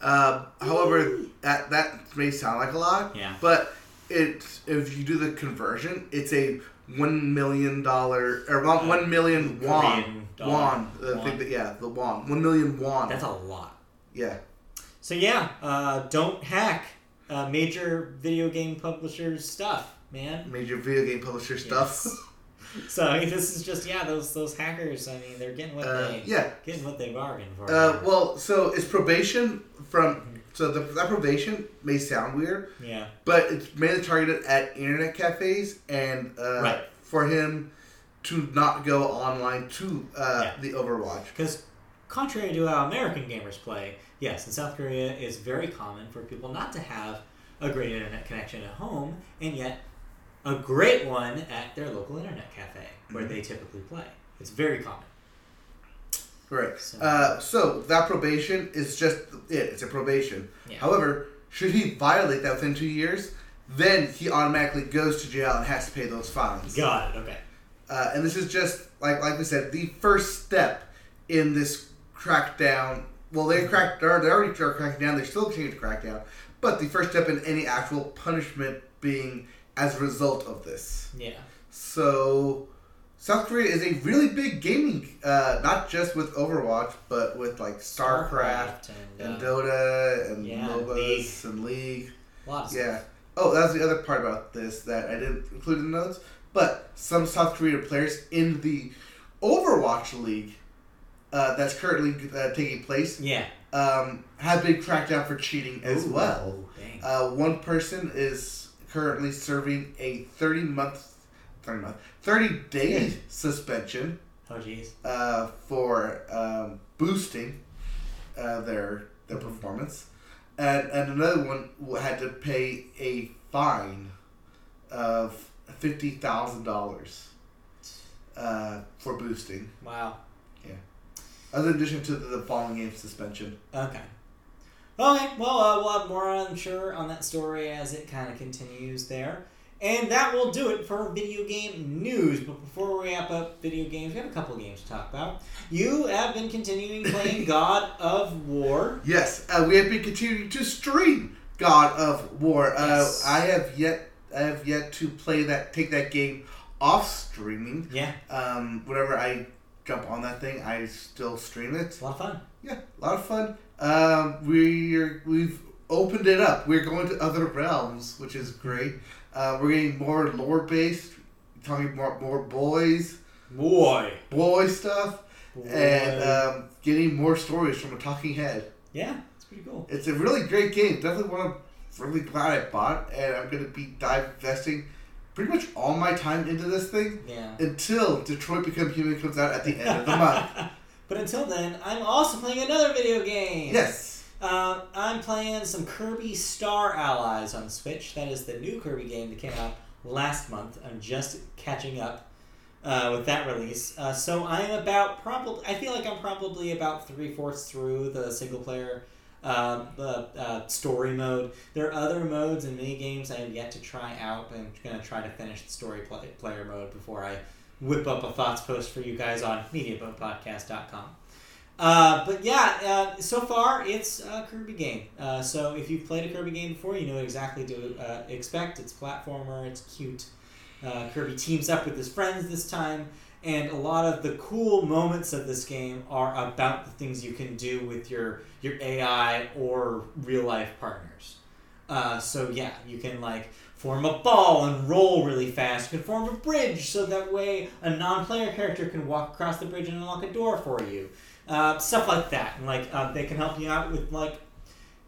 Speaker 2: Uh, however, that that may sound like a lot.
Speaker 1: Yeah.
Speaker 2: But it if you do the conversion, it's a one million dollar or one, one million won
Speaker 1: Korean dollar.
Speaker 2: won. The
Speaker 1: Won.
Speaker 2: thing that, yeah, the won one million won.
Speaker 1: That's a lot.
Speaker 2: yeah.
Speaker 1: So yeah, uh, don't hack uh, major video game publishers' stuff. man.
Speaker 2: Major video game publisher
Speaker 1: <laughs>
Speaker 2: stuff.
Speaker 1: Yes. so I mean, this is just yeah, those those hackers. I mean, they're getting what
Speaker 2: Uh,
Speaker 1: they
Speaker 2: yeah.
Speaker 1: getting what they bargained for.
Speaker 2: Uh, well, so it's probation from. So the, that probation may sound weird,
Speaker 1: yeah,
Speaker 2: but it's mainly targeted at internet cafes and uh,
Speaker 1: Right.
Speaker 2: for him to not go online to uh,
Speaker 1: Yeah.
Speaker 2: the Overwatch.
Speaker 1: because contrary to how American gamers play, yes, in South Korea, it's very common for people not to have a great internet connection at home, and yet a great one at their local internet cafe where
Speaker 2: Mm-hmm.
Speaker 1: they typically play. It's very common.
Speaker 2: Right.
Speaker 1: So-
Speaker 2: Uh, so that probation is just it. It's a probation.
Speaker 1: Yeah.
Speaker 2: However, should he violate that within two years, then he automatically goes to jail and has to pay those fines.
Speaker 1: Got it. Okay.
Speaker 2: Uh, and this is just like like we said, the first step in this crackdown. Well, they cracked. They're they already are cracking down. They're still continuing to crack down. But the first step in any actual punishment being as a result of this.
Speaker 1: Yeah.
Speaker 2: So, South Korea is a really big gaming, uh, not just with Overwatch, but with like StarCraft and
Speaker 1: and uh,
Speaker 2: Dota and
Speaker 1: Yeah,
Speaker 2: MOBAs and League.
Speaker 1: a lot of stuff.
Speaker 2: Yeah. Oh, that's the other part about this that I didn't include in the notes. But some South Korean players in the Overwatch League uh, that's currently uh, taking place
Speaker 1: Yeah.
Speaker 2: um, have been cracked down for cheating as
Speaker 1: Ooh,
Speaker 2: well.
Speaker 1: dang.
Speaker 2: Uh, one person is currently serving a 30 month, 30 month, 30 day suspension
Speaker 1: oh jeez.
Speaker 2: uh, for um, boosting uh, their their performance, and and another one w- had to pay a fine of fifty thousand dollars uh, for boosting,
Speaker 1: Wow.
Speaker 2: as in addition to the, the following game suspension.
Speaker 1: Okay. Okay, well, uh, we'll have more, I'm sure, on that story as it kind of continues there. And that will do it for video game news. But before we wrap up video games, we have a couple games to talk about. You have been continuing
Speaker 2: <laughs>
Speaker 1: playing God of War.
Speaker 2: Yes, uh, we have been continuing to stream God of War.
Speaker 1: Yes.
Speaker 2: Uh, I have yet I have yet to play that take that game off streaming.
Speaker 1: Yeah,
Speaker 2: Um, whenever I jump on that thing, I still stream it.
Speaker 1: it's a lot of fun.
Speaker 2: Yeah, a lot of fun. Um, we're we've opened it up. We're going to other realms, which is great. Uh, we're getting more lore based, talking more more boys,
Speaker 1: Boy.
Speaker 2: boy stuff,
Speaker 1: Boy.
Speaker 2: and um, getting more stories from a talking head.
Speaker 1: yeah, it's pretty cool.
Speaker 2: It's a really great game. Definitely one I'm really glad I bought, and I'm gonna be dive investing pretty much all my time into this thing
Speaker 1: Yeah.
Speaker 2: until Detroit Become Human comes out at the end of the
Speaker 1: <laughs>
Speaker 2: month.
Speaker 1: but until then, I'm also playing another video game.
Speaker 2: Yes.
Speaker 1: Uh, I'm playing some Kirby Star Allies on Switch. That is the new Kirby game that came out last month. I'm just catching up uh, with that release. Uh, so I'm about probably. I feel like I'm probably about three fourths through the single player. Uh, the uh, story mode. There are other modes and mini games I have yet to try out. I'm gonna try to finish the story play- player mode before I whip up a thoughts post for you guys on mediaboatpodcast.com. Uh, but yeah, uh, so far it's a Kirby game. Uh, so if you've played a Kirby game before, you know exactly to uh, expect. It's platformer, it's cute. Uh, Kirby teams up with his friends this time, and a lot of the cool moments of this game are about the things you can do with your your AI or real life partners. Uh, so yeah, you can like form a ball and roll really fast. You can form a bridge so that way a non-player character can walk across the bridge and unlock a door for you uh, stuff like that. And like uh, they can help you out with like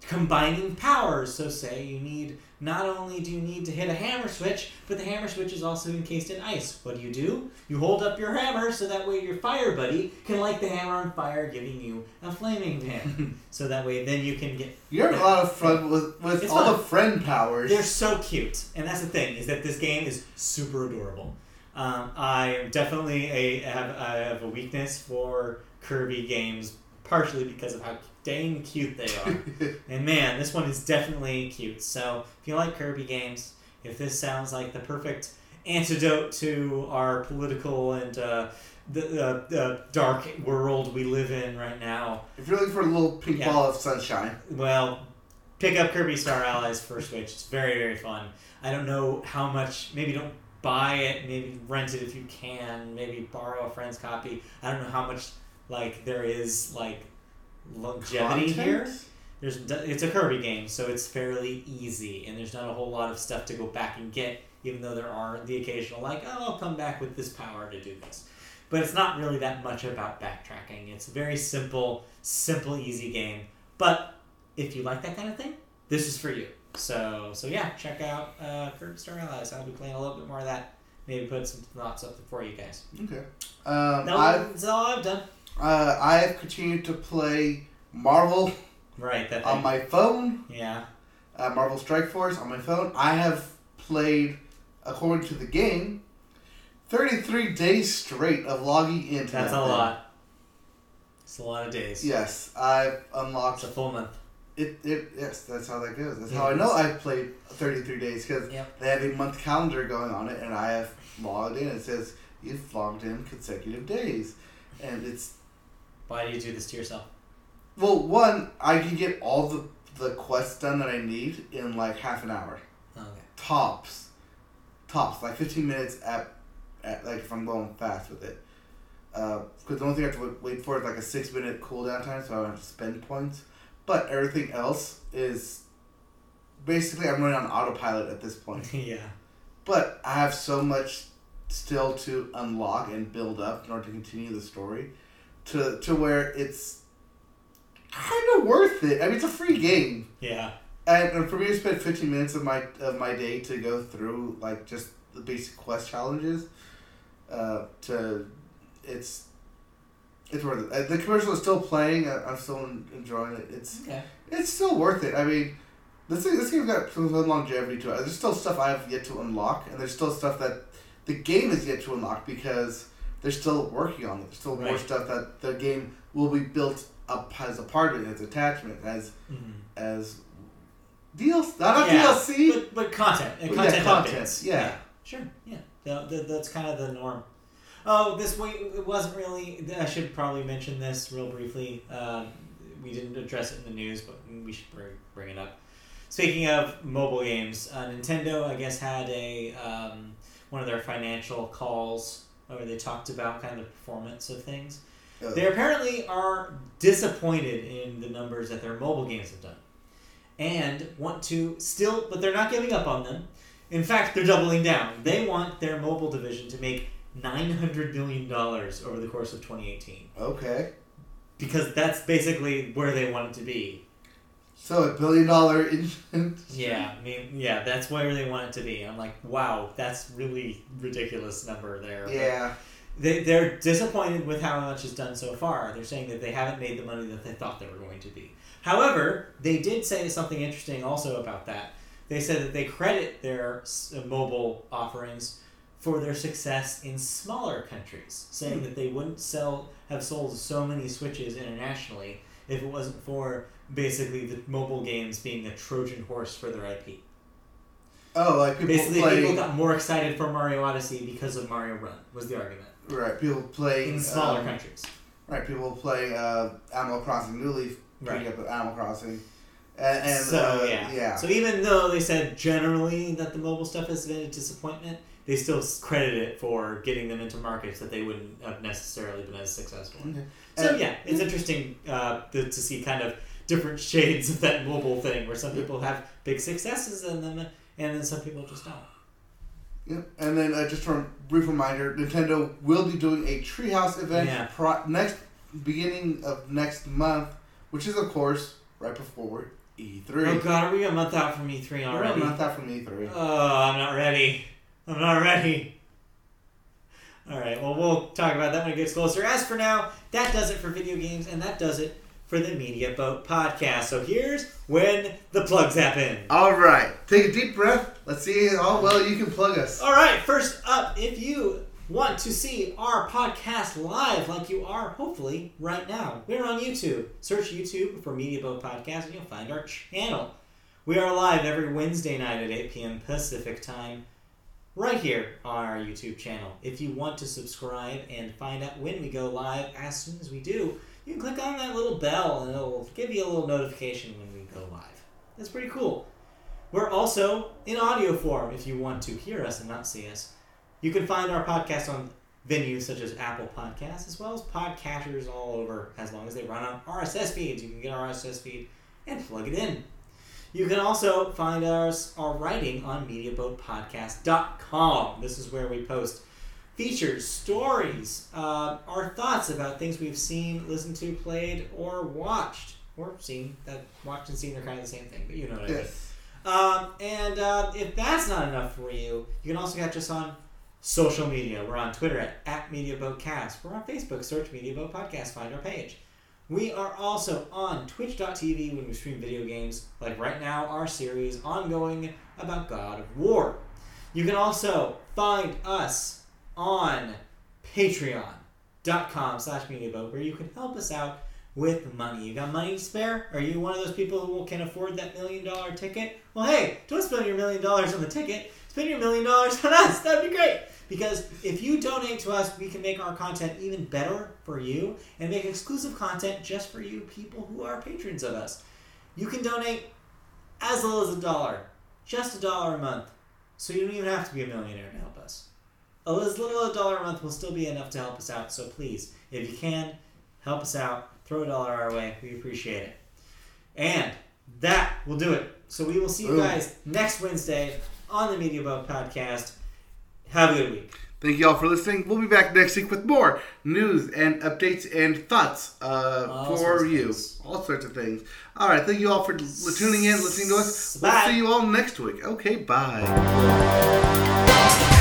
Speaker 1: combining powers. So say you need not only do you need to hit a hammer switch, but the hammer switch is also encased in ice. What do you do? You hold up your hammer so that way your fire buddy can light the hammer on fire, giving you a flaming hammer. so that way then you can get
Speaker 2: You have a lot of fun with, with
Speaker 1: It's
Speaker 2: all
Speaker 1: fun.
Speaker 2: the friend powers.
Speaker 1: They're so cute, and that's the thing is that this game is super adorable. Um, I definitely a, have I have a weakness for Kirby games, partially because of how dang cute they are. and man, this one is definitely cute. So if you like Kirby games, if this sounds like the perfect antidote to our political and uh, the, the, the dark world we live in right now,
Speaker 2: if you're looking for a little pink
Speaker 1: Yeah.
Speaker 2: ball of sunshine,
Speaker 1: well, pick up Kirby Star Allies for Switch. It's very, very fun. I don't know how much. Maybe don't buy it. Maybe rent it if you can. Maybe borrow a friend's copy. I don't know how much like there is like longevity here.
Speaker 2: Content?
Speaker 1: There's it's a Kirby game, so it's fairly easy, and there's not a whole lot of stuff to go back and get. Even though there are the occasional like, oh, I'll come back with this power to do this, but it's not really that much about backtracking. It's a very simple, simple, easy game. But if you like that kind of thing, this is for you. So so yeah, check out uh, Kirby Star Allies. I'll be playing a little bit more of that. Maybe put some thoughts up for you guys.
Speaker 2: Okay. Um,
Speaker 1: That
Speaker 2: I've
Speaker 1: was all I've done.
Speaker 2: uh, I've continued to play Marvel
Speaker 1: Right. That
Speaker 2: on
Speaker 1: thing.
Speaker 2: my phone.
Speaker 1: yeah.
Speaker 2: uh, Marvel Strike Force on my phone. I have played, according to the game, 33 days straight of logging into
Speaker 1: That's
Speaker 2: that
Speaker 1: a
Speaker 2: thing.
Speaker 1: lot. It's a lot of days.
Speaker 2: Yes, I've
Speaker 1: It's
Speaker 2: unlocked
Speaker 1: a full month.
Speaker 2: it. it yes, that's how that goes. That's
Speaker 1: Yeah.
Speaker 2: how I know I've played 33 days because
Speaker 1: Yep.
Speaker 2: they have a month calendar going on it, and I have logged in. It says you've logged in consecutive days, and it's
Speaker 1: Why do you do this to yourself?
Speaker 2: well, one I can get all the the quests done that I need in like half an hour.
Speaker 1: Okay. <laughs>
Speaker 2: tops, tops like fifteen minutes at, at like if I'm going fast with it. Because the only thing I have to wait- wait for is like a six minute cooldown time, so I don't have to spend points. But everything else is basically I'm running on autopilot at this point.
Speaker 1: yeah.
Speaker 2: But I have so much still to unlock and build up in order to continue the story, to to where it's kind of worth it. I mean, it's a free game.
Speaker 1: Yeah.
Speaker 2: And, and for me, I spent fifteen minutes of my of my day to go through like just the basic quest challenges. Uh, to it's it's worth it. Uh, The commercial is still playing. I, I'm still en- enjoying it. It's
Speaker 1: Okay.
Speaker 2: it's still worth it. I mean, this thing- this game's got some some longevity to it. There's still stuff I have yet to unlock, and there's still stuff that the game is yet to unlock because they're still working on it. There's still more
Speaker 1: Right.
Speaker 2: stuff that the game will be built up as a part of it, as attachment, as
Speaker 1: Mhm.
Speaker 2: as DLC, not
Speaker 1: Yeah,
Speaker 2: DLC.
Speaker 1: But, but content. And
Speaker 2: But yeah,
Speaker 1: content
Speaker 2: content,
Speaker 1: updates.
Speaker 2: yeah.
Speaker 1: Sure. Yeah. Th- th- that's kind of the norm. Oh, this way it wasn't really. I should probably mention this real briefly. Um, we didn't address it in the news, but we should bring, bring it up. Speaking of mobile games, uh, Nintendo, I guess, had a um, one of their financial calls where they talked about kind of the performance of things.
Speaker 2: Uh,
Speaker 1: They apparently are disappointed in the numbers that their mobile games have done and want to still, but they're not giving up on them. In fact, they're doubling down. They want their mobile division to make $900 million over the course of 2018
Speaker 2: Oh, okay.
Speaker 1: because that's basically where they want it to be.
Speaker 2: So a billion dollar
Speaker 1: <laughs>
Speaker 2: infant.
Speaker 1: Yeah, I mean, yeah, that's where they want it to be. I'm like, wow, that's really ridiculous number there. but-
Speaker 2: Yeah.
Speaker 1: they, they're disappointed with how much is done so far. They're saying that they haven't made the money that they thought they were going to be. However, they did say something interesting also about that. They said that they credit their s- uh, mobile offerings for their success in smaller countries,
Speaker 2: Hmm.
Speaker 1: saying that they wouldn't sell have sold so many Switches internationally if it wasn't for basically the mobile games being a Trojan horse for their IP.
Speaker 2: Oh, like people
Speaker 1: Basically,
Speaker 2: play.
Speaker 1: people got more excited for Mario Odyssey because of Mario Run was the argument
Speaker 2: right. People play
Speaker 1: in smaller
Speaker 2: um,
Speaker 1: countries.
Speaker 2: Right. People play uh, Animal Crossing New Leaf. Right.
Speaker 1: Right.
Speaker 2: up with Animal Crossing. And, and
Speaker 1: so
Speaker 2: uh,
Speaker 1: yeah. So even though they said generally that the mobile stuff has been a disappointment, they still s- credit it for getting them into markets that they wouldn't have necessarily been as successful. in.
Speaker 2: Okay.
Speaker 1: So
Speaker 2: And-
Speaker 1: yeah, it's interesting uh, to, to see kind of different <laughs> shades of that mobile thing, where some people have big successes in them, and then some people just don't.
Speaker 2: Yep. And then uh, just for a brief reminder, Nintendo will be doing a Treehouse event
Speaker 1: Yeah.
Speaker 2: pro- next beginning of next month, which is of course right before E three.
Speaker 1: Oh god, are we a month out from E three
Speaker 2: We're
Speaker 1: already?
Speaker 2: a month out from E three.
Speaker 1: Oh, I'm not ready. I'm not ready. All right, well, we'll talk about that when it gets closer. As for now, that does it for video games, and that does it for the Media Boat podcast. So here's when the plugs happen.
Speaker 2: All right, take a deep breath. Let's see how well you can plug us.
Speaker 1: All right, first up, if you want to see our podcast live like you are, hopefully, right now, we're on YouTube. Search YouTube for Media Boat Podcast and you'll find our channel. We are live every Wednesday night at 8 p.m. Pacific time, right here on our YouTube channel. If you want to subscribe and find out when we go live as soon as we do, you can click on that little bell and it'll give you a little notification when we go live. That's pretty cool. We're also in audio form if you want to hear us and not see us. You can find our podcast on venues such as Apple Podcasts, as well as podcatchers all over, as long as they run on RSS feeds. You can get our RSS feed and plug it in. You can also find us our writing on mediaboatpodcast.com. This is where we post features, stories, uh, our thoughts about things we've seen, listened to, played, or watched. Or seen that watched and seen are kind of the same thing, but you know what I mean.
Speaker 2: Yes.
Speaker 1: Um, and uh, if that's not enough for you, you can also catch us on social media. We're on Twitter at, at MediaBoatCast. We're on Facebook. Search MediaBoat Podcast. Find our page. We are also on Twitch.tv when we stream video games, like right now, our series ongoing about God of War. You can also find us on patreon.com slash mediaboat where you can help us out with money. You got money to spare? Are you one of those people who can afford that million dollar ticket? Well, hey, don't spend your million dollars on the ticket. Spend your million dollars <laughs> on us. That'd be great. Because if you donate to us, we can make our content even better for you and make exclusive content just for you people who are patrons of us. You can donate as little as a dollar, just a dollar a month. So you don't even have to be a millionaire to help us. As little as a dollar a month will still be enough to help us out. So please, if you can, help us out. Throw a dollar our way. We appreciate it. And that will do it. So we will see you
Speaker 2: Boom.
Speaker 1: guys next Wednesday on the Media Boat Podcast. Have a good week.
Speaker 2: Thank you all for listening. We'll be back next week with more news and updates and thoughts uh,
Speaker 1: All sorts
Speaker 2: for
Speaker 1: of
Speaker 2: you.
Speaker 1: things.
Speaker 2: All sorts of things. All right. Thank you all for l- tuning in, listening to us.
Speaker 1: Bye.
Speaker 2: We'll see you all next week. Okay. Bye.